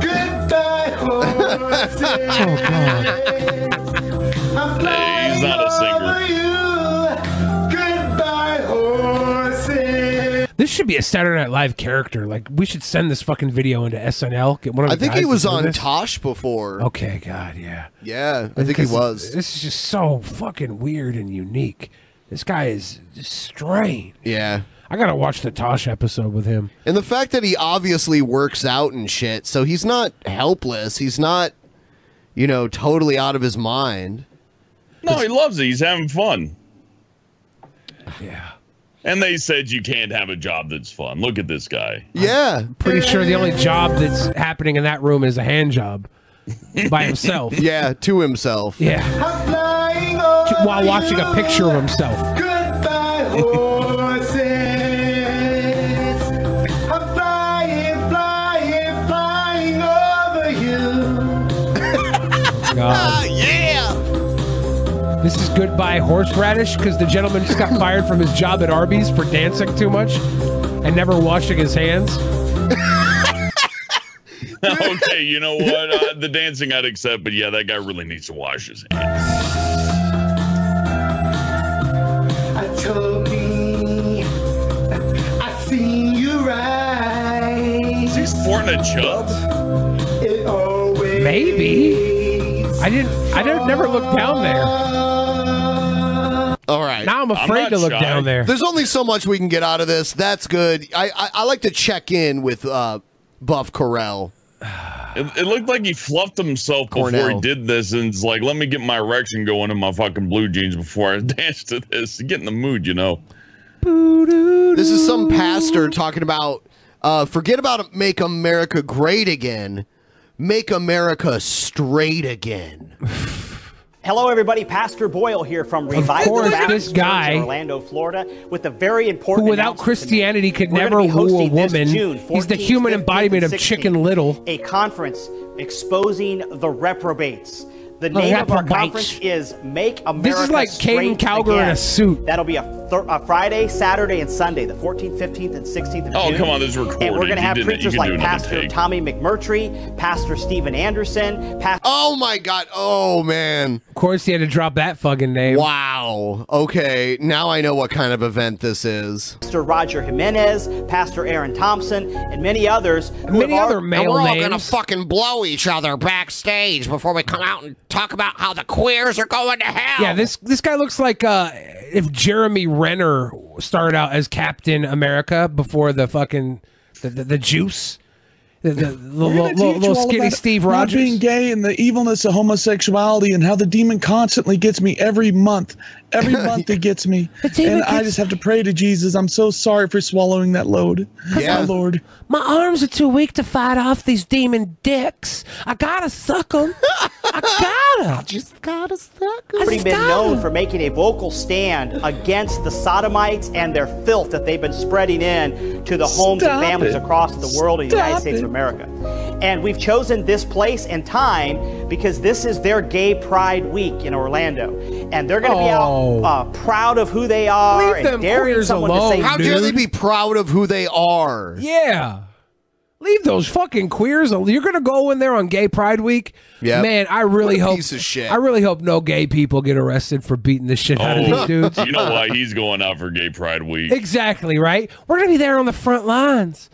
Speaker 8: Goodbye, horses. I'm flying over you. Goodbye, horses.
Speaker 4: This should be a Saturday Night Live character. Like, we should send this fucking video into SNL. Get one of
Speaker 3: I
Speaker 4: the
Speaker 3: think he
Speaker 4: guys to
Speaker 3: was
Speaker 4: do
Speaker 3: on
Speaker 4: this.
Speaker 3: Tosh before.
Speaker 4: Okay, God, yeah.
Speaker 3: Yeah, I think he
Speaker 4: Because
Speaker 3: was.
Speaker 4: This is just so fucking weird and unique. This guy is strange.
Speaker 3: Yeah.
Speaker 4: I gotta watch the Tosh episode with him.
Speaker 3: And the fact that he obviously works out and shit, so he's not helpless. He's not, you know, totally out of his mind.
Speaker 5: No, he loves it. He's having fun.
Speaker 4: Yeah.
Speaker 5: And they said you can't have a job that's fun. Look at this guy.
Speaker 3: Yeah.
Speaker 4: Pretty sure the only job that's happening in that room is a hand job by himself.
Speaker 3: yeah, to himself.
Speaker 4: Yeah. While watching a picture of himself.
Speaker 8: Goodbye, horses. I'm flying, flying, flying over you.
Speaker 4: God.
Speaker 3: yeah.
Speaker 4: This is goodbye horseradish because the gentleman just got fired from his job at Arby's for dancing too much and never washing his hands.
Speaker 5: okay, you know what? Uh, the dancing I'd accept, but yeah, that guy really needs to wash his hands.
Speaker 8: I told me I seen you right. Is
Speaker 5: he sporting a chub?
Speaker 8: It always
Speaker 4: Maybe. I didn't. I didn't. Never look down there.
Speaker 3: All right.
Speaker 4: Now I'm afraid to look down there.
Speaker 3: There's only so much we can get out of this. That's good. I I, I like to check in with uh, Buff Corell.
Speaker 5: It, it looked like he fluffed himself before
Speaker 3: Cornell.
Speaker 5: he did this, and it's like, let me get my erection going in my fucking blue jeans before I dance to this. Get in the mood, you know.
Speaker 3: This is some pastor talking about uh, forget about make America great again, make America straight again.
Speaker 6: Hello, everybody. Pastor Boyle here from Revival
Speaker 4: course,
Speaker 6: Baptist
Speaker 4: this
Speaker 6: Church
Speaker 4: guy-
Speaker 6: in Orlando, Florida, with a very
Speaker 4: Who,
Speaker 6: important
Speaker 4: without Christianity, could
Speaker 6: We're
Speaker 4: never
Speaker 6: gonna be
Speaker 4: woo a
Speaker 6: hosting this
Speaker 4: woman.
Speaker 6: June
Speaker 4: He's the
Speaker 6: 14th,
Speaker 4: human
Speaker 6: 15th,
Speaker 4: embodiment of
Speaker 6: 16th.
Speaker 4: Chicken Little.
Speaker 6: announcement, a conference exposing the reprobates.
Speaker 4: The
Speaker 6: The name of our
Speaker 4: reprobates.
Speaker 6: conference is Make America
Speaker 4: This is like Caden
Speaker 6: Straight
Speaker 4: Calgar in
Speaker 6: Again.
Speaker 4: a suit.
Speaker 6: That'll be a, thir- a Friday, Saturday, and Sunday, the 14th, 15th, and 16th of
Speaker 5: Oh,
Speaker 6: June.
Speaker 5: come on, this is
Speaker 6: And we're
Speaker 5: recorded.
Speaker 6: going to
Speaker 5: You
Speaker 6: have
Speaker 5: did it. You can
Speaker 6: preachers
Speaker 5: do
Speaker 6: like
Speaker 5: another
Speaker 6: Pastor
Speaker 5: take.
Speaker 6: Tommy McMurtry, Pastor Stephen Anderson, Pastor...
Speaker 3: Oh, my God. Oh, man.
Speaker 4: Of course, he had to drop that fucking name.
Speaker 3: Wow. Okay. Now I know what kind of event this is.
Speaker 6: Pastor Roger Jimenez, Pastor Aaron Thompson, and many others. who have
Speaker 4: Many
Speaker 6: al-
Speaker 4: other male names.
Speaker 3: fucking blow each other backstage before we come out and talk about how the queers are going to hell.
Speaker 4: Yeah, this this guy looks like uh, if Jeremy Renner started out as Captain America before the fucking the, the, the juice, the, the, the little, little, little skinny Steve Rogers.
Speaker 22: being gay and the evilness of homosexuality and how the demon constantly gets me every month. Every month it gets me,
Speaker 4: demon
Speaker 22: and I
Speaker 4: gets-
Speaker 22: just have to pray to Jesus. I'm so sorry for swallowing that load.
Speaker 3: Yeah.
Speaker 22: My Lord.
Speaker 4: My arms are too weak to fight off these demon dicks. I gotta suck them. I gotta. I
Speaker 6: just gotta suck already been known for making a vocal stand against the sodomites and their filth that they've been spreading in to the homes
Speaker 22: Stop
Speaker 6: and families
Speaker 22: it.
Speaker 6: across the world in the United
Speaker 22: Stop
Speaker 6: States
Speaker 22: it.
Speaker 6: of America. And we've chosen this place and time because this is their Gay Pride Week in Orlando. And they're going to
Speaker 4: Oh.
Speaker 6: be out uh, proud of who they are
Speaker 4: Leave
Speaker 6: and
Speaker 4: them
Speaker 6: daring
Speaker 4: queers
Speaker 6: someone to say
Speaker 4: alone,
Speaker 3: How dare they be proud of who they are?
Speaker 4: Yeah. Leave those fucking queers. al- You're gonna go in there on Gay Pride Week.
Speaker 3: Yep.
Speaker 4: man. I really
Speaker 3: What a
Speaker 4: hope.
Speaker 3: piece of shit.
Speaker 4: I really hope no gay people get arrested for beating the shit out of these dudes.
Speaker 5: Oh. you know why he's going out for Gay Pride Week?
Speaker 4: Exactly, right? We're going to be there on the front lines.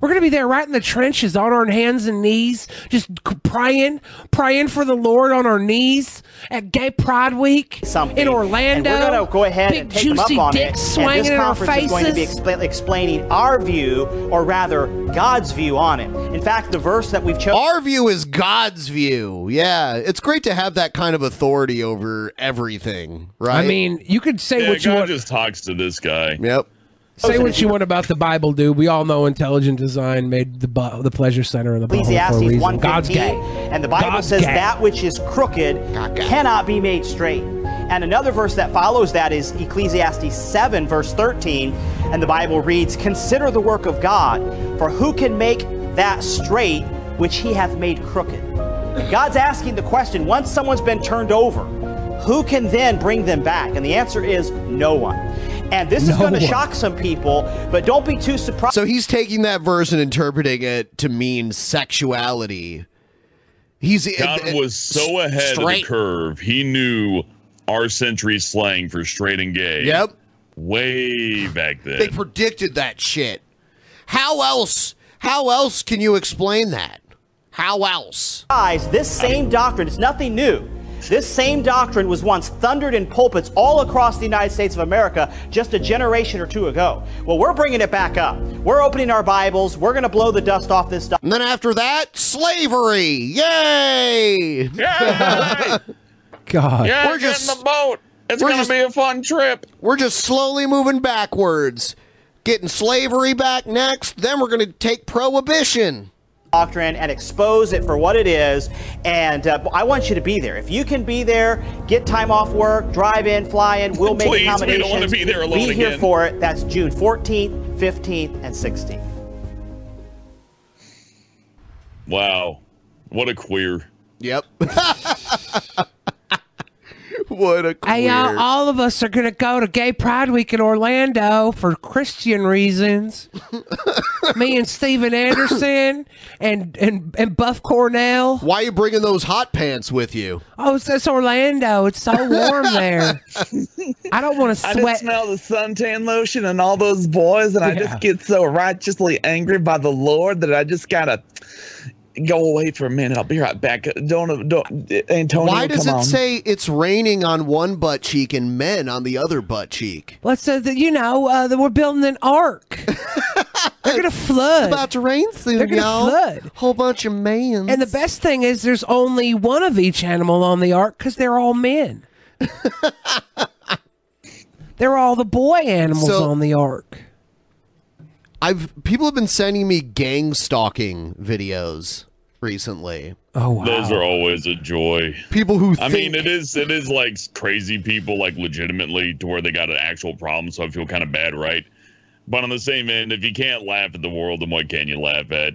Speaker 4: We're going to be there right in the trenches on our hands and knees, just c- praying, praying for the Lord on our knees at Gay Pride Week
Speaker 6: something
Speaker 4: in Orlando.
Speaker 6: And we're going to go ahead
Speaker 4: Big
Speaker 6: and take them
Speaker 4: juicy
Speaker 6: up on
Speaker 4: dick
Speaker 6: it.
Speaker 4: swinging
Speaker 6: and this
Speaker 4: in our
Speaker 6: conference is going to be
Speaker 4: faces.
Speaker 6: expla- explaining our view, or rather, God's view on it. In fact, the verse that we've chosen.
Speaker 3: Our view is God's view. Yeah, it's great to have that kind of authority over everything, right?
Speaker 4: I mean, you could say
Speaker 5: Yeah,
Speaker 4: what you
Speaker 5: God
Speaker 4: want.
Speaker 5: just talks to this guy.
Speaker 3: yep.
Speaker 4: Say what you want about the Bible, dude. We all know intelligent design made the bu- the pleasure center in the Bible for a
Speaker 6: Ecclesiastes
Speaker 4: reason. God's
Speaker 6: 1:15,
Speaker 4: gay.
Speaker 6: and the Bible
Speaker 4: God's
Speaker 6: says
Speaker 4: gay.
Speaker 6: that which is crooked cannot be made straight. And another verse that follows that is Ecclesiastes 7 verse 13, and the Bible reads, "Consider the work of God, for who can make that straight which he hath made crooked?" God's asking the question, once someone's been turned over, who can then bring them back? And the answer is no one. And this is
Speaker 4: No
Speaker 6: going to
Speaker 4: one.
Speaker 6: shock some people, but don't be too surprised.
Speaker 3: So he's taking that verse and interpreting it to mean sexuality. He's
Speaker 5: God
Speaker 3: uh,
Speaker 5: was so
Speaker 3: s-
Speaker 5: ahead of the
Speaker 3: straight-
Speaker 5: curve. He knew our century slang for straight and gay.
Speaker 3: Yep.
Speaker 5: Way back then.
Speaker 3: They predicted that shit. How else? How else can you explain that? How else?
Speaker 6: Guys, this same doctrine is nothing new. This same doctrine was once thundered in pulpits all across the United States of America just a generation or two ago. Well, we're bringing it back up. We're opening our Bibles. We're going to blow the dust off this doctrine.
Speaker 3: And then after that, slavery. Yay!
Speaker 5: yeah,
Speaker 4: God.
Speaker 5: yeah,
Speaker 3: We're
Speaker 5: get
Speaker 3: just-
Speaker 5: in the boat. It's gonna be a fun trip.
Speaker 3: We're just slowly moving backwards, getting slavery back next. Then we're gonna take prohibition.
Speaker 6: doctrine and expose it for what it is. And uh, I want you to be there. If you can be there, get time off work, drive in, fly in. We'll make
Speaker 5: Please, we don't wanna
Speaker 6: accommodations.
Speaker 5: be there alone
Speaker 6: Be here
Speaker 5: again.
Speaker 6: for it. That's June 14th, 15th, and 16th.
Speaker 5: Wow, what a queer.
Speaker 3: Yep. what a
Speaker 4: Hey, y'all, all of us are going to go to Gay Pride Week in Orlando for Christian reasons. Me and Steven Anderson and, and, and Buff Cornell.
Speaker 3: Why are you bringing those hot pants with you?
Speaker 4: Oh, it's, it's Orlando. It's so warm there. I don't want to
Speaker 22: I just
Speaker 4: sweat.
Speaker 22: smell the suntan lotion and all those boys, and I
Speaker 4: Yeah.
Speaker 22: just get so righteously angry by the Lord that I just gotta go away for a minute. I'll be right back. Don't, don't, Antonio.
Speaker 3: Why does it
Speaker 22: come on.
Speaker 3: say it's raining on one butt cheek and men on the other butt cheek?
Speaker 4: Let's say that you know uh, that we're building an ark. They're gonna flood.
Speaker 3: about to rain soon,
Speaker 4: They're gonna
Speaker 3: y'all.
Speaker 4: flood.
Speaker 3: Whole bunch of men.
Speaker 4: And the best thing is, there's only one of each animal on the ark because they're all men. they're all the boy animals
Speaker 3: So-
Speaker 4: on the ark.
Speaker 3: I've people have been sending me gang stalking videos recently.
Speaker 4: Oh
Speaker 5: Those are always a joy.
Speaker 3: People who
Speaker 5: I
Speaker 3: think-
Speaker 5: mean, it is it is like crazy people, like legitimately to where they got an actual problem. So I feel kind of bad, right? But on the same end, if you can't laugh at the world, then what can you laugh at?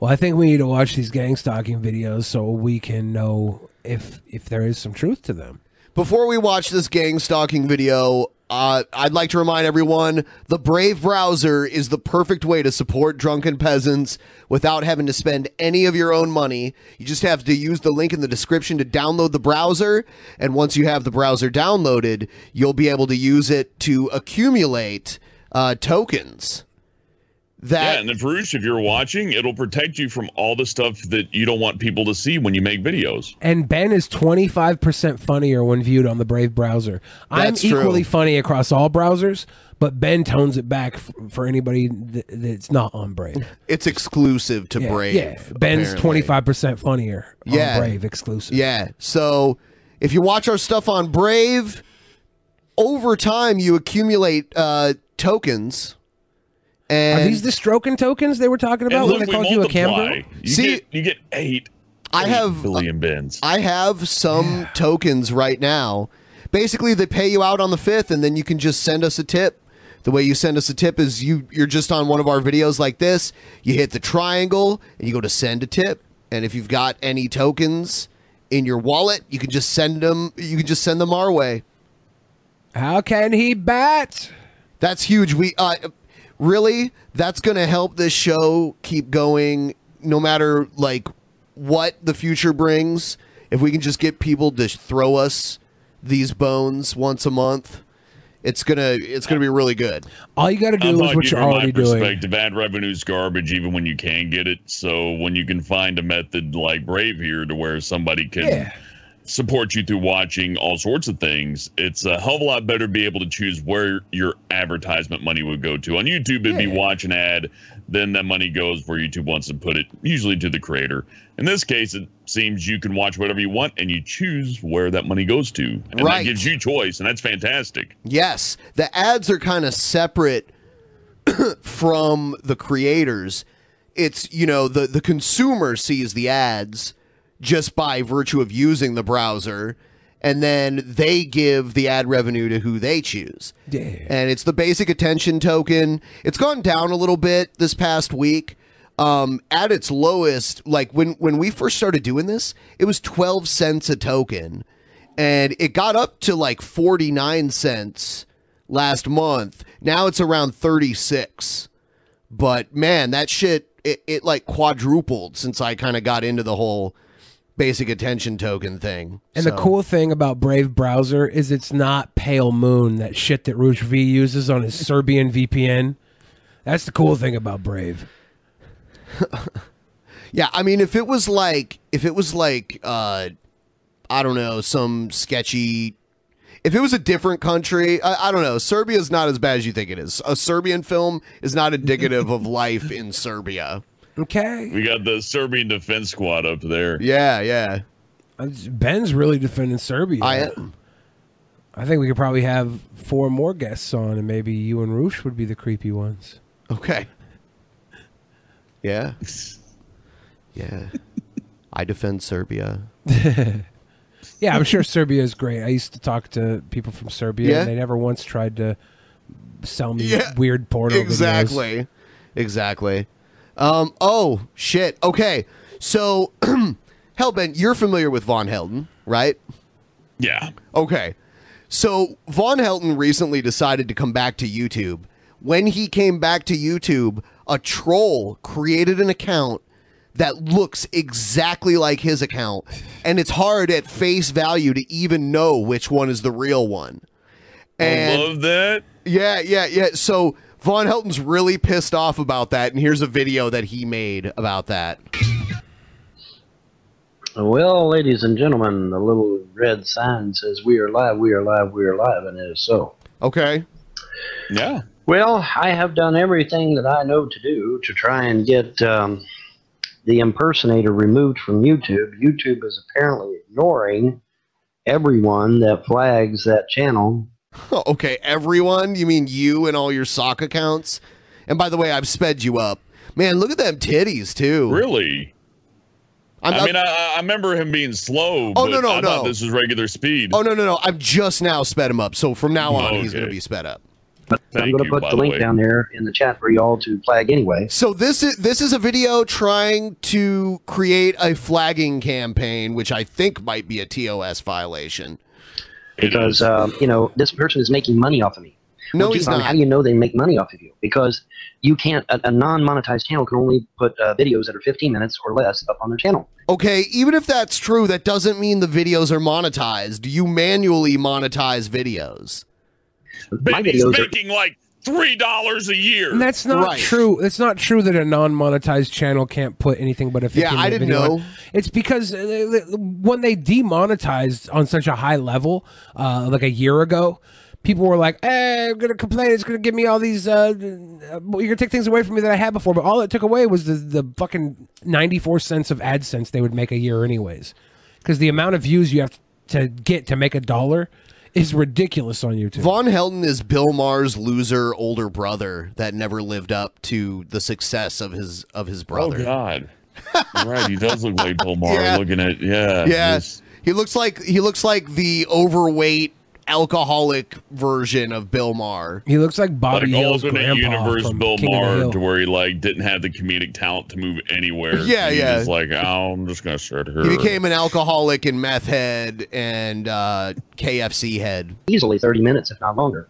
Speaker 4: Well, I think we need to watch these gang stalking videos so we can know if if there is some truth to them.
Speaker 3: Before we watch this gang stalking video, uh, I'd like to remind everyone the Brave browser is the perfect way to support drunken peasants without having to spend any of your own money. You just have to use the link in the description to download the browser, and once you have the browser downloaded, you'll be able to use it to accumulate uh, tokens.
Speaker 5: yeah, and if Roosh, if you're watching, it'll protect you from all the stuff that you don't want people to see when you make videos.
Speaker 4: And Ben is 25% funnier when viewed on the Brave browser.
Speaker 5: That's
Speaker 4: I'm
Speaker 5: true.
Speaker 4: equally funny across all browsers, but Ben tones it back f- for anybody th- that's not on Brave.
Speaker 3: It's exclusive to
Speaker 4: Yeah,
Speaker 3: Brave.
Speaker 4: yeah. Ben's
Speaker 3: apparently.
Speaker 4: 25% funnier on
Speaker 3: Yeah.
Speaker 4: Brave exclusive.
Speaker 3: Yeah. So if you watch our stuff on Brave, over time you accumulate uh, tokens. And
Speaker 4: Are these the stroking tokens they were talking about when they called you a camera?
Speaker 3: See,
Speaker 5: you get eight.
Speaker 3: I
Speaker 5: eight
Speaker 3: have uh,
Speaker 5: billion bins.
Speaker 3: I have some tokens right now. Basically, they pay you out on the fifth, and then you can just send us a tip. The way you send us a tip is you you're just on one of our videos like this. You hit the triangle and you go to send a tip. And if you've got any tokens in your wallet, you can just send them. You can just send them our way.
Speaker 4: How can he bat?
Speaker 3: That's huge. We uh, really that's going to help this show keep going, no matter like what the future brings. If we can just get people to throw us these bones once a month, it's gonna it's gonna be really good.
Speaker 4: All you got to
Speaker 5: I'm not giving my perspective. Ad revenue's garbage, even when you can get it. So when you can find a method like Brave here to where somebody can
Speaker 4: Yeah.
Speaker 5: support you through watching all sorts of things, it's a hell of a lot better to be able to choose where your advertisement money would go to. On YouTube, it'd be
Speaker 4: Yeah.
Speaker 5: watch an ad, then that money goes where YouTube wants to put it, usually to the creator. In this case, it seems you can watch whatever you want and you choose where that money goes to. And
Speaker 3: Right.
Speaker 5: that gives you choice, and that's fantastic.
Speaker 3: Yes, the ads are kind of separate from the creators. It's you know the the consumer sees the ads just by virtue of using the browser, and then they give the ad revenue to who they choose.
Speaker 4: Yeah.
Speaker 3: And it's the basic attention token. It's gone down a little bit this past week. Um, at its lowest, like when when we first started doing this, it was twelve cents a token, and it got up to like forty nine cents last month. Now it's around thirty six. But man, that shit it, it like quadrupled since I kind of got into the whole basic attention token thing.
Speaker 4: And
Speaker 3: So-
Speaker 4: the cool thing about Brave browser is it's not Pale Moon, that shit that Rouge V uses on his Serbian VPN. That's the cool thing about Brave.
Speaker 3: Yeah, I mean, if it was like, if it was like, uh, I don't know, some sketchy. If it was a different country, I, I don't know. Serbia is not as bad as you think it is. A Serbian film is not indicative of life in Serbia.
Speaker 4: Okay.
Speaker 5: We got the Serbian Defense Squad up there.
Speaker 3: Yeah, yeah.
Speaker 4: Ben's really defending Serbia. I
Speaker 3: am.
Speaker 4: I think we could probably have four more guests on, and maybe you and Roosh would be the creepy ones.
Speaker 3: Okay.
Speaker 1: Yeah. Yeah. I defend Serbia.
Speaker 4: Yeah, I'm sure Serbia is great. I used to talk to people from Serbia,
Speaker 3: Yeah?
Speaker 4: and they never once tried to sell me
Speaker 3: Yeah,
Speaker 4: weird porno videos.
Speaker 3: exactly exactly um oh shit okay so hellbent you're familiar with von helden right
Speaker 5: yeah
Speaker 3: okay so von helden recently decided to come back to youtube when he came back to youtube a troll created an account that looks exactly like his account and it's hard at face value to even know which one is the real one and
Speaker 5: love that.
Speaker 3: Yeah, yeah, yeah. So Von Helton's really pissed off about that, and here's a video that he made about that.
Speaker 11: Well, ladies and gentlemen, the little red sign says, We are live, we are live, we are live, and it is so.
Speaker 3: Okay.
Speaker 5: Yeah.
Speaker 11: Well, I have done everything that I know to do to try and get um, the impersonator removed from YouTube. YouTube is apparently ignoring everyone that flags that channel.
Speaker 3: Oh, okay, everyone, you mean you and all your sock accounts? And by the way, I've sped you up. Man, look at them titties too.
Speaker 5: Really?
Speaker 3: I'm,
Speaker 5: I mean, I, I- I remember him being slow. but
Speaker 3: Oh, no, no,
Speaker 5: I thought
Speaker 3: no.
Speaker 5: This was regular speed.
Speaker 3: oh no, no, no! I've just now sped him up, so from now on, he's
Speaker 5: Okay.
Speaker 3: going to be sped up.
Speaker 11: I'm going to put the link down there in the chat for y'all to flag anyway.
Speaker 3: So this is this is a video trying to create a flagging campaign, which I think might be a TOS violation.
Speaker 11: because um, you know this person is making money off of me.
Speaker 3: No,
Speaker 11: Well, gee,
Speaker 3: he's
Speaker 11: Ron,
Speaker 3: not.
Speaker 11: How do you know they make money off of you? Because you can't. A, a non-monetized channel can only put uh, videos that are 15 minutes or less up on their channel.
Speaker 3: Okay, even if that's true, that doesn't mean the videos are monetized. You manually monetize videos.
Speaker 11: My
Speaker 5: He's making like three dollars a year.
Speaker 4: And that's not
Speaker 5: Right.
Speaker 4: true. It's not true that a non-monetized channel can't put anything but a 15
Speaker 3: Yeah, I didn't know.
Speaker 4: It's because uh, they- they- when they demonetized on such a high level, uh, like a year ago, people were like, "Hey, I'm gonna complain. It's gonna give me all these. Uh, uh, you're gonna take things away from me that I had before." But all it took away was the the fucking 94 cents of AdSense they would make a year anyways, because the amount of views you have to get to make a dollar is ridiculous on YouTube.
Speaker 3: Von Helden is Bill Maher's loser older brother that never lived up to the success of his of his brother.
Speaker 5: Oh God. right, he does look like Bill Maher
Speaker 3: Yeah.
Speaker 5: looking at yeah.
Speaker 3: yeah,
Speaker 5: he's-
Speaker 3: he looks like he looks like the overweight alcoholic version of Bill Maher.
Speaker 4: He looks like Bobby
Speaker 5: like
Speaker 4: Hill's
Speaker 5: alternate
Speaker 4: grandpa
Speaker 5: universe
Speaker 4: from
Speaker 5: Bill
Speaker 4: King of the
Speaker 5: Maher
Speaker 4: Hill.
Speaker 5: to where he like didn't have the comedic talent to move anywhere.
Speaker 3: Yeah,
Speaker 5: He
Speaker 3: yeah.
Speaker 5: was like, oh, I'm just gonna start her.
Speaker 3: He became an alcoholic and meth head and uh, KFC head.
Speaker 11: easily 30 minutes, if not longer.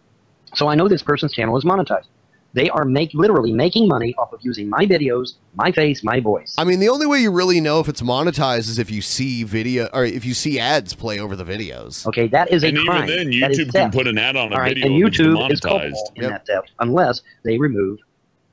Speaker 11: So I know this person's channel is monetized. They are make literally making money off of using my videos, my face, my voice.
Speaker 3: I mean, the only way you really know if it's monetized is if you see video or if you see ads play over the videos.
Speaker 11: Okay, that is a
Speaker 5: and
Speaker 11: crime.
Speaker 5: even then,
Speaker 11: That is
Speaker 5: YouTube can
Speaker 11: theft.
Speaker 5: put an ad on a
Speaker 11: All right,
Speaker 5: video
Speaker 11: and
Speaker 5: if it's
Speaker 11: YouTube is
Speaker 5: demonetized.
Speaker 11: culpable in that theft unless they remove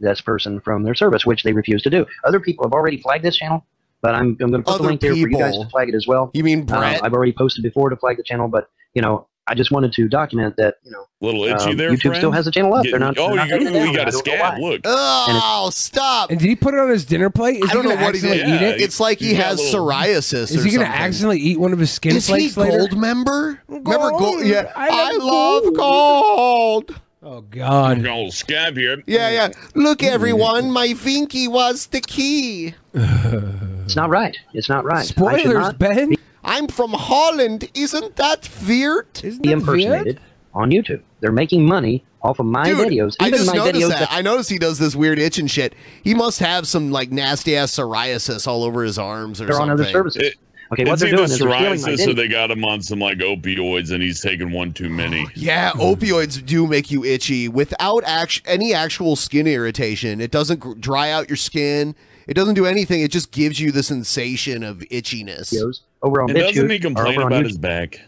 Speaker 11: this person from their service, which they refuse to do. Other people have already flagged this channel, but I'm, I'm going to put
Speaker 3: Other
Speaker 11: the link there for you guys
Speaker 3: people.
Speaker 11: to flag it as well. You
Speaker 3: mean
Speaker 11: Brett? I've already posted before to flag the channel, but you know, I just wanted to document that you know,
Speaker 5: little itchy
Speaker 11: um,
Speaker 5: there,
Speaker 11: YouTube still
Speaker 5: friend?
Speaker 11: has the channel up.
Speaker 5: Get-
Speaker 11: they're not.
Speaker 5: oh,
Speaker 11: they're not
Speaker 5: you
Speaker 11: taking it
Speaker 5: got-
Speaker 11: down.
Speaker 5: you got
Speaker 11: I
Speaker 5: a
Speaker 11: don't know
Speaker 5: scab,
Speaker 11: why.
Speaker 5: look.
Speaker 3: Oh, stop!
Speaker 4: And did he put it on his dinner plate? Is
Speaker 3: I don't
Speaker 4: he
Speaker 3: know
Speaker 4: gonna
Speaker 3: what he
Speaker 4: accidentally eat
Speaker 3: did.
Speaker 4: it?
Speaker 3: It's like he He's got has a little-
Speaker 4: Is
Speaker 3: psoriasis or
Speaker 4: he gonna
Speaker 3: something.
Speaker 4: accidentally eat one of his skin
Speaker 3: Is he
Speaker 4: flakes later?
Speaker 3: gold member? Remember gold?
Speaker 4: Gold.
Speaker 3: Yeah,
Speaker 4: I love
Speaker 3: love gold.
Speaker 4: Oh God!
Speaker 5: got a little scab here.
Speaker 3: Yeah, yeah. Look, everyone, my Vinky was the key.
Speaker 11: It's not right. It's not right. I should not
Speaker 4: Ben.
Speaker 3: I'm from Holland. Isn't that weird?
Speaker 11: Be impersonated on YouTube. They're making money off of my videos.
Speaker 3: I
Speaker 11: Even
Speaker 3: just
Speaker 11: my
Speaker 3: noticed
Speaker 11: videos
Speaker 3: that. I noticed he does this weird itch and shit. He must have some like nasty ass psoriasis all over his arms or
Speaker 11: They're
Speaker 3: something.
Speaker 11: on other services. Okay, what
Speaker 5: it's
Speaker 11: they're
Speaker 5: either
Speaker 11: doing is they're stealing my
Speaker 5: psoriasis or
Speaker 11: video.
Speaker 5: they got him on some like opioids and he's taking one too many.
Speaker 3: Yeah, opioids do make you itchy without act- any actual skin irritation. It doesn't gr- dry out your skin. It doesn't do anything. It just gives you the sensation of itchiness.
Speaker 11: over on
Speaker 5: And doesn't he
Speaker 11: BitChute or
Speaker 5: complain
Speaker 11: over on
Speaker 5: about
Speaker 11: YouTube.
Speaker 5: his back?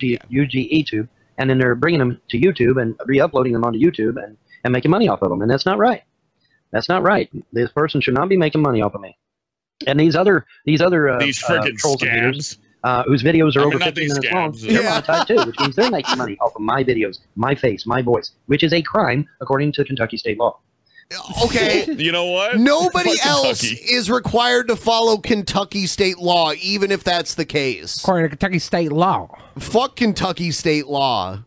Speaker 11: to UGE E tube, and then they're bringing them to YouTube and re-uploading them onto YouTube and, and making money off of them, and that's not right. That's not right. This person should not be making money off of me. And these other these other uh,
Speaker 5: These
Speaker 11: uh,
Speaker 5: frickin'
Speaker 11: trolls and
Speaker 5: scabs.
Speaker 11: haters, uh, whose videos are
Speaker 5: I mean,
Speaker 11: over
Speaker 5: not
Speaker 11: 50
Speaker 5: these
Speaker 11: minutes
Speaker 5: scabs.
Speaker 11: long, they're
Speaker 5: Yeah.
Speaker 11: monetized too, which means they're making money off of my videos, my face, my voice, which is a crime according to Kentucky state law.
Speaker 3: Okay.
Speaker 5: You know what?
Speaker 3: Nobody
Speaker 5: Fuck
Speaker 3: else
Speaker 5: Kentucky.
Speaker 3: is required to follow Kentucky state law, even if that's the case.
Speaker 4: According to Kentucky state law.
Speaker 3: Fuck Kentucky state law.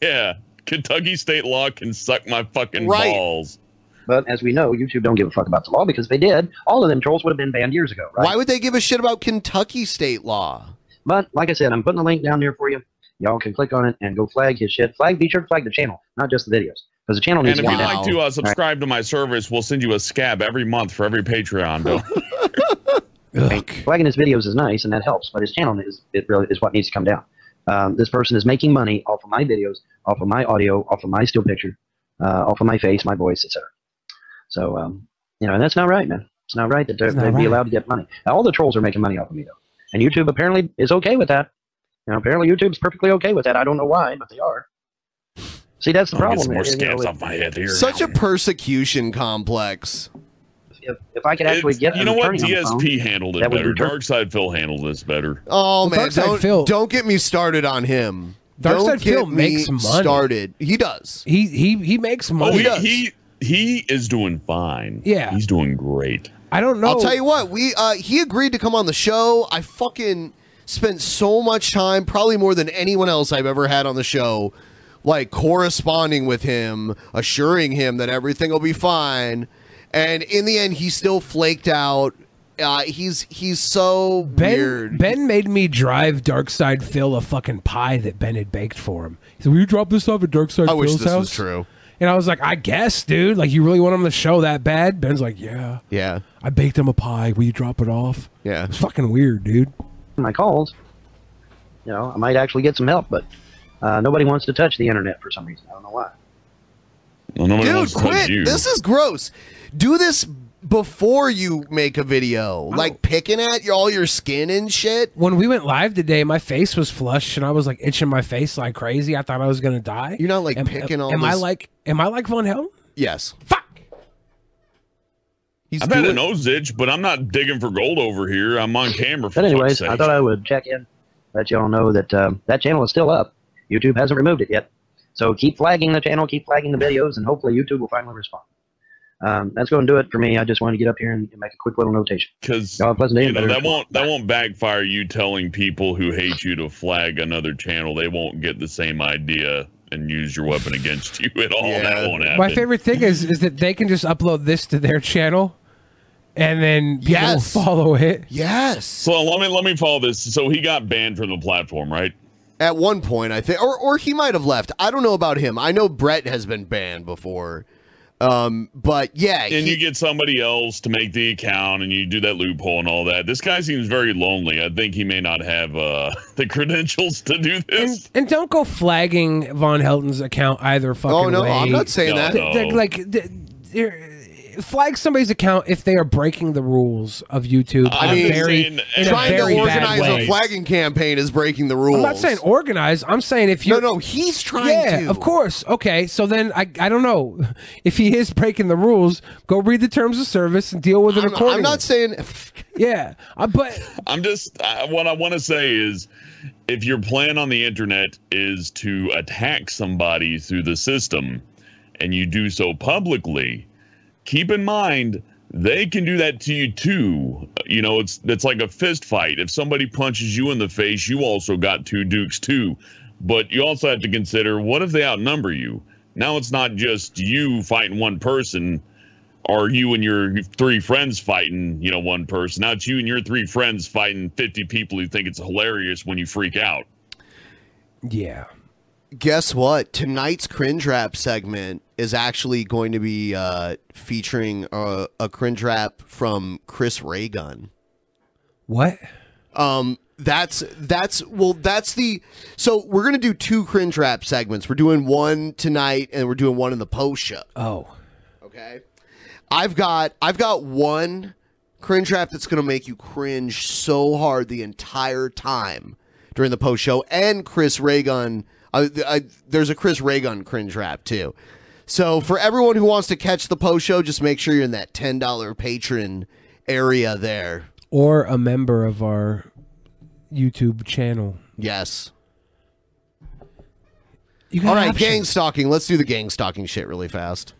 Speaker 5: yeah, Kentucky state law can suck my fucking
Speaker 11: Right.
Speaker 5: balls.
Speaker 11: But as we know, YouTube don't give a fuck about the law because if they did, all of them trolls would have been banned years ago, right?
Speaker 3: Why would they give a shit about Kentucky state law?
Speaker 11: But like I said, I'm putting a link down there for you. Y'all can click on it and go flag his shit. Flag, be sure to flag the channel, not just the videos, because the channel
Speaker 5: And if
Speaker 11: needs
Speaker 5: you'd
Speaker 11: to be
Speaker 5: like
Speaker 11: down.
Speaker 5: to uh,
Speaker 11: All right.
Speaker 5: subscribe to my service, we'll send you a scab every month for every Patreon. bill.
Speaker 11: Flagging his videos is nice and that helps, but his channel is it really is what needs to come down. Um, this person is making money off of my videos, off of my audio, off of my still picture, uh, off of my face, my voice, etc. So um, you know, and that's not right, man. It's not right that they're-
Speaker 4: It's not
Speaker 11: they'd be
Speaker 4: right.
Speaker 11: allowed to get money. Now, all the trolls are making money off of me though, and YouTube apparently is okay with that. You know, apparently YouTube's perfectly okay with that. I don't know why, but they are. See, that's the
Speaker 5: I'll get
Speaker 11: problem.
Speaker 5: some more
Speaker 11: You know,
Speaker 5: scabs
Speaker 11: it-
Speaker 5: off my head here.
Speaker 3: Such a persecution complex.
Speaker 11: If, if I could actually
Speaker 5: It's-
Speaker 11: get
Speaker 5: you
Speaker 11: an
Speaker 5: know what?
Speaker 11: attorney on the phone,
Speaker 5: DSP handled it
Speaker 11: that would
Speaker 5: better.
Speaker 11: be perfect.
Speaker 5: Dark Side Phil handled this better.
Speaker 3: Oh man,
Speaker 4: Darkside
Speaker 3: don't,
Speaker 4: Phil-
Speaker 3: don't get me started on him.
Speaker 4: Darkside
Speaker 3: don't
Speaker 4: Phil
Speaker 3: get me
Speaker 4: makes money.
Speaker 3: started. He does.
Speaker 4: He he he makes
Speaker 5: Oh,
Speaker 4: money.
Speaker 5: he, he he is doing fine.
Speaker 4: Yeah.
Speaker 5: he's doing great.
Speaker 4: I don't know.
Speaker 3: I'll tell you what. We uh, he agreed to come on the show. I fucking spent so much time, probably more than anyone else I've ever had on the show, like corresponding with him, assuring him that everything will be fine. And in the end, he still flaked out. Uh, he's he's so
Speaker 4: Ben
Speaker 3: weird.
Speaker 4: Ben made me drive Darkside Phil a fucking pie that Ben had baked for him. He said, "Will you drop this off at Darkside
Speaker 3: I wish
Speaker 4: Phil's
Speaker 3: this was
Speaker 4: house?"
Speaker 3: true.
Speaker 4: And I was like, "I guess, dude. Like, you really want him to show that bad?" Ben's like, "Yeah,
Speaker 3: yeah.
Speaker 4: I baked him a pie. Will you drop it off?"
Speaker 3: Yeah,
Speaker 4: it's fucking weird, dude.
Speaker 11: my calls, you know, I might actually get some help, but uh, nobody wants to touch the internet for some reason. I don't know why.
Speaker 3: Dude, quit. This is gross. Do this before you make a
Speaker 5: Oh.
Speaker 3: video. Like picking at your, all your skin and shit.
Speaker 4: When we went live today, my face was flushed and I was like itching my face like crazy. I thought I was gonna die. You're
Speaker 3: not like
Speaker 4: am,
Speaker 3: picking all
Speaker 4: Am I
Speaker 3: this-
Speaker 4: like? Am I like Von Hell?
Speaker 3: Yes.
Speaker 4: Fuck.
Speaker 3: He's
Speaker 5: I bet
Speaker 4: doing-
Speaker 5: a nose itch, but I'm not digging for gold over here. I'm on camera. For
Speaker 11: But anyways,
Speaker 5: fuck's
Speaker 11: I
Speaker 5: sake.
Speaker 11: thought I would check in, let y'all know that um, that channel is still up. YouTube hasn't removed it yet, so keep flagging the channel, keep flagging the videos, and hopefully YouTube will finally respond. Um, that's going to do it for me. I just wanted to get up here and make a quick little notation.
Speaker 5: Because
Speaker 11: y'all have a pleasant day.
Speaker 5: you
Speaker 11: and
Speaker 5: know
Speaker 11: better
Speaker 5: that won't that won't backfire you telling people who hate you to flag another channel they won't get the same idea and use your weapon against you at all that won't happen
Speaker 4: My favorite thing is is that they can just upload this to their channel, and then people will follow it.
Speaker 3: Yes.
Speaker 5: so let me let me follow this so he got banned from the platform right
Speaker 3: At one point, I think, or or he might have left. I don't know about him. I know Brett has been banned before, um, but yeah,
Speaker 5: and you get somebody else to make the account and you do that loophole and all that this guy seems very lonely i think he may not have uh the credentials to do this
Speaker 4: And don't go flagging Von Helton's account either. Fucking
Speaker 5: Oh, no,
Speaker 4: way.
Speaker 5: I'm not saying No, that. no.
Speaker 4: Th- th- like, th- you're- flag somebody's account if they are breaking the rules of YouTube.
Speaker 3: I
Speaker 4: in
Speaker 3: mean,
Speaker 4: a very, in a
Speaker 3: trying
Speaker 4: very
Speaker 3: to
Speaker 4: bad
Speaker 3: organize
Speaker 4: way.
Speaker 3: a flagging campaign is breaking the rules.
Speaker 4: I'm not saying organize. I'm saying if you
Speaker 3: No, no, he's trying
Speaker 4: yeah,
Speaker 3: to.
Speaker 4: of course. Okay, so then I I don't know if he is breaking the rules. Go read the terms of service and deal with it
Speaker 3: I'm- I'm
Speaker 4: accordingly.
Speaker 3: not saying.
Speaker 4: yeah, I, but
Speaker 5: I'm just I, what I want to say is, if your plan on the internet is to attack somebody through the system, and you do so publicly, keep in mind they can do that to you too. You know, it's it's like a fist fight. If somebody punches you in the face, you also got two dukes too. But you also have to consider what if they outnumber you. Now it's not just you fighting one person or you and your three friends fighting, you know, one person. Now it's you and your three friends fighting 50 people who think it's hilarious when you freak out.
Speaker 4: Yeah.
Speaker 3: Guess what? Tonight's cringe rap segment is actually going to be uh, featuring uh, a cringe rap from Chris Raygun.
Speaker 4: What?
Speaker 3: Um, that's that's well, that's the so we're gonna do two cringe rap segments. We're doing one tonight, and we're doing one in the post show.
Speaker 4: Oh,
Speaker 3: okay. I've got I've got one cringe rap that's gonna make you cringe so hard the entire time during the post show, and Chris Raygun. I, I, uh, there's a Chris Raygun cringe rap too. So for everyone who wants to catch the post show, just make sure you're in that ten dollar patron area there.
Speaker 4: or a member of our YouTube channel.
Speaker 3: Yes.
Speaker 4: You got
Speaker 3: All right,
Speaker 4: options.
Speaker 3: gang stalking. Let's do the gang stalking shit really fast.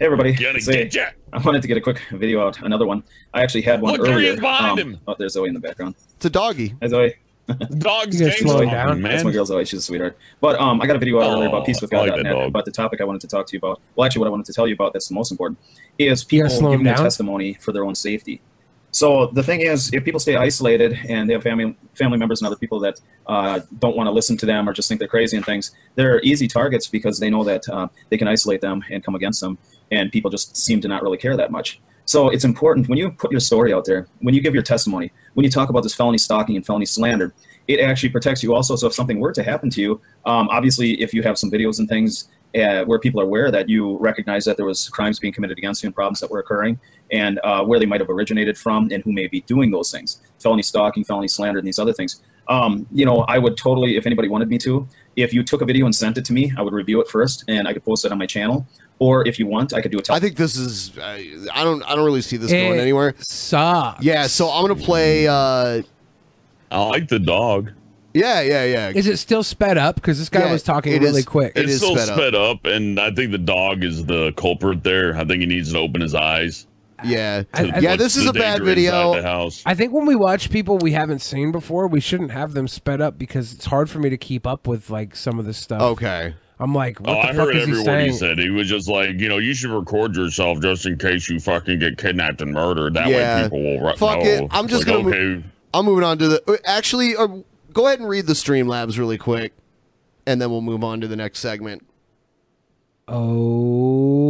Speaker 15: Hey everybody.
Speaker 5: Gotta
Speaker 15: It's Zoe.
Speaker 5: get ya.
Speaker 15: I wanted to get a quick video out, another one. I actually had one
Speaker 5: Look, there he
Speaker 15: earlier.
Speaker 5: is behind
Speaker 15: um, Oh, there's Zoe in the background.
Speaker 3: It's a doggy.
Speaker 15: Hi Zoe.
Speaker 5: Dogs You gotta gang slow it stalking, down. man.
Speaker 15: That's my girl Zoe. She's a sweetheart. But um, I got a video out earlier
Speaker 5: Oh,
Speaker 15: about
Speaker 5: I like that
Speaker 15: peacewithgod.net.
Speaker 5: dog.
Speaker 15: but the topic I wanted to talk to you about, well, actually, what I wanted to tell you about that's the most important is
Speaker 4: You
Speaker 15: people
Speaker 4: gotta slow 'em
Speaker 15: giving their
Speaker 4: down?
Speaker 15: testimony for their own safety. So the thing is, if people stay isolated and they have family family members and other people that uh, don't want to listen to them or just think they're crazy and things, they're easy targets because they know that uh, they can isolate them and come against them, and people just seem to not really care that much. So it's important when you put your story out there, when you give your testimony, when you talk about this felony stalking and felony slander, it actually protects you also. So if something were to happen to you, um, obviously if you have some videos and things uh, where people are aware that you recognize that there was crimes being committed against you and problems that were occurring and uh, where they might have originated from and who may be doing those things felony stalking felony slander and these other things um, you know i would totally if anybody wanted me to if you took a video and sent it to me i would review it first and i could post it on my channel or if you want i could do a
Speaker 3: I think this is. I, I don't. I don't really see this going
Speaker 15: It
Speaker 3: anywhere.
Speaker 4: Sucks.
Speaker 3: Yeah. So I'm gonna play. Uh,
Speaker 5: I like the dog.
Speaker 3: Yeah, yeah, yeah.
Speaker 4: Is it still sped up? Because this guy
Speaker 3: Yeah,
Speaker 4: was talking
Speaker 3: it
Speaker 4: really
Speaker 3: is-
Speaker 4: quick.
Speaker 5: it's still sped, up. and I think the dog is the culprit there. I think he needs to open his eyes.
Speaker 3: Yeah,
Speaker 5: to
Speaker 4: I-
Speaker 5: what's the danger inside The house.
Speaker 4: I think when we watch people we haven't seen before, we shouldn't have them sped up because it's hard for me to keep up with like some of this stuff.
Speaker 3: Okay.
Speaker 4: I'm like, what
Speaker 5: oh,
Speaker 4: the
Speaker 5: I
Speaker 4: fuck
Speaker 5: heard
Speaker 4: is
Speaker 5: every
Speaker 4: he
Speaker 5: word
Speaker 4: saying?
Speaker 5: he said. He was just like, you know, you should record yourself just in case you fucking get kidnapped and murdered. That
Speaker 3: yeah.
Speaker 5: way people will ru-
Speaker 3: Fuck
Speaker 5: know.
Speaker 3: it. I'm just
Speaker 5: Like,
Speaker 3: gonna.
Speaker 5: okay.
Speaker 3: Move, I'm moving on to the. uh, Actually, uh, go ahead and read the Streamlabs really quick, and then we'll move on to the next segment.
Speaker 4: Oh.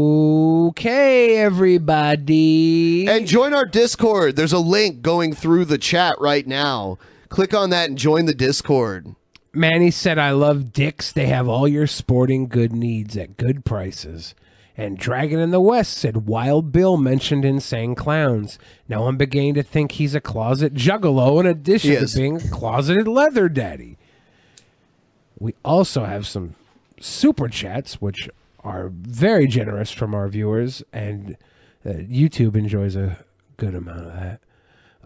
Speaker 4: Okay, everybody.
Speaker 3: And join our Discord. There's a link going through the chat right now. Click on that and join the Discord.
Speaker 4: Manny said, I love dicks. They have all your sporting good needs at good prices. And Dragon in the West said, Wild Bill mentioned insane clowns. Now I'm beginning to think he's a closet juggalo in addition to being a closeted leather daddy. We also have some super chats, which are very generous from our viewers, and uh, YouTube enjoys a good amount of that.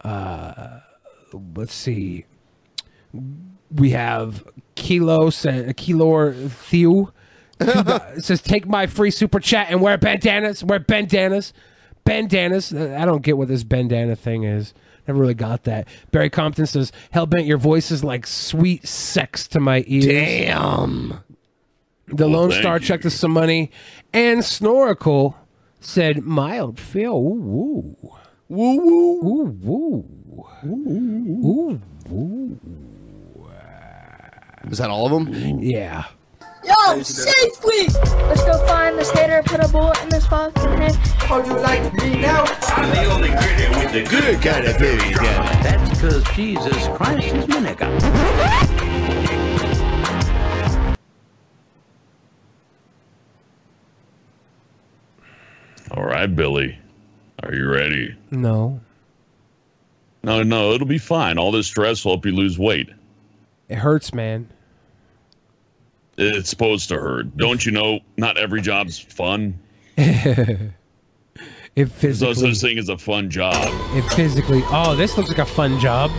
Speaker 4: Uh, let's see. We have Kilo sent Kilo Theo two do- it says, "Take my free super chat and wear bandanas. Wear bandanas, bandanas." Uh, I don't get what this bandana thing is. Never really got that. Barry Compton says, "Hellbent, your voice is like sweet sex to my ears."
Speaker 3: Damn.
Speaker 4: The
Speaker 3: Well,
Speaker 4: Lone
Speaker 3: thank
Speaker 4: Star checked us some money, and Snoracle said, "Mild feel, woo woo,
Speaker 3: woo woo,
Speaker 4: woo woo, woo woo."
Speaker 3: Is that all of them?
Speaker 4: Yeah.
Speaker 7: Yo, shake please! Let's go find this hater, put a bullet in this fucking head. Oh, you like me now?
Speaker 16: I'm the only critter with the good kind of fairy gun. That's because Jesus Christ is Minica.
Speaker 5: All right, Billy. Are you ready?
Speaker 4: No,
Speaker 5: No, no, it'll be fine. All this stress will help you lose weight.
Speaker 4: it hurts, man.
Speaker 5: It's supposed to hurt. Don't you know? Not every job's fun.
Speaker 4: it
Speaker 5: There's no
Speaker 4: physically.
Speaker 5: such thing as a fun job.
Speaker 4: It physically. Oh, this looks like a fun job.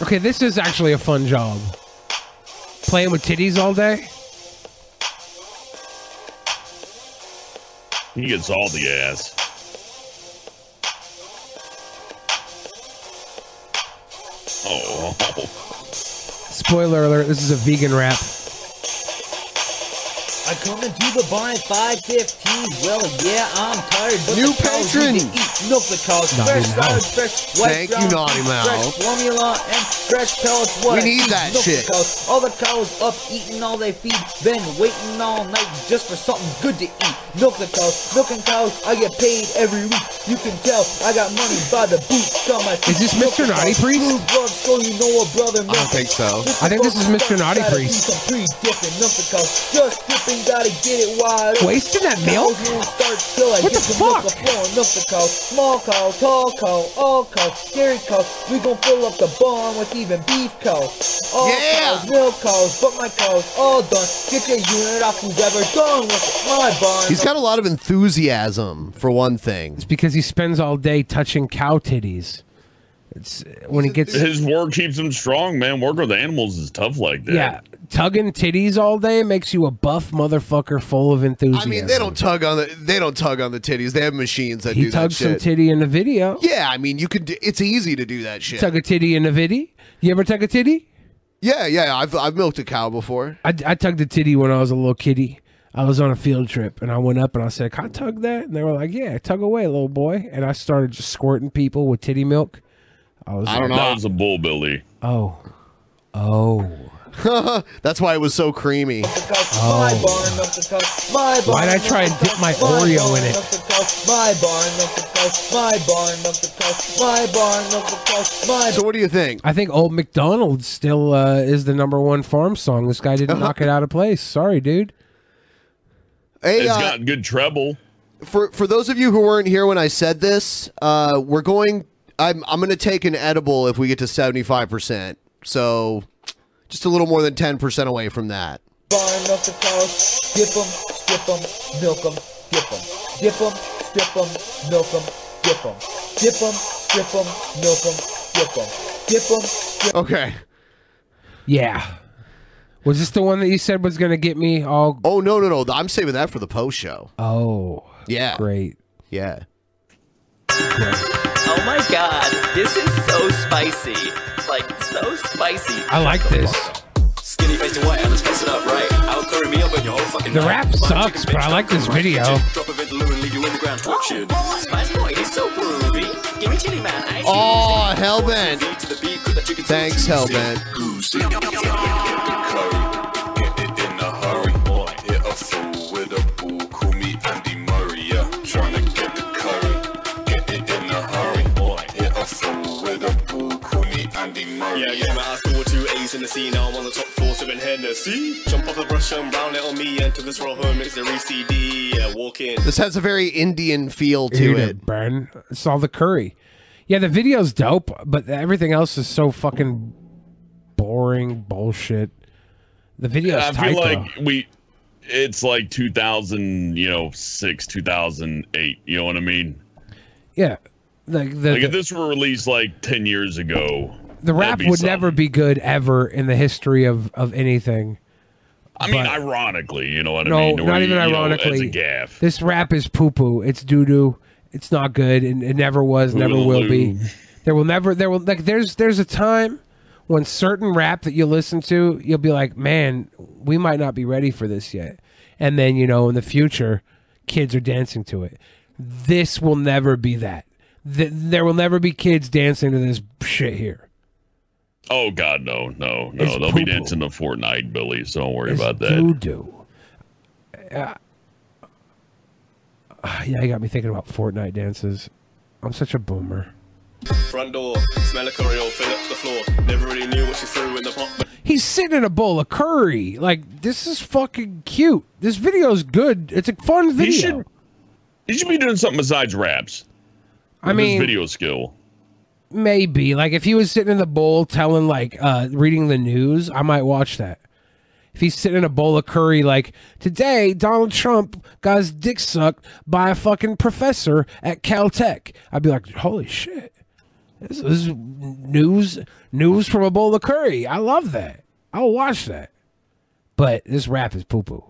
Speaker 4: Okay, this is actually a fun job. Playing with titties all day?
Speaker 5: He gets all the ass. Oh,
Speaker 4: Spoiler alert, this is a vegan rap.
Speaker 23: I come into the barn at 5.15. Well, yeah, I'm tired. But
Speaker 3: New
Speaker 23: the cows
Speaker 3: patron.
Speaker 23: need to Eat milk the cows.
Speaker 3: Naughty
Speaker 23: fresh
Speaker 3: Mal.
Speaker 23: salad, fresh white
Speaker 3: Thank you,
Speaker 23: ground
Speaker 3: Naughty
Speaker 23: beef,
Speaker 3: Mal.
Speaker 23: Fresh formula and fresh pellets. What
Speaker 3: We
Speaker 23: I
Speaker 3: need
Speaker 23: feed
Speaker 3: that
Speaker 23: milk the
Speaker 3: shit.
Speaker 23: cows. All the cows up eating all they feed. Been waiting all night just for something good to eat. Milk the cows. Milking cows. I get paid every week. You can tell I got money by the boots on my
Speaker 4: Is
Speaker 23: feet.
Speaker 4: this
Speaker 23: Milk
Speaker 4: Mr.
Speaker 23: the
Speaker 4: Naughty
Speaker 23: cows.
Speaker 4: Priest? Uh,
Speaker 23: Prove love so you know a brother
Speaker 3: I don't think so.
Speaker 4: I think this is Mr. Naughty Priest.
Speaker 23: Three different number codes. Just dipping, gotta get it wide. open.
Speaker 4: Wasting that milk?
Speaker 23: Cows won't Start till I
Speaker 4: What
Speaker 23: get
Speaker 4: the
Speaker 23: some milk up on number code. Small cow, tall cow, all cow, scary cow. We gon' fill up the barn with even beef cow. All cows, real cows, but my cows all done. Get your unit off whoever done with it. My barn.
Speaker 3: He's got a lot of enthusiasm for one thing.
Speaker 4: It's because he spends all day touching cow titties. It's when it gets
Speaker 5: his work keeps him strong, man. Working with animals is tough like that.
Speaker 4: yeah, tugging titties all day makes you a buff motherfucker full of
Speaker 3: I
Speaker 4: enthusiasm.
Speaker 3: mean, they don't tug on the they don't tug on the titties. They have machines that
Speaker 4: he
Speaker 3: do that
Speaker 4: tugged some
Speaker 3: shit.
Speaker 4: titty in the video.
Speaker 3: yeah, I mean, you could. d- It's easy to do that shit.
Speaker 4: Tug a titty in the video. You ever tug a titty?
Speaker 3: yeah, yeah. I've I've milked a cow before.
Speaker 4: I, I tugged a titty when I was a little kitty. I was on a field trip and I went up and I said, "Can I tug that?" And they were like, "Yeah, tug away, little boy." And I started just squirting people with titty milk. I was.
Speaker 5: I don't know.
Speaker 4: like,
Speaker 5: That was a bull, Billy.
Speaker 4: Oh, oh.
Speaker 3: That's why it was so creamy.
Speaker 4: Oh.
Speaker 23: My barn milk the cow. My
Speaker 3: Why'd
Speaker 23: barn.
Speaker 3: I
Speaker 23: milk
Speaker 3: try
Speaker 23: the
Speaker 3: and dip
Speaker 23: cow.
Speaker 3: my Oreo in
Speaker 23: barn
Speaker 3: it?
Speaker 23: milk the cow. My barn milk the cow. My barn milk the cow. My barn milk the cow. My.
Speaker 3: So what do you think?
Speaker 4: I think Old McDonald still uh, is the number one farm song. This guy didn't knock it out of place. Sorry, dude.
Speaker 3: Hey,
Speaker 5: it's
Speaker 3: uh,
Speaker 5: got good treble.
Speaker 3: for for those of you who weren't here when I said this, uh, we're going. I'm I'm going to take an edible if we get to seventy five percent. So just a little more than ten percent away from that.
Speaker 23: Barn milk the cows, dip 'em, dip 'em, milk 'em, dip 'em, dip 'em, strip 'em, milk 'em, dip 'em, dip 'em, strip 'em, milk 'em, dip 'em, dip 'em, strip 'em.
Speaker 3: Okay.
Speaker 4: Yeah. Was this the one that you said was going to get me all?
Speaker 3: Oh no no no! I'm saving that for the post show.
Speaker 4: Oh.
Speaker 3: Yeah.
Speaker 4: Great.
Speaker 3: Yeah.
Speaker 12: Oh my god, this is so spicy. Like, so spicy.
Speaker 4: I like this.
Speaker 12: Skinny face and white, let's spice it up, right? I'll clear a meal, but your whole fucking
Speaker 4: The
Speaker 12: night.
Speaker 4: rap sucks, but I like this video.
Speaker 12: Drop a ventilator and leave you in the ground tortured. Oh, Spice boy, he's so groovy. Give me chili, man. I
Speaker 3: Oh, Hellbent. Thanks, Hellbent.
Speaker 12: Yeah, yeah, my ass with two A's in the scene. Now I'm on the top floor, sipping Hennessy. Jump off the brush and brown little me. Enter this raw home, it's the re CD. Yeah, walk in.
Speaker 3: This has a very Indian feel to
Speaker 4: Dude,
Speaker 3: it.
Speaker 4: Burn. It's all the curry. Yeah, the video's dope, but everything else is so fucking boring bullshit. The video's
Speaker 5: I
Speaker 4: tight
Speaker 5: feel
Speaker 4: though.
Speaker 5: like we. It's like 2000, you know, six, 2008. You know what I mean?
Speaker 4: yeah, like the
Speaker 5: like
Speaker 4: the,
Speaker 5: if this were released like 10 years ago,
Speaker 4: the rap
Speaker 5: that'd be
Speaker 4: would
Speaker 5: something.
Speaker 4: never be good ever in the history of of anything.
Speaker 5: I mean, ironically, you know what I
Speaker 4: no,
Speaker 5: mean?
Speaker 4: not even
Speaker 5: you know, as
Speaker 4: ironically.
Speaker 5: a gaff.
Speaker 4: This rap is poo poo. It's doo doo. It's not good, and it never was, never will be. There will never, there will like. There's there's a time when certain rap that you listen to, you'll be like, man, we might not be ready for this yet. And then you know, in the future, kids are dancing to it. This will never be that. Th- there will never be kids dancing to this shit here.
Speaker 5: Oh God, no, no, no!
Speaker 4: It's
Speaker 5: They'll be dancing to Fortnite, Billy. So don't worry
Speaker 4: It's
Speaker 5: about that.
Speaker 4: Doo doo. Uh, ah, yeah, you got me thinking about Fortnite dances. I'm such a boomer.
Speaker 12: Front door, smell a curry oil, fill up the floor. Never really knew what she threw in the pot, but
Speaker 4: He's sitting in a bowl of curry. Like this is fucking cute. This video's good. It's a fun video.
Speaker 5: He should. He should be doing something besides raps.
Speaker 4: I
Speaker 5: With
Speaker 4: mean-
Speaker 5: his video skill.
Speaker 4: Maybe like if he was sitting in the bowl telling like uh reading the news, I might watch that. If he's sitting in a bowl of curry, like today, Donald Trump got his dick sucked by a fucking professor at Caltech, I'd be like, holy shit, this is news news from a bowl of curry. I love that. I'll watch that. But this rap is poo poo.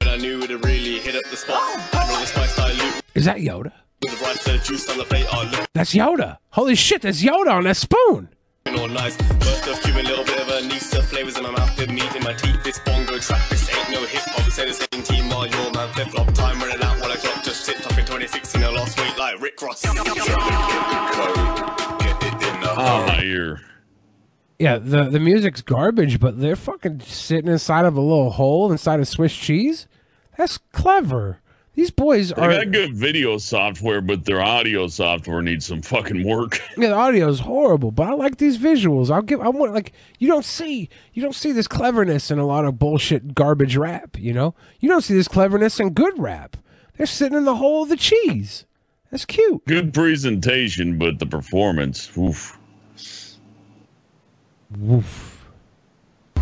Speaker 12: but I knew it'd really hit up the spot. Had all the spice dilute
Speaker 4: Is that Yoda?
Speaker 12: with the rice and juice on the plate. Oh, look.
Speaker 4: That's Yoda. Holy shit, that's Yoda on that spoon.
Speaker 12: Looking all nice. Burst of cumin, little bit of anise. Flavors in my mouth, good meat in my teeth. This bongo track, this ain't no hip hop. Say the same team while your man flip flop. Time running out while I clock just tipped up in 2016. I lost weight like Rick Ross.
Speaker 5: Oh
Speaker 12: Ah.
Speaker 5: my ear.
Speaker 4: Yeah, the, the music's garbage, but they're fucking sitting inside of a little hole inside of Swiss cheese. That's clever. These boys
Speaker 5: They
Speaker 4: are.
Speaker 5: got good video software, but their audio software needs some fucking work.
Speaker 4: Yeah, the audio's horrible, but I like these visuals. I'll give. I want like you don't see you don't see this cleverness in a lot of bullshit garbage rap. You know, you don't see this cleverness in good rap. They're sitting in the hole of the cheese. That's cute.
Speaker 5: Good presentation, but the performance. Oof.
Speaker 4: Woof.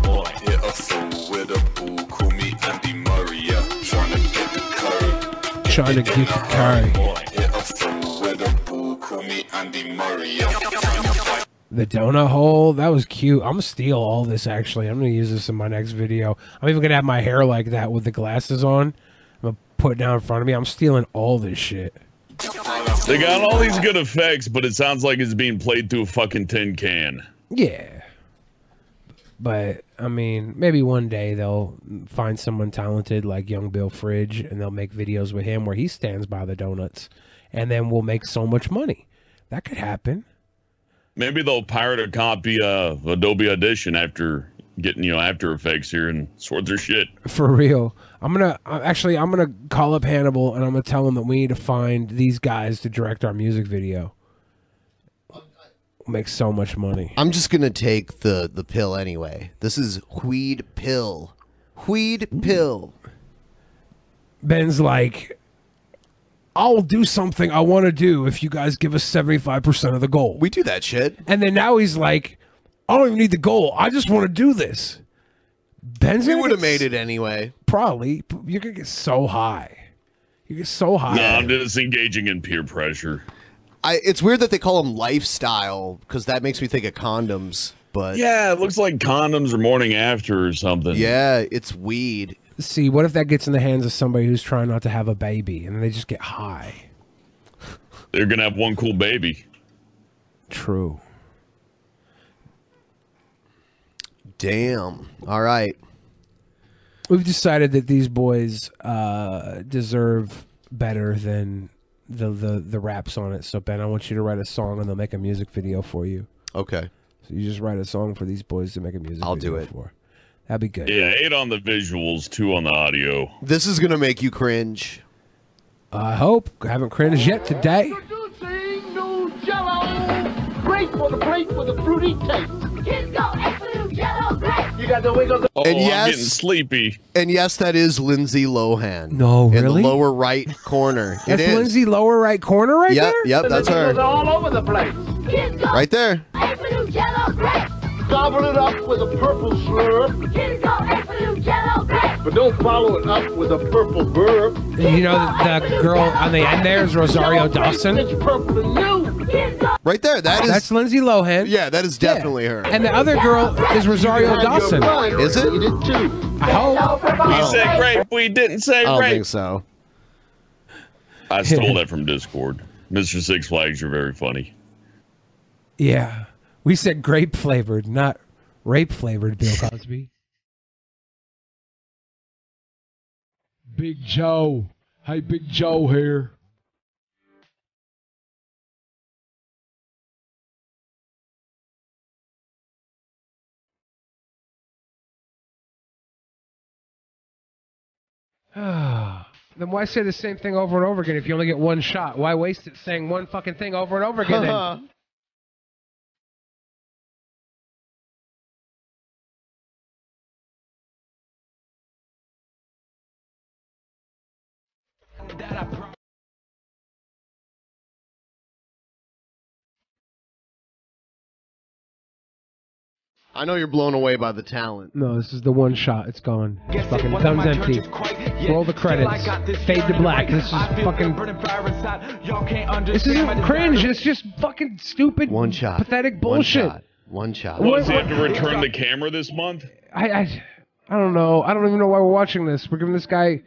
Speaker 16: Boy, hit a fool with a bull, call me Andy Murray, yeah. Tryna get the curry.
Speaker 4: Trying to get the curry.
Speaker 16: Boy, hit a fool with a bull, call me Andy Murray, yeah. Tryna fight
Speaker 4: The donut hole. That was cute. I'm gonna steal all this actually. I'm gonna use this in my next video. I'm even gonna have my hair like that with the glasses on. I'm gonna put it down in front of me. I'm stealing all this shit.
Speaker 5: They got all these good effects, but it sounds like it's being played through a fucking tin can.
Speaker 4: Yeah. But I mean, maybe one day they'll find someone talented like young Bill Fridge and they'll make videos with him where he stands by the donuts and then we'll make so much money. That could happen.
Speaker 5: Maybe they'll pirate a copy of Adobe Audition after getting you know After Effects here and sort their shit.
Speaker 4: For real. I'm going to actually I'm going to call up Hannibal and I'm going to tell him that we need to find these guys to direct our music video. We'll make so much money.
Speaker 3: I'm just gonna take the the pill anyway. This is weed pill, weed pill.
Speaker 4: Ben's like, I'll do something I want to do if you guys give us 75% of the goal. We
Speaker 3: do that shit.
Speaker 4: And then now he's like, I don't even need the goal. I just want to do this. Ben's
Speaker 3: We
Speaker 4: gonna
Speaker 3: would have
Speaker 4: get
Speaker 3: made
Speaker 4: s-
Speaker 3: it anyway.
Speaker 4: Probably. You're going to get so high. You get so high.
Speaker 5: No, I'm just engaging in peer pressure.
Speaker 3: I. It's weird that they call them lifestyle because that makes me think of condoms. But
Speaker 5: Yeah, it looks like condoms or morning after or something.
Speaker 3: Yeah, it's weed.
Speaker 4: See, what if that gets in the hands of somebody who's trying not to have a baby and they just get high?
Speaker 5: They're gonna have one cool baby.
Speaker 4: True.
Speaker 3: Damn. All right.
Speaker 4: We've decided that these boys uh, deserve better than the, the the raps on it. So Ben, I want you to write a song and they'll make a music video for you.
Speaker 3: Okay.
Speaker 4: So you just write a song for these boys to make a music.
Speaker 3: I'll
Speaker 4: video
Speaker 3: do it.
Speaker 4: For. That'd be good.
Speaker 5: Yeah, eight on the visuals, two on the audio.
Speaker 3: This is gonna make you cringe.
Speaker 4: I hope. I haven't cringed yet today.
Speaker 13: New Jello, great for the great for the fruity taste. Kids go absolute Jello, great. You got the wiggle.
Speaker 5: Oh,
Speaker 3: And
Speaker 5: I'm
Speaker 3: yes-
Speaker 5: getting sleepy.
Speaker 3: And yes, that is Lindsay Lohan.
Speaker 4: No,
Speaker 3: in
Speaker 4: really?
Speaker 3: the lower right corner. It
Speaker 4: That's
Speaker 3: is.
Speaker 4: Lindsay lower right corner right
Speaker 3: Yep,
Speaker 4: there.
Speaker 3: yep, that's her.
Speaker 13: all over the place. Kids go
Speaker 3: Right there.
Speaker 13: absolute Jello, great. Gobble it up with a purple slurp. Kids go absolute Jello, great. But don't follow it up with a purple burp.
Speaker 4: You know the, the girl on the end there is Rosario Dawson.
Speaker 13: It's purple and new. Kids go
Speaker 3: Right there. That is.
Speaker 4: That's Lindsay Lohan.
Speaker 3: Yeah, that is definitely her.
Speaker 4: And the other girl is Rosario Dawson.
Speaker 3: Is it?
Speaker 4: I hope.
Speaker 5: He said grape. We didn't say
Speaker 3: I don't
Speaker 5: grape.
Speaker 3: think so.
Speaker 5: I stole that from Discord. Mr. Six Flags, you're very funny.
Speaker 4: Yeah, we said grape flavored, not rape flavored. Bill Cosby.
Speaker 14: Big Joe. Hey, Big Joe here.
Speaker 4: then why say the same thing over and over again if you only get one shot? Why waste it saying one fucking thing over and over again? then?
Speaker 3: I know you're blown away by the talent.
Speaker 4: No, this is the one shot. It's gone. It's fucking thumbs empty. Roll the credits. Fade to black. This is fucking. This isn't cringe. It's just fucking stupid. One shot. Pathetic bullshit.
Speaker 3: One shot.
Speaker 4: What-
Speaker 5: Was he have to return the camera this month?
Speaker 4: I, I, I don't know. I don't even know why we're watching this. We're giving this guy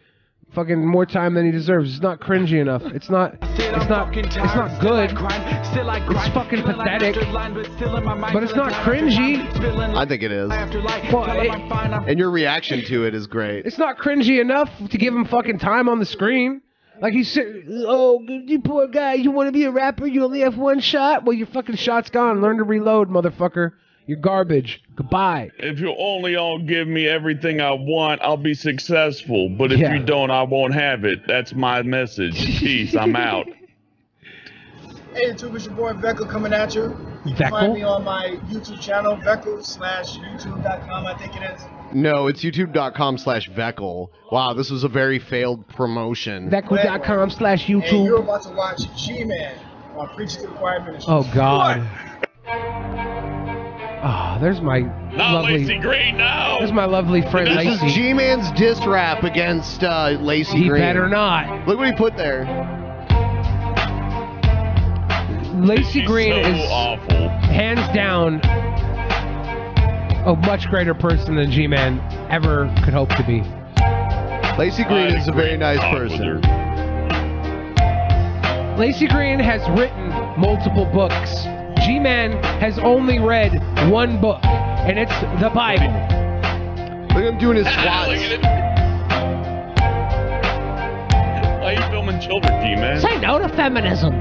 Speaker 4: fucking more time than he deserves. It's not cringy enough. It's not. It's not. It's not good. It's fucking pathetic. But it's not cringy.
Speaker 3: I think it is.
Speaker 4: Well, it-
Speaker 3: And your reaction to it is great.
Speaker 4: it's not cringy enough to give him fucking time on the screen. Like he's sitting, oh, you poor guy, you want to be a rapper? You only have one shot? Well, your fucking shot's gone. Learn to reload, motherfucker. You're garbage. Goodbye.
Speaker 5: If you only all give me everything I want, I'll be successful. But if
Speaker 4: Yeah.
Speaker 5: you don't, I won't have it. That's my message. Peace. I'm out.
Speaker 18: Hey YouTube, it's your boy Veckel coming at you. You can
Speaker 3: Veckel?
Speaker 18: find me on my YouTube channel, Veckel slash YouTube.com, I think it is.
Speaker 3: No, it's youtube.com slash Veckel. Wow, this was a very failed promotion.
Speaker 4: Veckel.com slash
Speaker 18: And you're
Speaker 4: YouTube.
Speaker 18: about to watch G-Man on Preaching to the Choir Ministry.
Speaker 4: Oh, God. Ah, there's my lovely.
Speaker 5: Green now.
Speaker 4: There's my lovely friend
Speaker 3: this
Speaker 4: Lacey.
Speaker 3: is G-Man's diss rap against uh, Lacey
Speaker 4: He
Speaker 3: Green.
Speaker 4: better not.
Speaker 3: Look what he put there.
Speaker 4: Lacey Green
Speaker 5: so
Speaker 4: is
Speaker 5: awful.
Speaker 4: hands down a much greater person than G-Man ever could hope to be.
Speaker 10: Lacey Green is a very nice person.
Speaker 4: Lacey Green has written multiple books. G-Man has only read one book, and it's the Bible.
Speaker 10: Look at him doing his squats.
Speaker 5: Why are you filming children, G-Man?
Speaker 4: Say no to feminism.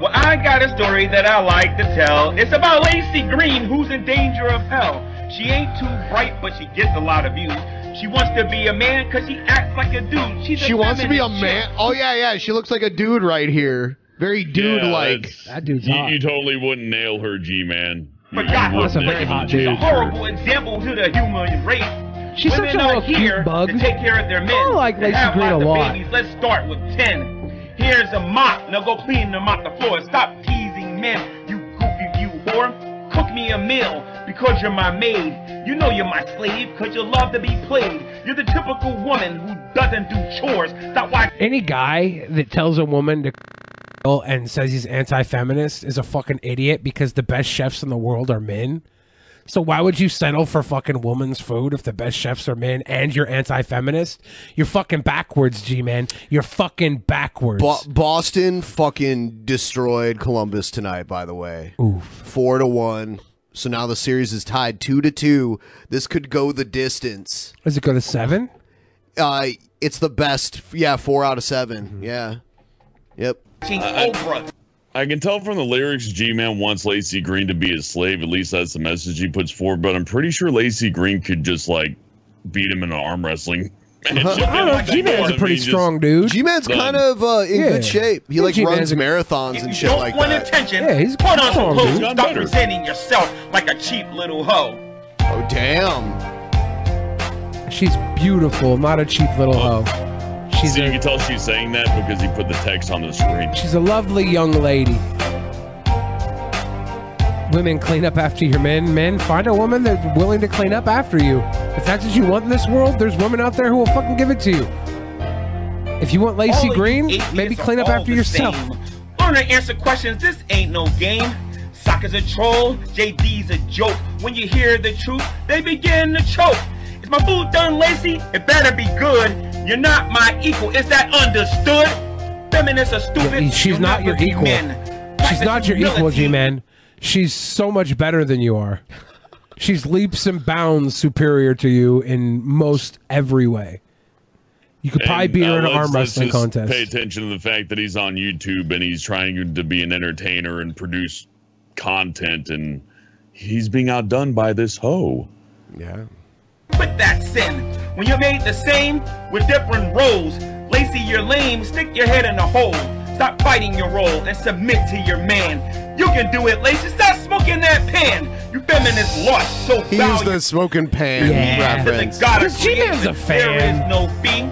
Speaker 17: Well, I got a story that I like to tell. It's about Lacey Green, who's in danger of hell. She ain't too bright, but she gets a lot of views. She wants to be a man because she acts like a dude. She's a
Speaker 10: She wants to be a
Speaker 17: feminist
Speaker 10: man.
Speaker 17: chick.
Speaker 10: Oh yeah, yeah. She looks like a dude right here. Very dude like.
Speaker 4: that dude's
Speaker 5: you, you totally wouldn't nail her, G-Man. You-
Speaker 17: But
Speaker 5: you
Speaker 17: God,
Speaker 5: wouldn't
Speaker 17: that's a
Speaker 5: nail
Speaker 17: very
Speaker 5: her.
Speaker 17: hot
Speaker 5: You
Speaker 17: dude.
Speaker 5: can't-
Speaker 17: Horrible example to the human race.
Speaker 4: She's
Speaker 17: Women
Speaker 4: such a
Speaker 17: are
Speaker 4: little cute
Speaker 17: here
Speaker 4: bug.
Speaker 17: to take care of their men.
Speaker 4: I like
Speaker 17: to
Speaker 4: Lacey
Speaker 17: have
Speaker 4: Green
Speaker 17: lots
Speaker 4: a
Speaker 17: of
Speaker 4: lot.
Speaker 17: Babies. Let's start with ten. Here's a mop. Now go clean them off the floor. Stop teasing men. You goofy, you whore. Cook me a meal because you're my maid. You know you're my slave because you love to be played. You're the typical woman who doesn't do chores. Stop watching.
Speaker 4: Any guy that tells a woman to and says he's anti-feminist is a fucking idiot because the best chefs in the world are men. So why would you settle for fucking woman's food if the best chefs are men and you're anti-feminist? You're fucking backwards, G-man. You're fucking backwards.
Speaker 3: Bo- Boston fucking destroyed Columbus tonight. By the way, four to one. So now the series is tied two to two. This could go the distance.
Speaker 4: Does it go to seven?
Speaker 3: Uh, it's the best. Yeah, four out of 7
Speaker 17: Mm-hmm.
Speaker 3: Yeah. Yep. Uh,
Speaker 17: Oprah.
Speaker 5: I can tell from the lyrics G-Man wants Lacey Green to be his slave. At least that's the message he puts forward. But I'm pretty sure Lacey Green could just like beat him in an arm wrestling. match.
Speaker 4: I don't know,
Speaker 5: Like,
Speaker 4: G-Man's a
Speaker 5: I
Speaker 4: pretty
Speaker 5: mean, just-
Speaker 4: strong dude.
Speaker 3: G-Man's
Speaker 5: Done.
Speaker 3: kind of uh, in
Speaker 4: Yeah.
Speaker 3: good shape. He
Speaker 4: Yeah,
Speaker 3: like
Speaker 4: G-Man's
Speaker 3: runs
Speaker 4: a-
Speaker 3: marathons and shit
Speaker 17: don't
Speaker 3: like
Speaker 17: want
Speaker 3: that.
Speaker 17: attention.
Speaker 3: Yeah, he's-
Speaker 17: put on
Speaker 3: he's
Speaker 17: some
Speaker 3: strong,
Speaker 17: clothes.
Speaker 3: dude. He's
Speaker 17: Stop
Speaker 3: better.
Speaker 17: presenting yourself like a cheap little hoe.
Speaker 3: Oh damn!
Speaker 4: She's beautiful, not a cheap little hoe. She's
Speaker 5: See, you can tell she's saying that because he put the text on the screen.
Speaker 4: She's a lovely young lady. Women clean up after your men. Men find a woman that's willing to clean up after you. If that's what you want in this world, there's women out there who will fucking give it to you. If you want Lacey Green, maybe clean up
Speaker 17: all
Speaker 4: after
Speaker 17: the
Speaker 4: yourself.
Speaker 17: same. Learn to answer questions, this ain't no game. Soccer's a troll, JD's a joke. When you hear the truth, they begin to choke. Is my food done, Lacey? It better be good. You're not my equal, is that understood? Feminists are stupid.
Speaker 4: She's
Speaker 17: You'll
Speaker 4: not your
Speaker 17: never be
Speaker 4: equal.
Speaker 17: men.
Speaker 4: She's not your equal, G Man. She's so much better than you are. She's leaps and bounds superior to you in most every way. You could probably
Speaker 5: And,
Speaker 4: beat
Speaker 5: uh,
Speaker 4: her in an
Speaker 5: let's-
Speaker 4: arm
Speaker 5: let's
Speaker 4: wrestling
Speaker 5: just
Speaker 4: contest.
Speaker 5: Pay attention to the fact that he's on YouTube and he's trying to be an entertainer and produce content, and he's being outdone by this hoe.
Speaker 3: Yeah.
Speaker 17: Quit that sin. When you're made the same with different roles, Lacey, you're lame, stick your head in a hole. Stop fighting your role and submit to your man. You can do it, Lacey. Stop smoking that pan. You feminist lush, so
Speaker 3: He
Speaker 17: foul
Speaker 3: used the smoking pan
Speaker 17: yeah.
Speaker 3: reference.
Speaker 17: Because G-Man's a fan. There is no fee.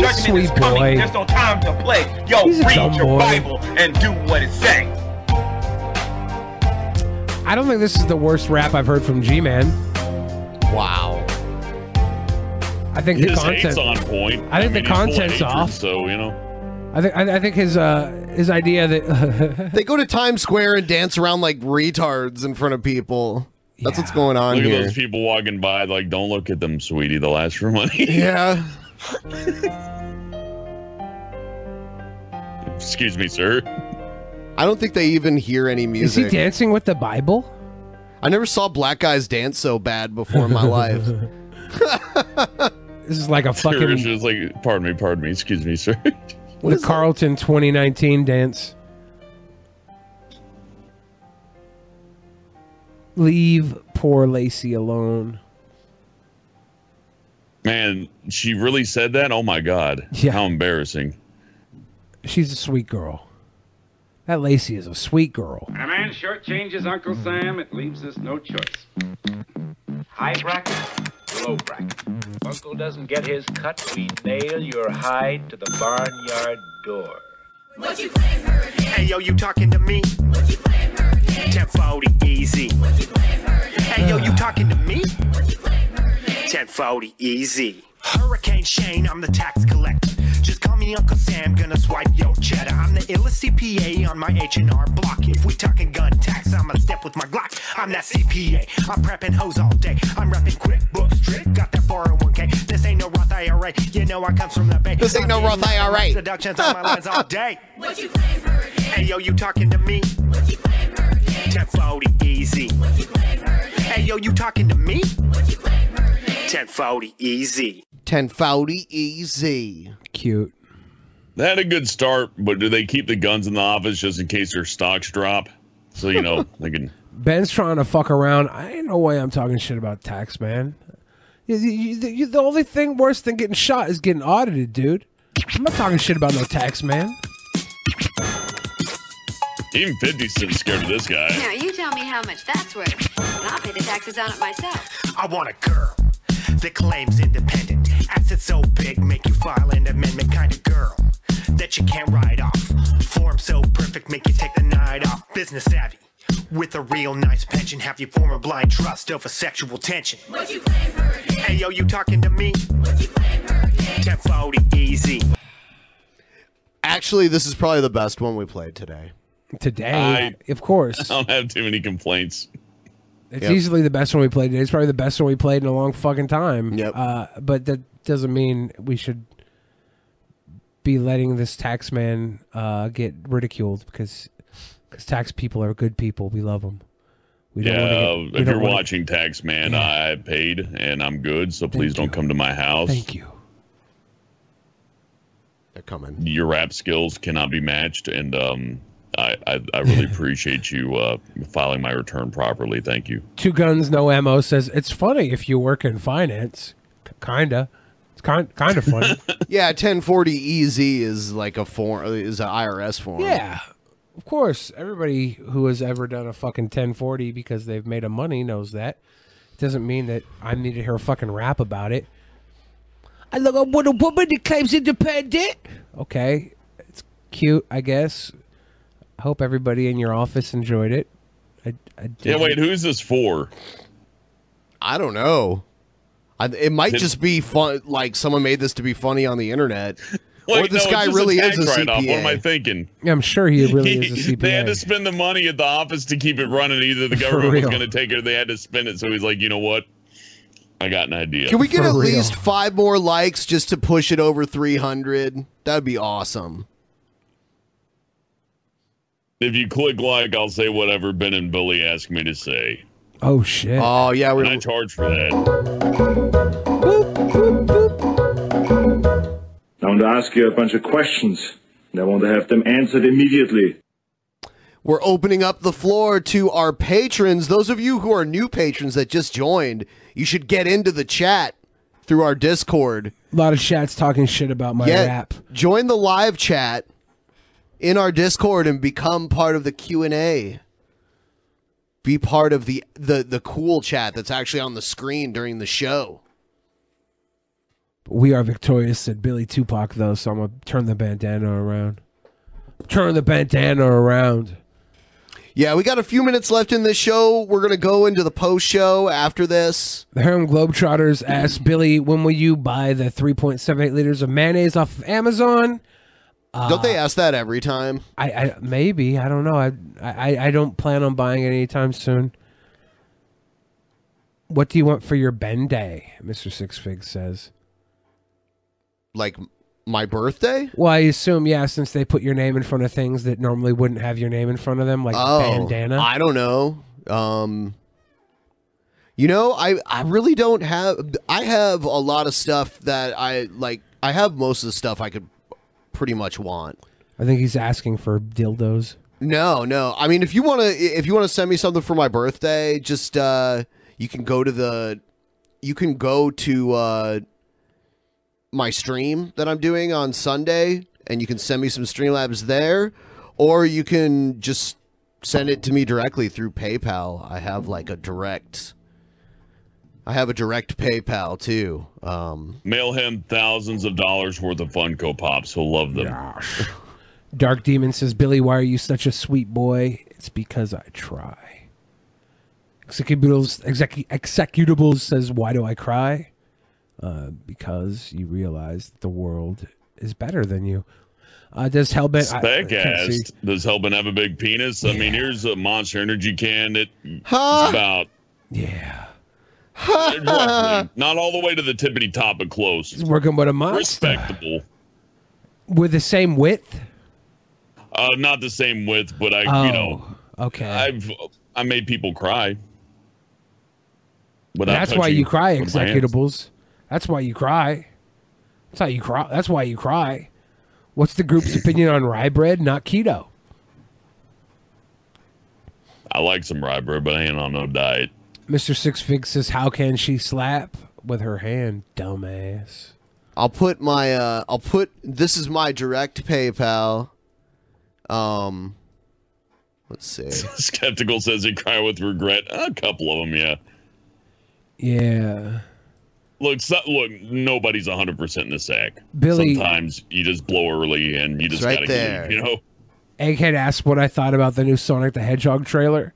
Speaker 17: Judgment is
Speaker 3: sweet
Speaker 17: coming.
Speaker 3: boy.
Speaker 17: There's no time to play. Yo,
Speaker 4: He's a dumb
Speaker 17: read your
Speaker 4: boy.
Speaker 17: Bible and do what it say.
Speaker 4: I don't think this is the worst rap I've heard from G Man.
Speaker 3: Wow.
Speaker 4: I think the
Speaker 5: His hate's
Speaker 4: content.
Speaker 5: on point.
Speaker 4: I think the
Speaker 5: mean, he's full of
Speaker 4: content's
Speaker 5: hatred,
Speaker 4: off.
Speaker 5: So you know.
Speaker 4: I think I, I think his uh his idea that
Speaker 3: They go to Times Square and dance around like retards in front of people. That's what's going on
Speaker 5: Look
Speaker 3: here.
Speaker 5: at those people walking by. Like, don't look at them, sweetie. They'll ask for money.
Speaker 3: Yeah.
Speaker 5: Excuse me, sir.
Speaker 3: I don't think they even hear any
Speaker 4: is
Speaker 3: music.
Speaker 4: he dancing with the Bible?
Speaker 3: I never saw black guys dance so bad before in my life.
Speaker 4: This is like a
Speaker 5: Sure, it's
Speaker 4: fucking
Speaker 5: just like, pardon me, pardon me. Excuse me, sir.
Speaker 4: the Carlton 2019 dance. Leave poor Lacey alone.
Speaker 5: Man, she really said that. Oh my God. How embarrassing.
Speaker 4: She's a sweet girl. That Lacey is a sweet girl.
Speaker 20: A man shortchanges Uncle Sam, it leaves us no choice. High bracket, low bracket. Uncle doesn't get his cut, we nail your hide to the barnyard door.
Speaker 24: What you playing her Hey yo, you talking to me? What you playing her 1040 easy. What you playing her Hey yo, you talking to me? What you playing her 1040 easy. Hurricane Shane, I'm the tax collector. Just call me Uncle Sam, gonna swipe your cheddar. I'm the illest CPA on my H&R block. If we talking gun tax, I'ma step with my Glock. I'm that CPA. I'm prepping hoes all day. I'm repping QuickBooks trick. Got that 401k. This ain't no Roth IRA. You know I comes from the Bay.
Speaker 3: This ain't no
Speaker 24: I'm
Speaker 3: Roth IRA.
Speaker 24: getting Deductions on my lines all day. What you playing for Hey yo, you talking to me? What you playing for 1040 easy. What you playing for Hey yo, you talking to me? What you playing for 1040 easy.
Speaker 3: 1040 easy.
Speaker 4: Cute.
Speaker 5: They had a good start, but do they keep the guns in the office just in case their stocks drop? So you know they can.
Speaker 4: Ben's trying to fuck around. I ain't no way I'm talking shit about tax, man. You- you- you- you- the only thing worse than getting shot is getting audited, dude. I'm not talking shit about no tax, man.
Speaker 5: Even 50 Cent's scared of this guy.
Speaker 2: Now you tell me how much that's worth, and I'll pay the taxes on it myself.
Speaker 24: I want a girl that claims independent. Assets so big make you file an amendment kind of girl that you can't write off. Form so perfect make you take the night off. Business savvy with a real nice pension. Have you form a blind trust over sexual tension.
Speaker 2: What you playing for?
Speaker 24: Hey yo, you talking to me? What you playing for? 1040 easy.
Speaker 3: Actually, this is probably the best one we played today.
Speaker 4: Today, of course.
Speaker 5: I don't have too many complaints.
Speaker 4: It's
Speaker 5: Yep.
Speaker 4: easily the best one we played today. It's probably the best one we played in a long fucking time. Yep. Uh, but that doesn't mean we should be letting this tax man uh, get ridiculed because cause tax people are good people. We love them. We don't
Speaker 5: yeah,
Speaker 4: want to
Speaker 5: uh,
Speaker 4: get, we
Speaker 5: if
Speaker 4: don't
Speaker 5: you're
Speaker 4: wanna-
Speaker 5: watching Tax Man, I paid and I'm good, so please don't come to my house.
Speaker 4: Thank you.
Speaker 3: They're coming.
Speaker 5: Your rap skills cannot be matched, and um, I, I, I really appreciate you uh, filing my return properly. Thank you.
Speaker 4: Two Guns No Ammo says it's funny if you work in finance. K- kinda. It's kind kind of funny.
Speaker 3: Yeah, 1040 easy is like a form is an IRS form.
Speaker 4: yeah. Of course, everybody who has ever done a fucking 1040 because they've made a money knows that. Doesn't mean that I need to hear a fucking rap about it. I look up with a woman that claims independent. Okay, it's cute, I guess. I hope everybody in your office enjoyed it. I, I
Speaker 5: Yeah,
Speaker 4: did.
Speaker 5: wait, who's this for?
Speaker 3: I don't know. I, it might
Speaker 5: Did-
Speaker 3: just be fun like someone made this to be funny on the internet. or
Speaker 5: Wait, no,
Speaker 3: this
Speaker 5: it's
Speaker 3: guy
Speaker 5: just a
Speaker 3: really
Speaker 5: tax
Speaker 3: is a
Speaker 5: write-off. What am I
Speaker 3: CPA.
Speaker 5: thinking?
Speaker 4: Yeah, I'm sure he really is a
Speaker 5: They had to
Speaker 4: CPA.
Speaker 5: spend the money at the office to keep it running. Either the
Speaker 4: For
Speaker 5: government was
Speaker 4: real.
Speaker 5: going to take it or they had to spend it. So he's like, you know what? I got an idea.
Speaker 3: Can we get at least 5 more likes just to push it over 300? That'd be awesome.
Speaker 5: If you click like, I'll say whatever Ben and Billy ask me to say.
Speaker 4: Oh shit.
Speaker 3: Oh yeah,
Speaker 5: And I charge for that.
Speaker 9: I want to ask you a bunch of questions, and I want to have them answered immediately.
Speaker 3: We're opening up the floor to our patrons. Those of you who are new patrons that just joined, you should get into the chat through our Discord.
Speaker 4: A lot of chats talking shit about my
Speaker 3: Yeah,
Speaker 4: rap.
Speaker 3: join the live chat in our Discord and become part of the Q&A. Be part of the the the cool chat that's actually on the screen during the show.
Speaker 4: We are victorious, said Billy Tupac, though, so I'm going to turn the bandana around. Turn the bandana around.
Speaker 3: Yeah, we got a few minutes left in this show. We're going to go into the post show after this.
Speaker 4: The Harlem Globetrotters asked Billy, when will you buy the 3.78 liters of mayonnaise off of Amazon? Uh,
Speaker 3: Don't they ask that every time?
Speaker 4: I, I maybe I don't know. I, I I don't plan on buying it anytime soon. What do you want for your Ben Day? Mister Six Figs says.
Speaker 3: Like my birthday?
Speaker 4: Well, I assume yeah, since they put your name in front of things that normally wouldn't have your name in front of them, like
Speaker 3: Oh.
Speaker 4: bandana.
Speaker 3: I don't know. Um, you know, I I really don't have. I have a lot of stuff that I like. I have most of the stuff I could pretty much want.
Speaker 4: I think he's asking for dildos.
Speaker 3: No, no. I mean, if you want to, if you want to send me something for my birthday, just uh, you can go to the, you can go to uh, my stream that I'm doing on Sunday, and you can send me some Streamlabs there, or you can just send it to me directly through PayPal. I have like a direct, I have a direct PayPal too. Um,
Speaker 5: Mail him thousands of dollars worth of Funko Pops. He'll love them.
Speaker 4: Dark Demon says, Billy, why are you such a sweet boy? It's because I try. Executables, execu- executables says, why do I cry? Uh, because you realize that the world is better than you. Uh, does Hellbent? I- I can't see.
Speaker 5: Specast. Does Hellman have a big penis? I mean, here's a Monster Energy can that
Speaker 4: Huh?
Speaker 5: it's about roughly, not all the way to the tippity top, but close.
Speaker 4: He's working with a monster.
Speaker 5: Respectable.
Speaker 4: With the same width?
Speaker 5: Uh, not the same width, but I, you know,
Speaker 4: Oh, okay.
Speaker 5: I've I made people cry. Without
Speaker 4: That's why
Speaker 5: touching
Speaker 4: you cry,
Speaker 5: with my hands.
Speaker 4: executables. That's why you cry. That's how you cry. That's why you cry. What's the group's opinion on rye bread, not keto?
Speaker 5: I like some rye bread, but I ain't on no diet.
Speaker 4: Mr. Six Fig says, "How can she slap with her hand, dumbass?"
Speaker 3: I'll put my uh I'll put this is my direct PayPal. Um let's see.
Speaker 5: Skeptical says he cry with regret. A couple of them, yeah.
Speaker 4: Yeah,
Speaker 5: Look, so, look, nobody's 100% in the sack.
Speaker 4: Billy-
Speaker 5: Sometimes you just blow early and you
Speaker 4: It's
Speaker 5: just
Speaker 4: right
Speaker 5: gotta
Speaker 4: there.
Speaker 5: keep, you know?
Speaker 4: Egghead asked what I thought about the new Sonic the Hedgehog trailer.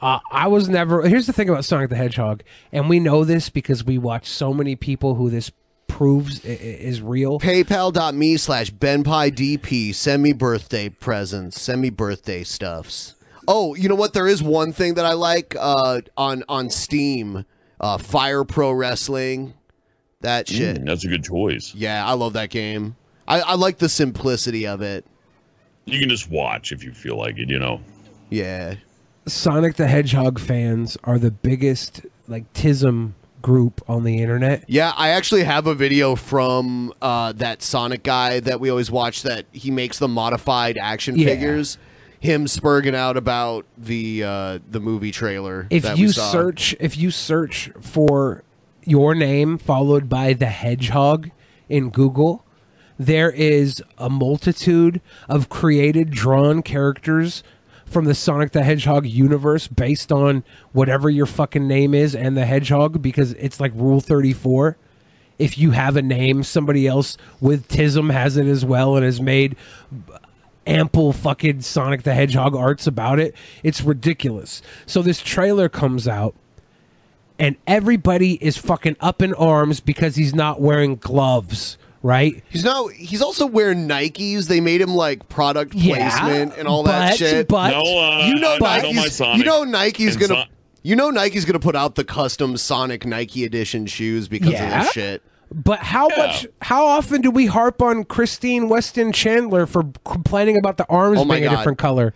Speaker 4: Uh, I was never. Here's the thing about Sonic the Hedgehog, and we know this because we watch so many people who this proves i- i- is real.
Speaker 3: PayPal.me slash BenPieDP. Send me birthday presents. Send me birthday stuffs. Oh, you know what? There is one thing that I like uh on on Steam. Uh Fire Pro Wrestling. That shit.
Speaker 5: Mm, that's a good choice.
Speaker 3: Yeah, I love that game. I, I like the simplicity of it.
Speaker 5: You can just watch if you feel like it, you know?
Speaker 3: Yeah.
Speaker 4: Sonic the Hedgehog fans are the biggest like tism group on the internet.
Speaker 3: Yeah, I actually have a video from uh, that Sonic guy that we always watch that he makes the modified action
Speaker 4: Yeah.
Speaker 3: figures. Him spurging out about the uh, the movie trailer.
Speaker 4: If
Speaker 3: that
Speaker 4: you
Speaker 3: we saw.
Speaker 4: search, if you search for your name followed by the hedgehog in Google, there is a multitude of created drawn characters from the Sonic the Hedgehog universe based on whatever your fucking name is and the hedgehog because it's like rule 34. If you have a name, somebody else with Tism has it as well and has made ample fucking Sonic the Hedgehog arts about it. It's ridiculous. So this trailer comes out and everybody is fucking up in arms because he's not wearing gloves, right?
Speaker 3: he's not. He's also wearing Nikes. They made him like product
Speaker 4: Yeah,
Speaker 3: placement and all
Speaker 4: but-
Speaker 3: that shit.
Speaker 4: but- No, uh,
Speaker 3: you know
Speaker 4: I know my
Speaker 3: Nike's.
Speaker 4: Sonic
Speaker 3: you know Nike's
Speaker 4: and
Speaker 3: gonna.
Speaker 4: Son-
Speaker 3: you know Nike's gonna put out the custom Sonic Nike edition shoes because
Speaker 4: Yeah.
Speaker 3: of this shit.
Speaker 4: But how much how often do we harp on Christine Weston Chandler for complaining about the arms
Speaker 3: Oh my
Speaker 4: being a
Speaker 3: God.
Speaker 4: different color?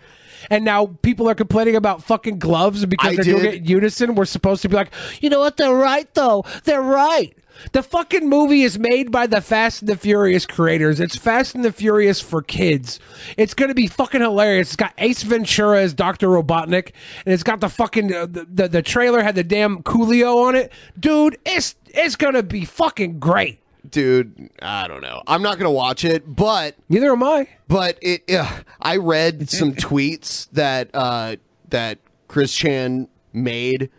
Speaker 4: And now people are complaining about fucking gloves because
Speaker 3: I
Speaker 4: they're doing
Speaker 3: did-
Speaker 4: it in unison. We're supposed to be like, you know what? They're right though. They're right. The fucking movie is made by the Fast and the Furious creators. It's Fast and the Furious for kids. It's gonna be fucking hilarious. It's got Ace Ventura as Doctor Robotnik, and it's got the fucking uh, the, the the trailer had the damn Coolio on it, dude. It's it's gonna be fucking great.
Speaker 3: dude. I don't know. I'm not gonna watch it, but
Speaker 4: neither am I.
Speaker 3: But it, ugh, I read some tweets that uh, that Chris Chan made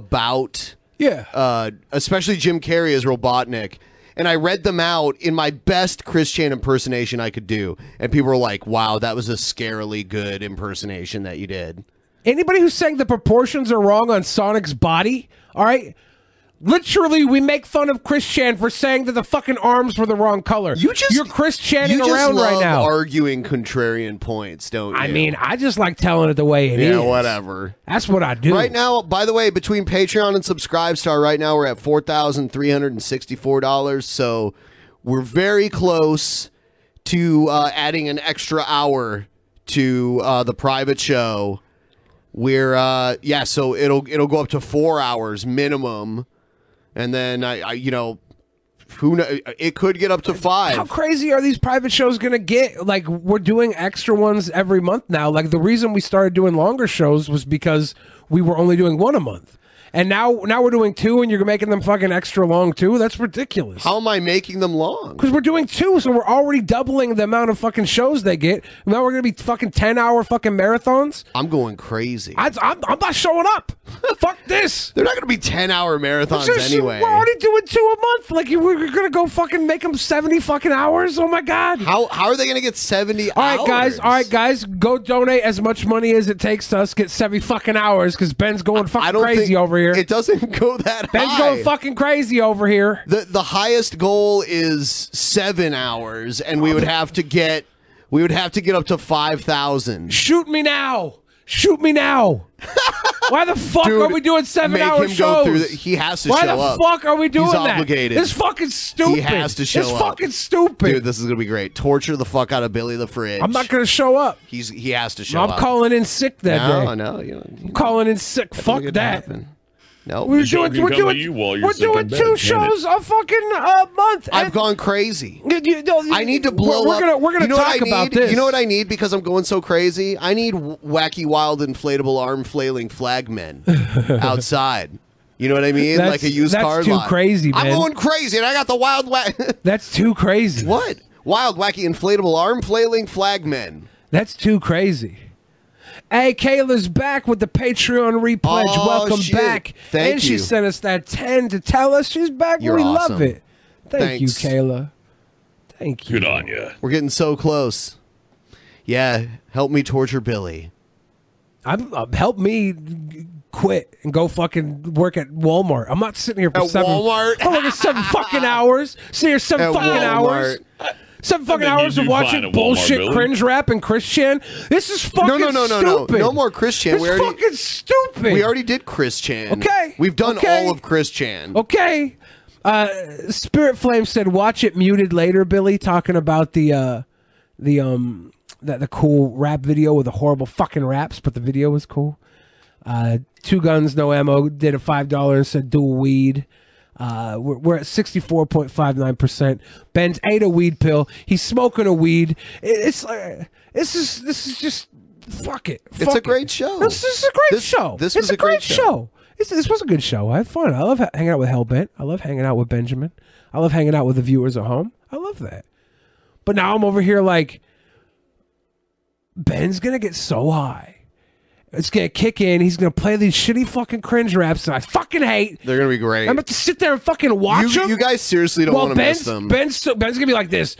Speaker 3: about
Speaker 4: yeah,
Speaker 3: uh, especially Jim Carrey as Robotnik. And I read them out in my best Chris Chan impersonation I could do, and people were like, "Wow, that was a scarily good impersonation that you did."
Speaker 4: Anybody who's saying the proportions are wrong on Sonic's body, all right? Literally, we make fun of Chris Chan for saying that the fucking arms were the wrong color. You just you're Chris Channing
Speaker 3: you just
Speaker 4: around right
Speaker 3: love
Speaker 4: now.
Speaker 3: arguing contrarian points, don't you?
Speaker 4: I mean, I just like telling it the way it is.
Speaker 3: yeah, whatever.
Speaker 4: That's what I do.
Speaker 3: Right now, by the way, between Patreon and Subscribestar, right now we're at four thousand three hundred and sixty-four dollars. So we're very close to uh, adding an extra hour to uh, the private show. We're uh, yeah, so it'll it'll go up to four hours minimum, and then I, I you know who know, it could get up to five.
Speaker 4: How crazy are these private shows going to get? Like, we're doing extra ones every month now. Like, the reason we started doing longer shows was because we were only doing one a month. And now, now we're doing two, and you're making them fucking extra long too. That's ridiculous.
Speaker 3: How am I making them long?
Speaker 4: Because we're doing two, so we're already doubling the amount of fucking shows they get. Now we're gonna be fucking ten hour fucking marathons.
Speaker 3: I'm going crazy.
Speaker 4: I, am I'm not showing up. Fuck this.
Speaker 3: They're not going to be 10 hour marathons
Speaker 4: Just-
Speaker 3: anyway.
Speaker 4: We're already doing two a month. Like you- we're gonna go fucking make them seventy fucking hours. Oh my god.
Speaker 3: How how are they gonna get seventy?
Speaker 4: All right, guys. All right, guys. Go donate as much money as it takes to us get seventy fucking hours because Ben's going fucking crazy over here. It
Speaker 3: doesn't go that
Speaker 4: Ben's
Speaker 3: high.
Speaker 4: going fucking crazy over here.
Speaker 3: The the highest goal is seven hours, and we would have to get we would have to get up to five thousand.
Speaker 4: Shoot me now. Shoot me now. Why the fuck
Speaker 3: Dude,
Speaker 4: are we doing seven
Speaker 3: make
Speaker 4: hour
Speaker 3: him
Speaker 4: shows?
Speaker 3: go through the- he has to
Speaker 4: Why
Speaker 3: show
Speaker 4: the
Speaker 3: up.
Speaker 4: fuck are we doing
Speaker 3: He's
Speaker 4: that?
Speaker 3: obligated.
Speaker 4: It's fucking stupid.
Speaker 3: He has to show
Speaker 4: It's
Speaker 3: up.
Speaker 4: fucking stupid.
Speaker 3: Dude, this is gonna be great. Torture the fuck out of Billy the Fridge.
Speaker 4: I'm not gonna show up.
Speaker 3: He's he has to show
Speaker 4: I'm
Speaker 3: up.
Speaker 4: calling in sick that day.
Speaker 3: no, No, you know,
Speaker 4: I'm calling in sick. Fuck
Speaker 3: gonna
Speaker 4: that.
Speaker 3: happen. no.
Speaker 4: We're doing, we're doing, we're doing two shows a fucking uh, month.
Speaker 3: I've gone crazy. I need to
Speaker 4: we're-
Speaker 3: blow
Speaker 4: we're
Speaker 3: up.
Speaker 4: gonna- we're gonna
Speaker 3: you know what
Speaker 4: talk
Speaker 3: I need?
Speaker 4: about this.
Speaker 3: You know what I need because I'm going so crazy? I need w- wacky, wild, inflatable, arm flailing flag men outside. You know what I mean?
Speaker 4: That's-
Speaker 3: like a used
Speaker 4: that's
Speaker 3: car
Speaker 4: too
Speaker 3: lot.
Speaker 4: crazy,
Speaker 3: I'm
Speaker 4: man.
Speaker 3: going crazy, and I got the wild. Wa-
Speaker 4: That's too crazy.
Speaker 3: What? Wild, wacky, inflatable, arm flailing flag men.
Speaker 4: That's too crazy. Hey, Kayla's back with the Patreon repledge.
Speaker 3: Oh,
Speaker 4: Welcome
Speaker 3: shit.
Speaker 4: back.
Speaker 3: Thank
Speaker 4: and she
Speaker 3: you.
Speaker 4: sent us that 10 to tell us she's back.
Speaker 3: You're
Speaker 4: we love
Speaker 3: awesome.
Speaker 4: it. Thank
Speaker 3: Thanks.
Speaker 4: you, Kayla. Thank you.
Speaker 5: Good on you.
Speaker 3: We're getting so close. Yeah, help me torture Billy.
Speaker 4: I'm, i help me g- quit and go fucking work at Walmart. I'm not sitting here for
Speaker 3: At
Speaker 4: seven.
Speaker 3: Walmart?
Speaker 4: I'm working seven fucking hours. Sit here seven
Speaker 3: At
Speaker 4: fucking hours. Seven fucking
Speaker 3: think you
Speaker 4: hours of
Speaker 3: do fine
Speaker 4: watching
Speaker 3: at Walmart,
Speaker 4: bullshit
Speaker 3: Billy.
Speaker 4: cringe rap and Christian. This is fucking
Speaker 3: no, no, no, no, no,
Speaker 4: stupid.
Speaker 3: no more Chris Chan.
Speaker 4: It's
Speaker 3: We already,
Speaker 4: fucking stupid.
Speaker 3: We already did Chris Chan.
Speaker 4: Okay,
Speaker 3: we've done
Speaker 4: okay.
Speaker 3: all of Chris Chan.
Speaker 4: Okay. Uh, Spirit Flame said, "Watch it muted later." Billy talking about the uh, the um that the cool rap video with the horrible fucking raps, but the video was cool. Uh, two guns, no ammo. Did a five dollar and said dual weed. Uh, we're, we're at sixty four point five nine percent. Ben's ate a weed pill. He's smoking a weed. It, it's uh, this is this is just fuck it.
Speaker 3: It's
Speaker 4: Fuck
Speaker 3: a
Speaker 4: it.
Speaker 3: great show.
Speaker 4: This, this is a great show.
Speaker 3: this
Speaker 4: it's
Speaker 3: was
Speaker 4: a,
Speaker 3: a great show.
Speaker 4: This, this was a good show. I had fun. I love ha- hanging out with Hellbent. I love hanging out with Benjamin. I love hanging out with the viewers at home. I love that. But now I'm over here like Ben's gonna get so high. It's gonna kick in. He's gonna play these shitty fucking cringe raps that I fucking hate.
Speaker 3: They're gonna be great.
Speaker 4: I'm about to sit there and fucking watch
Speaker 3: you,
Speaker 4: them.
Speaker 3: you guys seriously don't
Speaker 4: Well,
Speaker 3: want to miss
Speaker 4: Ben's,
Speaker 3: them.
Speaker 4: Ben's so, Ben's gonna be like this,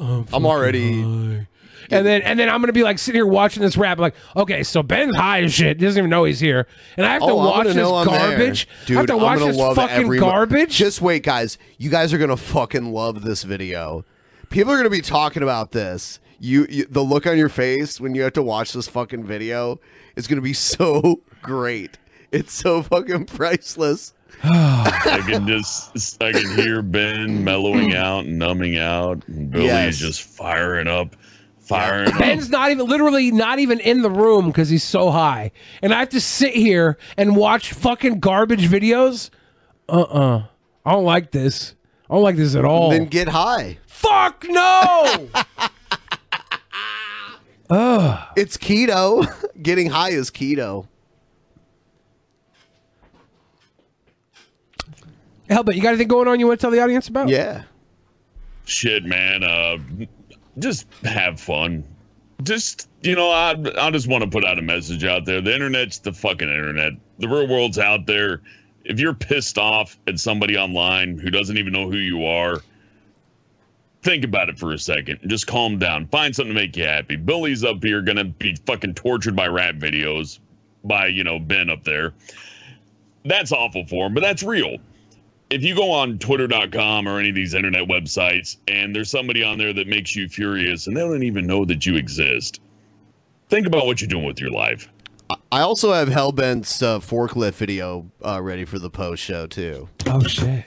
Speaker 4: Oh,
Speaker 3: I'm already.
Speaker 4: and then and then I'm gonna be like sitting here watching this rap. like, okay, so Ben's high as shit. Doesn't even know he's here, and I have to
Speaker 3: Oh, I'm
Speaker 4: watch
Speaker 3: gonna
Speaker 4: this
Speaker 3: know I'm there.
Speaker 4: garbage.
Speaker 3: Dude,
Speaker 4: I have to
Speaker 3: I'm
Speaker 4: watch
Speaker 3: gonna
Speaker 4: this
Speaker 3: love
Speaker 4: fucking
Speaker 3: every mo-
Speaker 4: garbage.
Speaker 3: Just wait, guys. You guys are gonna fucking love this video. People are gonna be talking about this. You, you the look on your face when you have to watch this fucking video is gonna be so great. It's so fucking priceless.
Speaker 4: Oh,
Speaker 5: I can just I can hear Ben mellowing out and numbing out. And Billy
Speaker 4: Yes.
Speaker 5: is just firing up, firing up.
Speaker 4: Ben's not even literally not even in the room because he's so high, and I have to sit here and watch fucking garbage videos. Uh uh I don't like this. I don't like this at all.
Speaker 3: Then get high.
Speaker 4: Fuck no. Ugh.
Speaker 3: It's keto. Getting high is keto.
Speaker 4: Hellbent, you got anything going on you want to tell the audience about?
Speaker 3: Yeah.
Speaker 5: Shit, man. Uh, just have fun. Just you know, I I just want to put out a message out there. The internet's the fucking internet. The real world's out there. If you're pissed off at somebody online who doesn't even know who you are, think about it for a second. Just calm down. Find something to make you happy. Billy's up here gonna be fucking tortured by rap videos by, you know, Ben up there. That's awful for him, but that's real. If you go on twitter.com or any of these internet websites and there's somebody on there that makes you furious and they don't even know that you exist, think about what you're doing with your life.
Speaker 3: I also have Hellbent's uh, forklift video uh, ready for the post show too.
Speaker 4: Oh shit.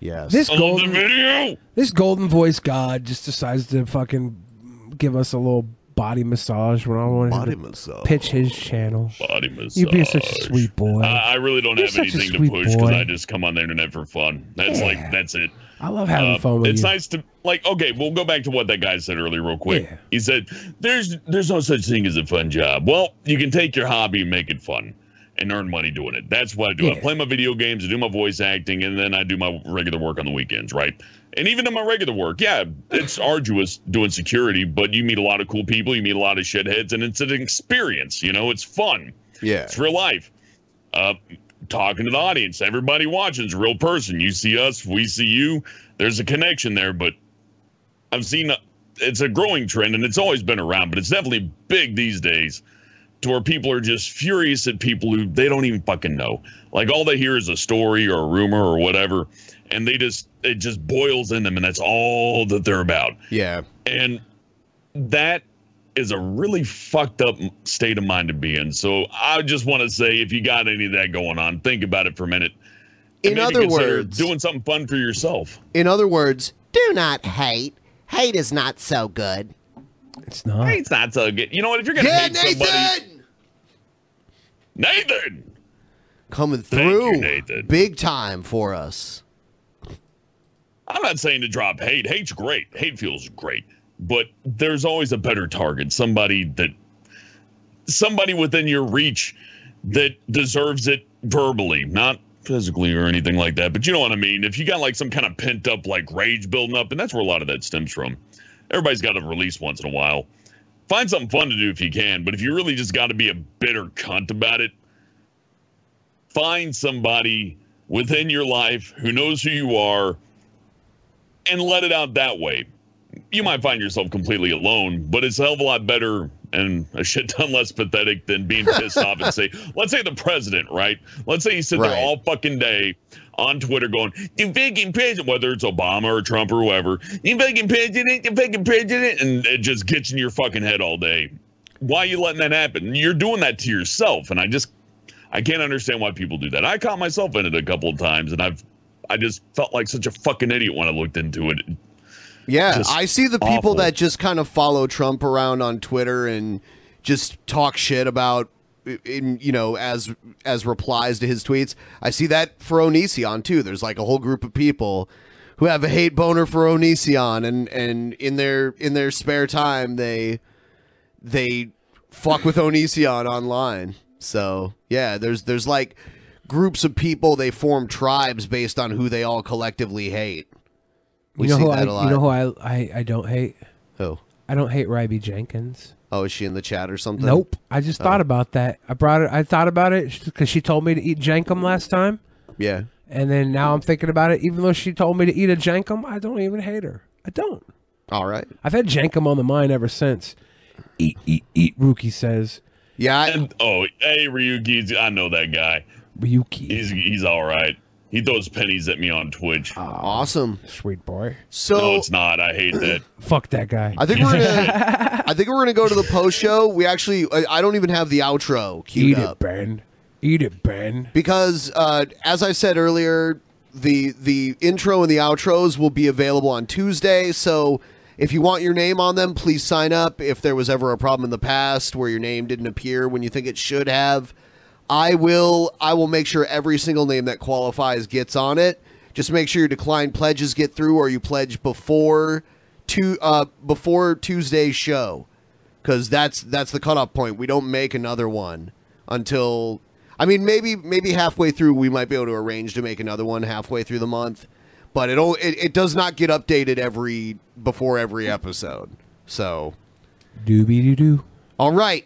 Speaker 3: Yes.
Speaker 4: This golden This golden voice god just decides to fucking give us a little body massage when I want
Speaker 3: Body
Speaker 4: him to
Speaker 3: massage.
Speaker 4: pitch his channel.
Speaker 5: Body massage.
Speaker 4: You'd be such a sweet boy.
Speaker 5: I, I really don't
Speaker 4: You're
Speaker 5: have
Speaker 4: such a
Speaker 5: anything to
Speaker 4: sweet
Speaker 5: push because
Speaker 4: boy.
Speaker 5: I just come on the internet for fun. That's like that's it.
Speaker 4: I love having fun with
Speaker 5: Um, it's
Speaker 4: you.
Speaker 5: nice to like. Okay, we'll go back to what that guy said earlier, real quick.
Speaker 4: Yeah.
Speaker 5: He said, "There's there's no such thing as a fun job. Well, you can take your hobby and make it fun." And earn money doing it. That's what I do. I play my video games, I do my voice acting, and then I do my regular work on the weekends, right? And even in my regular work, yeah, it's arduous doing security, but you meet a lot of cool people, you meet a lot of shitheads, and it's an experience. You know, it's fun.
Speaker 3: Yeah.
Speaker 5: It's real life. uh, talking to the audience. Everybody watching is a real person. You see us, we see you. There's a connection there, but I've seen it's a growing trend and it's always been around, but it's definitely big these days to where people are just furious at people who they don't even fucking know. Like all they hear is a story or a rumor or whatever, and they just it just boils in them and that's all that they're about.
Speaker 3: Yeah.
Speaker 5: And that is a really fucked up state of mind to be in. So I just want to say if you got any of that going on, think about it for a minute.
Speaker 3: In
Speaker 5: maybe
Speaker 3: other
Speaker 5: consider
Speaker 3: words-
Speaker 5: doing something fun for yourself.
Speaker 3: In other words, do not hate. Hate is not so good.
Speaker 4: It's not.
Speaker 5: Hate's not so good. You know what? If you're gonna
Speaker 3: Yeah,
Speaker 5: hate somebody, Nathan.
Speaker 3: Coming
Speaker 5: Thank you,
Speaker 3: through
Speaker 5: Nathan.
Speaker 3: big time for us.
Speaker 5: I'm not saying to drop hate. Hate's great. Hate feels great. But there's always a better target. Somebody that somebody within your reach that deserves it verbally, not physically or anything like that. But you know what I mean? If you got like some kind of pent up like rage building up, and that's where a lot of that stems from. Everybody's got to release once in a while. Find something fun to do if you can, but if you really just got to be a bitter cunt about it, find somebody within your life who knows who you are and let it out that way. You might find yourself completely alone, but it's a hell of a lot better and a shit ton less pathetic than being pissed off and say, let's say the president, right? Let's say he sits there all fucking day on Twitter going, the fucking president, whether it's Obama or Trump or whoever, the fucking president, the fucking president, and it just gets in your fucking head all day. Why are you letting that happen? You're doing that to yourself, and I just I can't understand why people do that. I caught myself in it a couple of times, and I've I just felt like such a fucking idiot when I looked into it.
Speaker 3: Yeah,
Speaker 5: Just
Speaker 3: I see the people
Speaker 5: awful.
Speaker 3: that just kind of follow Trump around on Twitter and just talk shit about in you know as as replies to his tweets. I see that for Onision too. There's like a whole group of people who have a hate boner for Onision and and in their in their spare time they they fuck with Onision online. So, yeah, there's there's like groups of people they form tribes based on who they all collectively hate. We
Speaker 4: you know
Speaker 3: see
Speaker 4: who
Speaker 3: that
Speaker 4: I,
Speaker 3: a lot.
Speaker 4: You know who I, I I don't hate.
Speaker 3: Who?
Speaker 4: I don't hate Ryby Jenkins.
Speaker 3: Oh, is she in the chat or something? Oh,
Speaker 4: Nope. I just
Speaker 5: Oh.
Speaker 4: thought about that. I brought it. I thought about it because she told me to eat jankum last time,
Speaker 3: Yeah.
Speaker 4: and then now I'm thinking about it. Even though she told me to eat a jankum, I don't even hate her. I don't.
Speaker 3: All right.
Speaker 4: I've had jankum on the mind ever since. Eat, eat, eat. Rookie says.
Speaker 3: Yeah.
Speaker 5: and, oh, hey Ryuki, I know that guy.
Speaker 4: Ryuki.
Speaker 5: He's he's all right. He throws pennies at me on Twitch.
Speaker 3: awesome,
Speaker 4: sweet boy.
Speaker 3: So
Speaker 5: no, it's not. I hate that.
Speaker 4: Fuck that guy.
Speaker 3: I think we're gonna. I think we're gonna go to the post show. We actually, I, I don't even have the outro queued
Speaker 4: Eat it,
Speaker 3: up
Speaker 4: Ben. Eat it, Ben.
Speaker 3: because, uh, as I said earlier, the the intro and the outros will be available on Tuesday. So if you want your name on them, please sign up. If there was ever a problem in the past where your name didn't appear when you think it should have, I will I will make sure every single name that qualifies gets on it. Just make sure your declined pledges get through or you pledge before to uh before Tuesday's show cuz that's that's the cutoff point. We don't make another one until I mean maybe maybe halfway through we might be able to arrange to make another one halfway through the month, but it o- it, it does not get updated every before every episode. So
Speaker 4: Doobie doo doo.
Speaker 3: all right.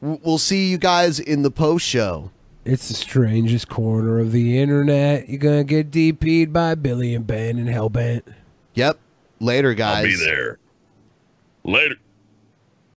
Speaker 3: W- We'll see you guys in the post show.
Speaker 4: It's the strangest corner of the internet. You're gonna get DP'd by Billy and Ben and Hellbent.
Speaker 3: Yep. Later, guys.
Speaker 5: I'll be there. Later.